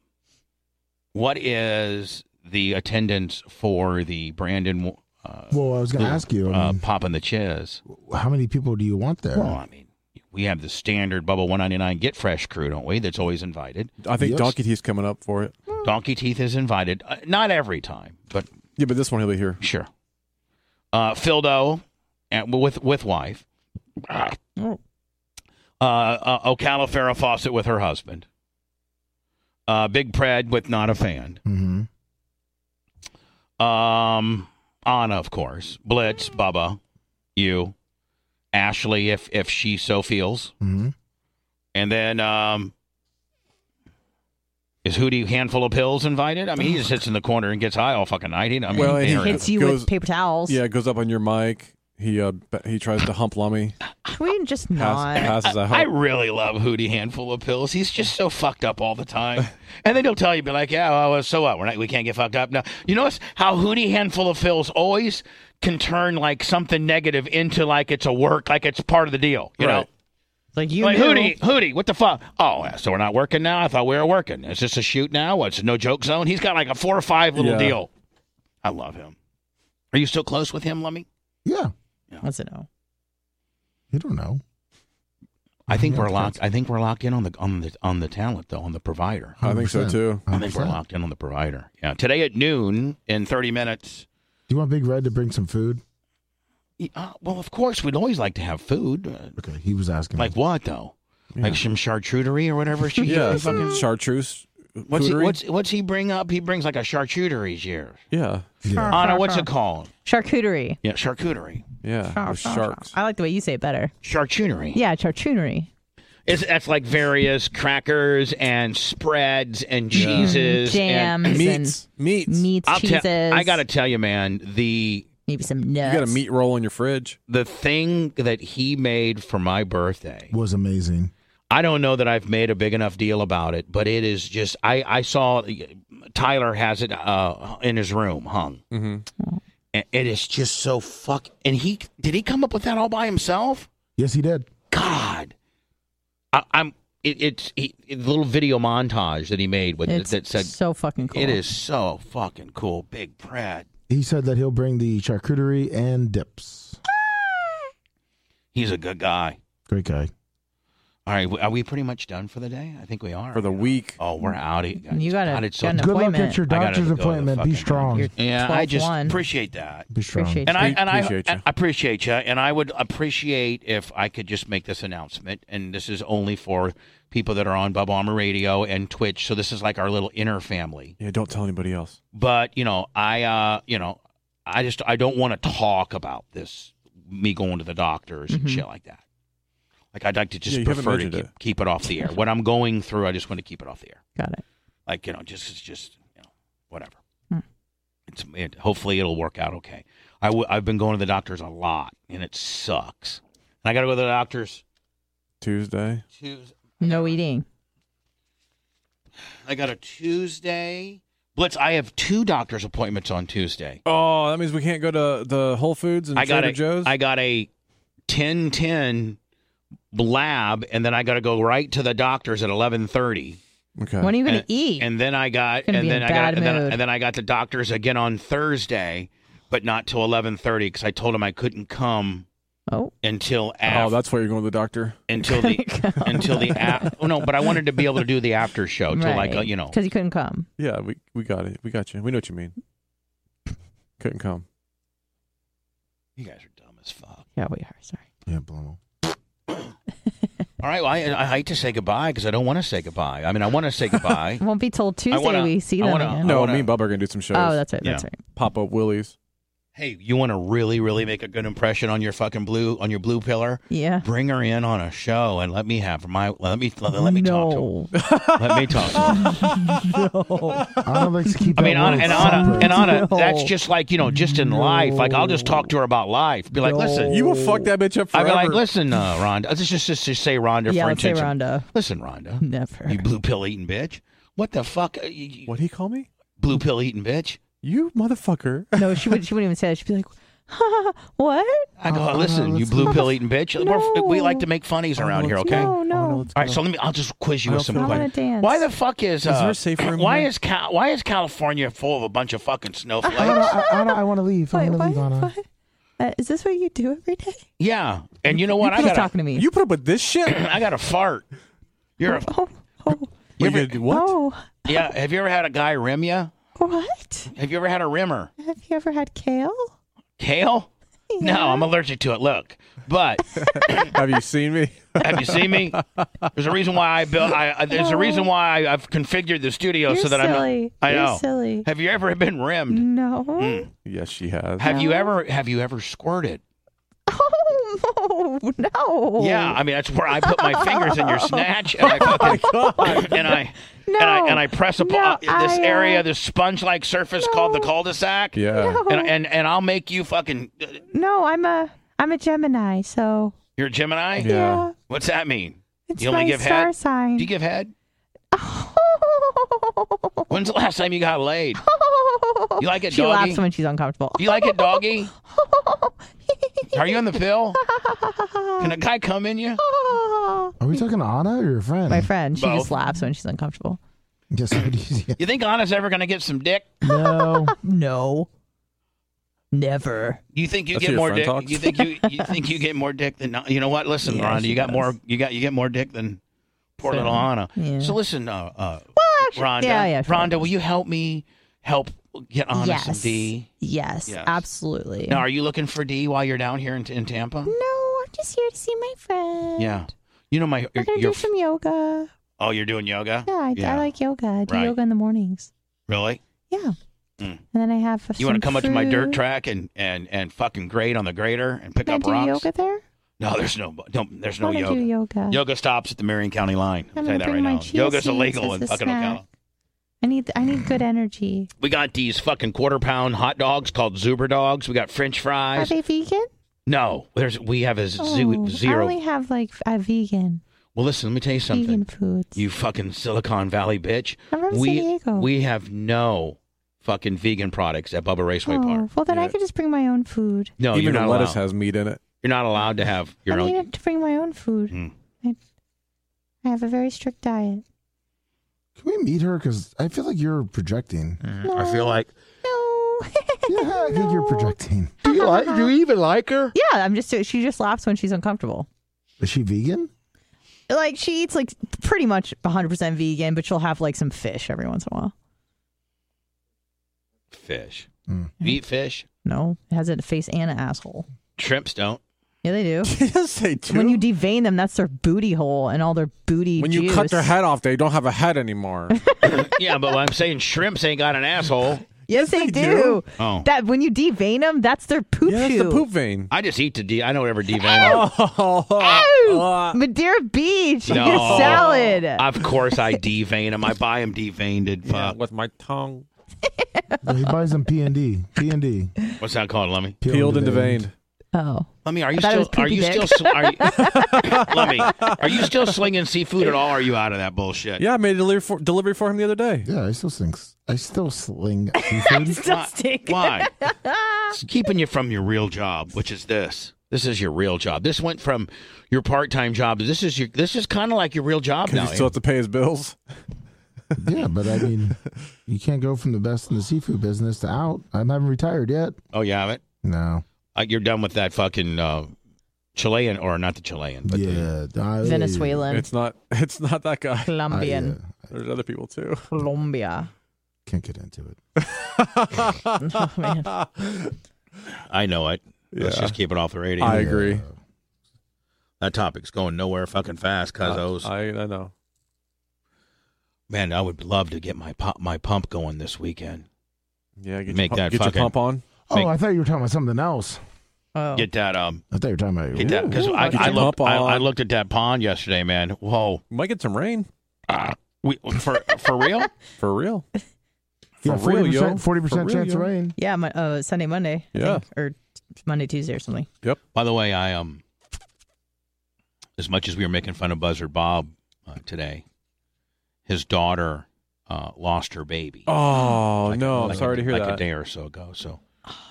Speaker 1: what is the attendance for the Brandon uh,
Speaker 3: Well, I was going to
Speaker 1: Little,
Speaker 3: ask you. I
Speaker 1: uh,
Speaker 3: mean,
Speaker 1: popping the chiz.
Speaker 3: how many people do you want there?
Speaker 1: Well, I mean, we have the standard Bubble 199 Get Fresh crew, don't we? That's always invited.
Speaker 4: I think Donkey T's coming up for it.
Speaker 1: Donkey Teeth is invited, uh, not every time, but
Speaker 4: Yeah, but this one he'll be here.
Speaker 1: Sure. uh, Phildo and with with wife, uh, uh, Ocala Farrah Fawcett with her husband, uh, Big Pred with not a fan,
Speaker 3: Mm-hmm.
Speaker 1: Um, Anna, of course. Blitz, Bubba, you, Ashley, if if she so feels,
Speaker 3: Mhm.
Speaker 1: and then um, is Hootie handful of pills invited? I mean, he just sits in the corner and gets high all fucking night. He, I mean,
Speaker 4: Well, and he
Speaker 1: there it
Speaker 2: Hits
Speaker 1: is.
Speaker 2: you
Speaker 4: Goes-
Speaker 2: with paper towels.
Speaker 4: Yeah, it goes up on your mic. He uh b- he tries to hump Lummy.
Speaker 2: Can we just not?
Speaker 4: Pass, passes. I
Speaker 1: I
Speaker 4: hope.
Speaker 1: really love Hootie Handful of Pills. He's just so fucked up all the time. And then he'll tell you, be like, yeah, well, so what? We're not, we can't get fucked up. Now, you notice how Hootie Handful of Pills always can turn like something negative into like it's a work, like it's part of the deal. You know?
Speaker 2: Right. like you
Speaker 1: like,
Speaker 2: knew.
Speaker 1: Hootie, Hootie, what the fuck? Oh, yeah, so we're not working now? I thought we were working. Is this a shoot now? What's a no joke zone? He's got like a four or five little
Speaker 4: Yeah.
Speaker 1: deal. I love him. Are you still close with him, Lummy?
Speaker 3: Yeah.
Speaker 2: That's a no.
Speaker 3: You don't know.
Speaker 1: I think
Speaker 3: Yeah,
Speaker 1: we're
Speaker 3: it
Speaker 1: locked. I think we're locked in on the on the on the talent though, on the provider.
Speaker 4: I think so
Speaker 3: 100%.
Speaker 4: too.
Speaker 1: I think we're
Speaker 3: 100%.
Speaker 1: locked in on the provider. Yeah, today at noon in 30 minutes.
Speaker 3: Do you want Big Red to bring some food?
Speaker 1: Uh, well, of course, we'd always like to have food. Uh,
Speaker 3: Okay, he was asking.
Speaker 1: like what though? Like some charcuterie or whatever. She,
Speaker 4: Yeah,
Speaker 1: he
Speaker 4: some
Speaker 1: fucking-
Speaker 4: chartreuse.
Speaker 1: what's he,
Speaker 4: cootery.
Speaker 1: what's what's he bring up? He brings like a charcuterie here.
Speaker 4: yeah,
Speaker 3: Yeah.
Speaker 1: Anna, what's it called?
Speaker 2: Charcuterie. Oh,
Speaker 1: Yeah, charcuterie.
Speaker 4: yeah. With sharks.
Speaker 2: I like the way you say it better.
Speaker 1: Charcuterie.
Speaker 2: Yeah, charcuterie.
Speaker 1: It's, that's like various crackers and spreads and cheeses
Speaker 2: Mm,
Speaker 1: and
Speaker 2: Jams and
Speaker 4: Meats. Meats.
Speaker 2: meats,
Speaker 1: I'll tell-
Speaker 2: cheeses.
Speaker 1: I got to tell you, man, the
Speaker 2: maybe some nuts.
Speaker 4: You got a meat roll in your fridge.
Speaker 1: The thing that he made for my birthday
Speaker 3: was amazing.
Speaker 1: I don't know that I've made a big enough deal about it, but it is just I I saw Tyler has it uh, in his room hung. Mm-hmm. And it is just so fuck. And he did he come up with that all by himself?
Speaker 3: Yes, he did.
Speaker 1: God, I, I'm. It, it's he, it, little video montage that he made with
Speaker 2: It's
Speaker 1: that said
Speaker 2: so fucking cool.
Speaker 1: It is so fucking cool. Big Brad.
Speaker 3: He said that he'll bring the charcuterie and dips.
Speaker 1: He's a good guy.
Speaker 3: Great guy.
Speaker 1: All right, w- are we pretty much done for the day? I think we are
Speaker 4: For the week.
Speaker 1: Oh, we're out. of-
Speaker 2: Mm. You gotta
Speaker 1: God, it's so-
Speaker 2: get an
Speaker 3: Good luck
Speaker 2: appointment.
Speaker 3: at your
Speaker 1: I gotta
Speaker 3: doctor's
Speaker 1: go to the
Speaker 3: appointment. Be
Speaker 1: fucking-
Speaker 3: strong.
Speaker 1: Yeah, I just
Speaker 2: 12-1.
Speaker 1: appreciate that.
Speaker 3: Be strong.
Speaker 2: Appreciate
Speaker 1: and I
Speaker 2: you.
Speaker 1: and I
Speaker 4: Appreciate you.
Speaker 1: I appreciate you, and I would appreciate if I could just make this announcement. And this is only for people that are on Bub Armor Radio and Twitch. So this is like our little inner family.
Speaker 4: Yeah, don't tell anybody else.
Speaker 1: But you know, I uh, you know, I just I don't want to talk about this me going to the doctors and shit like that. Like I'd like to just
Speaker 4: Mm-hmm. Yeah, you haven't
Speaker 1: prefer to
Speaker 4: mentioned
Speaker 1: keep,
Speaker 4: it.
Speaker 1: keep it off the air. What I'm going through, I just want to keep it off the air.
Speaker 2: Got it.
Speaker 1: Like you know, just it's just you know, whatever.
Speaker 2: Hmm.
Speaker 1: It's it, hopefully it'll work out okay. I w- I've been going to the doctors a lot, and it sucks. And I got to go to the doctors
Speaker 4: Tuesday.
Speaker 1: Tuesday.
Speaker 2: No eating.
Speaker 1: I got a Tuesday. Blitz, I have two doctor's appointments on Tuesday.
Speaker 4: Oh, that means we can't go to the Whole Foods and
Speaker 1: I got
Speaker 4: Trader
Speaker 1: a,
Speaker 4: Joe's.
Speaker 1: I got a 1010 lab and then I got to go right to the doctors at 11:30.
Speaker 4: okay.
Speaker 2: When are you gonna
Speaker 1: And-
Speaker 2: eat?
Speaker 1: And then I got
Speaker 2: Gonna
Speaker 1: and
Speaker 2: be in
Speaker 1: then I got
Speaker 2: bad
Speaker 1: and then,
Speaker 2: mood.
Speaker 1: and then I got the doctors again on Thursday, but not till 11:30 cuz I told him I couldn't come
Speaker 2: oh,
Speaker 1: until after
Speaker 4: oh, that's why you're going to the doctor.
Speaker 1: until the until the af- oh, no, but I wanted to be able to do the after show till like uh, you know.
Speaker 2: because you couldn't come.
Speaker 4: Yeah, we we got it. We got you. We know what you mean. Couldn't come.
Speaker 1: You guys are dumb as fuck.
Speaker 2: Yeah, we are. Sorry.
Speaker 3: Yeah, Blomo.
Speaker 1: All right, well, I, I hate to say goodbye because I don't want to say goodbye. I mean, I want to say goodbye.
Speaker 2: Won't be till Tuesday.
Speaker 1: wanna-
Speaker 2: we see
Speaker 1: I
Speaker 2: them
Speaker 1: wanna-
Speaker 2: again.
Speaker 4: No,
Speaker 1: wanna-
Speaker 4: me and Bubba are gonna do some shows.
Speaker 2: Oh, that's right. That's
Speaker 1: Yeah.
Speaker 2: right.
Speaker 4: Pop up Willie's.
Speaker 1: hey, you want to really, really make a good impression on your fucking blue on your blue pillar?
Speaker 2: Yeah.
Speaker 1: Bring her in on a show and let me have my let me let, let me talk to
Speaker 2: no.
Speaker 1: her. Let me talk. To her.
Speaker 3: Anna likes to keep.
Speaker 1: I mean,
Speaker 3: that
Speaker 1: Anna, and
Speaker 3: word
Speaker 1: Anna
Speaker 3: separate.
Speaker 1: and Anna,
Speaker 2: No.
Speaker 1: that's just like you know, just in life. Like I'll just talk to her about life. Be like, listen,
Speaker 4: You will fuck that bitch up
Speaker 1: I'd
Speaker 4: forever.
Speaker 1: be like, listen, uh, Rhonda. Let's just, just just say Rhonda
Speaker 2: yeah,
Speaker 1: for
Speaker 2: let's say
Speaker 1: instance.
Speaker 2: Rhonda.
Speaker 1: Listen, Rhonda,
Speaker 2: Never.
Speaker 1: you blue pill eating bitch. What the fuck? uh, You, you,
Speaker 4: What he call me?
Speaker 1: Blue pill eating bitch.
Speaker 4: You motherfucker.
Speaker 2: No, she would. She wouldn't even say that. She'd be like, "Ha, ha, "What?
Speaker 1: I go,
Speaker 3: Uh,
Speaker 1: listen, you
Speaker 3: let's
Speaker 1: blue
Speaker 3: go.
Speaker 1: pill eating bitch. We're,
Speaker 2: No.
Speaker 1: we like to make funnies around here, okay?
Speaker 2: No, no.
Speaker 1: All right, so let me. I'll just quiz you
Speaker 4: I
Speaker 1: with
Speaker 4: don't
Speaker 1: some
Speaker 4: feel- I wanna
Speaker 1: questions.
Speaker 2: dance.
Speaker 1: Why the fuck is uh,
Speaker 4: Is there a safe room
Speaker 1: Why
Speaker 4: here?
Speaker 1: is Cal- Why is California full of a bunch of fucking
Speaker 3: Anna,
Speaker 1: snowflakes?
Speaker 3: I, Anna, I want to leave.
Speaker 2: Wait,
Speaker 3: I want to
Speaker 2: why-
Speaker 3: leave, Anna.
Speaker 2: why- uh, is this what you do every day?
Speaker 1: yeah, and you know what? I
Speaker 2: She's
Speaker 1: got.
Speaker 2: talking to me.
Speaker 4: You put up with this shit?
Speaker 1: I got a fart. You're a,
Speaker 2: oh, oh,
Speaker 4: You
Speaker 1: ever-
Speaker 4: gonna do what?
Speaker 2: oh,
Speaker 1: yeah. Have you ever had a guy rim you?
Speaker 2: what?
Speaker 1: Have you ever had a rimmer?
Speaker 2: Have you ever had kale?
Speaker 1: Kale? No, I'm allergic to it. Look, but
Speaker 4: Have you seen me?
Speaker 1: have you seen me? There's a reason why I built. I, I- there's a reason why I, I've configured the studio
Speaker 2: You're
Speaker 1: so that
Speaker 2: silly.
Speaker 1: I'm. Not, I
Speaker 2: You're
Speaker 1: know.
Speaker 2: silly.
Speaker 1: Have you ever been rimmed? Hmm.
Speaker 2: No.
Speaker 4: yes, she has.
Speaker 1: Have you ever? Have you ever squirted?
Speaker 2: Oh no, no.
Speaker 1: Yeah, I mean that's where I put my fingers in your snatch, and I fucking, and I and I and I press upon
Speaker 2: Oh No,
Speaker 1: this
Speaker 2: I, uh,
Speaker 1: area, this sponge-like surface called the
Speaker 2: No.
Speaker 1: cul-de-sac.
Speaker 4: Yeah.
Speaker 1: and and and I'll make you fucking.
Speaker 2: no, I'm a I'm a Gemini, so
Speaker 1: You're a Gemini.
Speaker 4: Yeah.
Speaker 2: yeah,
Speaker 1: What's that mean?
Speaker 2: it's
Speaker 1: You only
Speaker 2: my
Speaker 1: give
Speaker 2: star
Speaker 1: head?
Speaker 2: sign.
Speaker 1: Do you give head? When's the last time you got laid? You like it,
Speaker 2: she
Speaker 1: doggy?
Speaker 2: laughs when she's uncomfortable.
Speaker 1: Do you like it, doggy? Are you on the pill? Can a guy come in you?
Speaker 3: Are we talking to Anna or your friend?
Speaker 2: My friend, she
Speaker 1: Both.
Speaker 2: just laughs when she's uncomfortable.
Speaker 3: Yes, it is. Yeah.
Speaker 1: You think Anna's ever gonna get some dick?
Speaker 3: No.
Speaker 2: No, never.
Speaker 1: You think you
Speaker 4: That's
Speaker 1: get
Speaker 4: what your
Speaker 1: more
Speaker 4: friend
Speaker 1: dick?
Speaker 4: talks?
Speaker 1: You think you you think you get more dick than you know what? Listen,
Speaker 2: Yeah,
Speaker 1: Rhonda,
Speaker 2: she
Speaker 1: you got
Speaker 2: does.
Speaker 1: more you got you get more dick than poor little Anna.
Speaker 2: yeah.
Speaker 1: So listen, uh, uh,
Speaker 2: actually-
Speaker 1: Rhonda,
Speaker 2: yeah, yeah, sure.
Speaker 1: Rhonda, will you help me help get Anna some
Speaker 2: yes.
Speaker 1: D?
Speaker 2: yes,
Speaker 1: Yes.
Speaker 2: absolutely.
Speaker 1: Now, are you looking for D while you're down here in, in Tampa?
Speaker 2: No, I'm just here to see my friend.
Speaker 1: Yeah. You know my
Speaker 2: We're gonna
Speaker 1: your
Speaker 2: do some yoga.
Speaker 1: oh you're doing yoga.
Speaker 2: Yeah, I, I like yoga. I do
Speaker 1: Right.
Speaker 2: yoga in the mornings.
Speaker 1: really.
Speaker 2: Yeah.
Speaker 1: Mm.
Speaker 2: And then I have.
Speaker 1: You want to come up to my dirt track and and and fucking grade on the grader and pick
Speaker 2: Can I
Speaker 1: up
Speaker 2: do
Speaker 1: rocks?
Speaker 2: yoga there?
Speaker 1: No, there's no don't,
Speaker 2: I
Speaker 1: there's no
Speaker 2: wanna
Speaker 1: yoga.
Speaker 2: do yoga.
Speaker 1: Yoga stops at the Marion County line. I'll
Speaker 2: I'm
Speaker 1: tell
Speaker 2: gonna
Speaker 1: you that
Speaker 2: bring
Speaker 1: right
Speaker 2: my
Speaker 1: now.
Speaker 2: chia
Speaker 1: Yoga's
Speaker 2: seeds
Speaker 1: illegal
Speaker 2: as
Speaker 1: in
Speaker 2: a
Speaker 1: fucking
Speaker 2: snack.
Speaker 1: Ocala.
Speaker 2: I need I need good energy.
Speaker 1: We got these fucking quarter pound hot dogs called Zuber dogs. We got French
Speaker 2: Are
Speaker 1: fries.
Speaker 2: they vegan?
Speaker 1: no, there's we have a z-
Speaker 2: Oh, I
Speaker 1: zero.
Speaker 2: only have like a vegan
Speaker 1: well, listen, let me tell you something.
Speaker 2: vegan food.
Speaker 1: You fucking Silicon Valley bitch.
Speaker 2: I'm from San
Speaker 1: we
Speaker 2: Diego.
Speaker 1: we have no fucking vegan products at Bubba Raceway
Speaker 2: Oh,
Speaker 1: Park.
Speaker 2: well then I could just bring my own food.
Speaker 1: No,
Speaker 4: Even
Speaker 1: you're
Speaker 4: the
Speaker 1: not
Speaker 4: lettuce
Speaker 1: allowed.
Speaker 4: has meat in it.
Speaker 1: You're not allowed to have your
Speaker 2: I
Speaker 1: own.
Speaker 2: need to bring my own food.
Speaker 1: Mm.
Speaker 2: I, I have a very strict diet.
Speaker 3: Can we meet her? Because I feel like you're projecting.
Speaker 4: Mm,
Speaker 1: I feel like
Speaker 3: yeah, I think you're projecting.
Speaker 2: Do you like?
Speaker 14: Do you even like her?
Speaker 2: Yeah, I'm just. She just laughs when she's uncomfortable.
Speaker 3: Is she vegan?
Speaker 2: Like she eats like pretty much 100 percent vegan, but she'll have like some fish every once in a while.
Speaker 1: fish.
Speaker 4: Mm.
Speaker 1: You eat fish?
Speaker 2: No, it has a face and an asshole.
Speaker 1: Shrimps don't.
Speaker 2: Yeah, they do. yes, they do. When you devein them, that's their booty hole and all their booty.
Speaker 4: When you cut their
Speaker 2: juice.
Speaker 4: head off, they don't have a head anymore.
Speaker 1: yeah, but I'm saying shrimps ain't got an asshole.
Speaker 2: Yes, they, do.
Speaker 1: do. Oh.
Speaker 2: That when you devein them, that's their poop yeah, shoe.
Speaker 1: vein. I just eat the D. I don't ever devein.
Speaker 2: Ew! Madeira Beach. You get Oh. a salad.
Speaker 1: Of course I devein them. I buy them deveined. Yeah, with my tongue.
Speaker 3: he buys them P and D. P and D.
Speaker 1: What's that called, Lummy?
Speaker 3: Peeled Peeled and and deveined. deveined.
Speaker 2: Oh.
Speaker 1: Lummy, are
Speaker 2: I
Speaker 1: you
Speaker 2: thought it
Speaker 1: still
Speaker 2: was
Speaker 1: are
Speaker 2: poopy
Speaker 1: you
Speaker 2: dick.
Speaker 1: still sw- are you, Lummy, are you still slinging seafood at all? Or are you out of that bullshit?
Speaker 4: yeah, I made a delivery for, delivery for him the other day.
Speaker 3: Yeah, I still sling. I still sling seafood.
Speaker 1: Why- Why? It's keeping you from your real job, which is this. This is your real job. This went from your part-time job. This is your. This is kind of like your real job
Speaker 4: 'Cause
Speaker 1: now.
Speaker 4: he still has to pay his bills.
Speaker 3: yeah, but I mean, you can't go from the best in the seafood business to out. I haven't retired yet.
Speaker 1: oh, you haven't.
Speaker 3: No.
Speaker 1: Uh, you're done with that fucking uh, Chilean or not the Chilean, but
Speaker 3: yeah,
Speaker 2: Venezuelan.
Speaker 4: It's not. It's not that guy.
Speaker 2: Colombian. I,
Speaker 4: There's other people too.
Speaker 2: Colombia.
Speaker 3: Can't get into it.
Speaker 2: Oh, man.
Speaker 1: I know it. Let's
Speaker 4: Yeah.
Speaker 1: just keep it off the radio.
Speaker 4: I agree.
Speaker 1: That topic's going nowhere fucking fast, cuzos.
Speaker 4: I, I know.
Speaker 1: Man, I would love to get my pump, my pump going this weekend.
Speaker 4: Yeah, get your
Speaker 1: make
Speaker 4: pump-
Speaker 1: that
Speaker 4: get your
Speaker 1: fucking
Speaker 4: pump on.
Speaker 3: Oh, I thought you were talking about something else.
Speaker 2: Oh.
Speaker 1: Get that um.
Speaker 3: I thought you were talking about
Speaker 1: Get that because
Speaker 3: Ooh,
Speaker 1: I,
Speaker 3: get
Speaker 1: I
Speaker 3: your
Speaker 1: looked.
Speaker 3: pump
Speaker 1: I, I
Speaker 3: on.
Speaker 1: looked at that pond yesterday, man. Whoa,
Speaker 4: might get some rain.
Speaker 1: Uh, we for for real.
Speaker 4: For real.
Speaker 3: Yeah,
Speaker 4: For real, yo.
Speaker 3: 40%, 40%
Speaker 4: For real,
Speaker 3: chance
Speaker 4: yo.
Speaker 3: of rain.
Speaker 2: Yeah, my, uh, Sunday, Monday. I
Speaker 1: Yeah.
Speaker 2: think, or Monday, Tuesday, or something.
Speaker 4: Yep.
Speaker 1: By the way, I um, as much as we were making fun of Buzzard Bob uh, today, his daughter uh, lost her baby.
Speaker 4: Oh,
Speaker 1: Like-
Speaker 4: no, I'm
Speaker 1: like a-
Speaker 4: sorry to hear
Speaker 1: like
Speaker 4: that.
Speaker 1: a day or so ago. So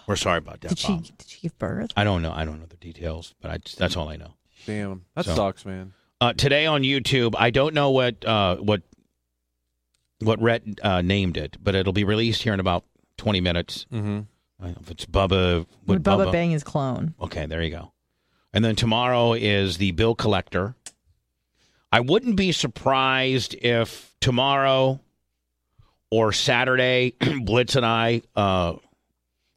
Speaker 1: we're sorry about that.
Speaker 2: Did she
Speaker 1: Bob.
Speaker 2: did she give birth?
Speaker 1: I don't know. I don't know the details, but I just- that's all I know.
Speaker 4: Damn, that
Speaker 1: So-
Speaker 4: sucks, man.
Speaker 1: Uh, today on YouTube, I don't know what uh, what what Rhett uh, named it, but it'll be released here in about twenty minutes.
Speaker 4: Mm-hmm.
Speaker 1: I don't know if it's Bubba.
Speaker 2: Would Bubba, bang his clone?
Speaker 1: Okay, there you go. And then tomorrow is the bill collector. I wouldn't be surprised if tomorrow or Saturday Blitz and I uh,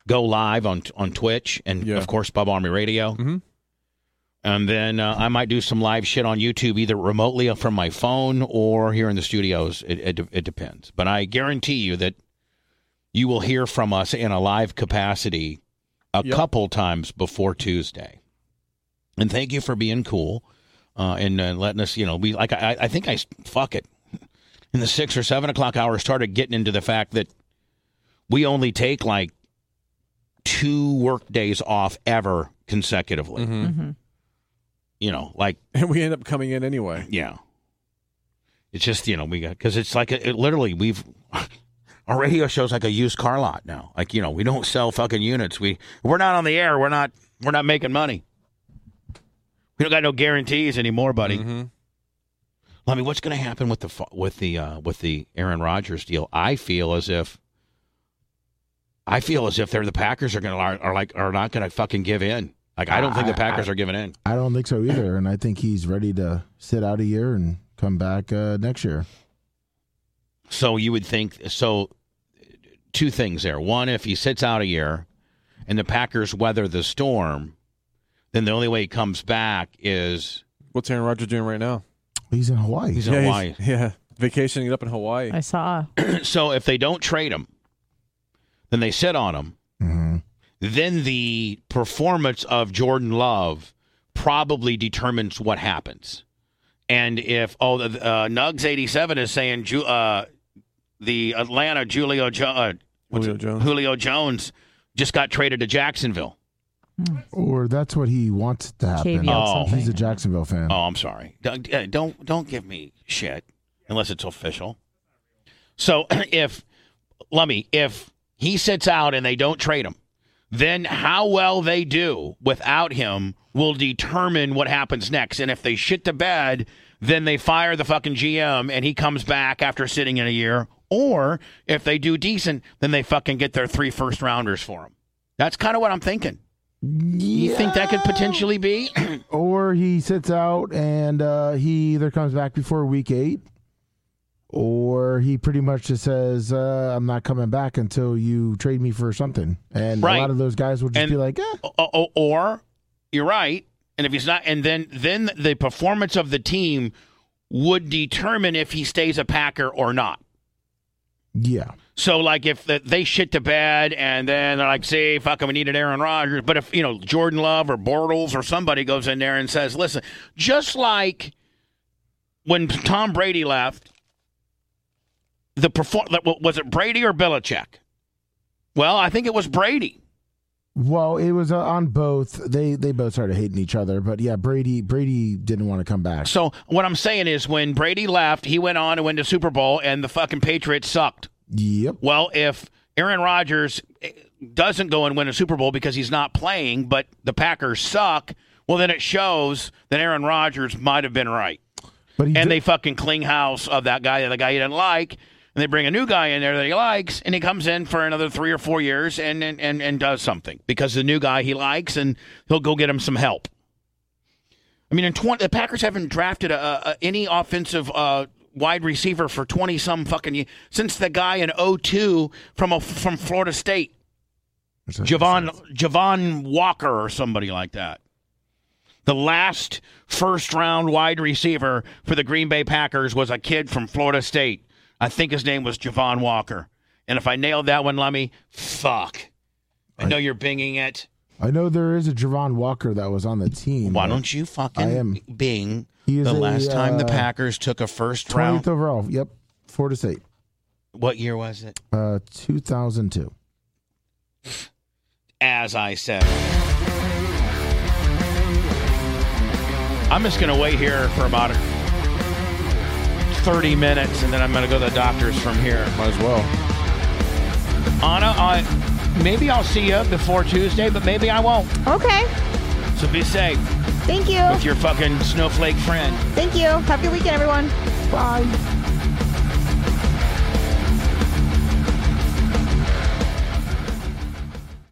Speaker 1: go live on on Twitch and of course Bob Army Radio.
Speaker 4: Mhm.
Speaker 1: And then uh, I might do some live shit on YouTube, either remotely from my phone or here in the studios. It, it, it depends. But I guarantee you that you will hear from us in a live capacity a couple times before Tuesday. And thank you for being cool uh, and uh, letting us, you know, we like, I, I think I, fuck it. In the six or seven o'clock hour, started getting into the fact that we only take like two work days off ever consecutively. You know, like,
Speaker 4: And we end up coming in anyway.
Speaker 1: yeah. It's just, you know, we got, because it's like, a, it literally, we've, our radio show's like a used car lot now. Like, you know, we don't sell fucking units. We, we're not on the air. We're not, we're not making money. We don't got no guarantees anymore, buddy.
Speaker 4: Mm-hmm.
Speaker 1: I mean, what's going to happen with the, fu- with the, uh, with the Aaron Rodgers deal? I feel as if, I feel as if they're the Packers are going to, are, are like, are not going to fucking give in. Like, I don't think the
Speaker 3: I-
Speaker 1: Packers are giving in.
Speaker 3: I don't think so either. And I think he's ready to sit out a year and come back uh, next year.
Speaker 1: So you would think so. Two things there. One, if he sits out a year, and the Packers weather the storm, then the only way he comes back is
Speaker 4: What's Aaron Rodgers doing right now?
Speaker 3: He's in Hawaii.
Speaker 1: He's in
Speaker 4: yeah,
Speaker 1: Hawaii.
Speaker 4: yeah, vacationing up in Hawaii.
Speaker 2: I saw.
Speaker 1: so if they don't trade him, then they sit on him. Mm-hmm. Then the performance of Jordan Love probably determines what happens. And if oh the uh, Nugs eighty seven is saying Ju- uh, the Atlanta Julio jo- uh, Julio Jones. Julio Jones just got traded to Jacksonville.
Speaker 3: Or that's what he wants to happen.
Speaker 1: KVL Oh. something.
Speaker 3: He's a Jacksonville fan.
Speaker 1: Oh, I'm sorry. Don't uh, don't, don't give me shit unless it's official. So if Lummy, if he sits out and they don't trade him, then how well they do without him will determine what happens next. And if they shit the bed, then they fire the fucking GM and he comes back after sitting in a year. Or if they do decent, then they fucking get their three first rounders for him. That's kind of what I'm thinking. You think that could potentially be?
Speaker 3: Or he sits out and uh, he either comes back before week eight, or he pretty much just says, uh, "I'm not coming back until you trade me for something." And a
Speaker 1: Right.
Speaker 3: lot of those guys will just
Speaker 1: And-
Speaker 3: be like, "Eh."
Speaker 1: O- o- or you're right, and if he's not, and then then the performance of the team would determine if he stays a Packer or not.
Speaker 3: "Yeah,
Speaker 1: So, like, if the, they shit to bed and then they're like, see, fucking, we needed Aaron Rodgers. But if, you know, Jordan Love or Bortles or somebody goes in there and says, listen, just like when Tom Brady left, the perform that- was it Brady or Belichick? Well, I think it was Brady.
Speaker 3: Well, it was uh, on both. They they both started hating each other, but yeah, Brady Brady didn't want to come back.
Speaker 1: So what I'm saying is, when Brady left, he went on and went to Super Bowl, and the fucking Patriots sucked.
Speaker 3: Yep.
Speaker 1: Well, if Aaron Rodgers eh, doesn't go and win a Super Bowl because he's not playing, but the Packers suck, well, then it shows that Aaron Rodgers might have been right.
Speaker 3: and
Speaker 1: they fucking cling house of that guy, the guy he didn't like, and they bring a new guy in there that he likes, and he comes in for another three or four years and and and, and does something because the new guy he likes, and he'll go get him some help. I mean, in 20, the Packers haven't drafted a, a, any offensive uh, wide receiver for 20 some fucking years since the guy in 02 from a, from Florida State. Javon Javon Walker or somebody like that. The last first round wide receiver for the Green Bay Packers was a kid from Florida State. I think his name was Javon Walker. And if I nailed that one, Lemmy, fuck. I know you're binging it.
Speaker 3: I know there is a Javon Walker that was on the team.
Speaker 1: Why
Speaker 3: but
Speaker 1: don't you fucking
Speaker 3: I am
Speaker 1: bing
Speaker 3: He is
Speaker 1: the
Speaker 3: a,
Speaker 1: last time the
Speaker 3: uh,
Speaker 1: Packers took a first round?
Speaker 3: twentieth overall? Yep, Florida State,
Speaker 1: What year was it?
Speaker 3: uh, two thousand two.
Speaker 1: As I said. I'm just going to wait here for about 30 minutes and then I'm going to go to the doctor's from here. Might as well. Anna, I, maybe I'll see you before Tuesday, but maybe I won't.
Speaker 2: Okay.
Speaker 1: So be safe
Speaker 2: Thank you.
Speaker 1: with your fucking snowflake friend.
Speaker 2: Thank you. Have a good weekend, everyone. Bye.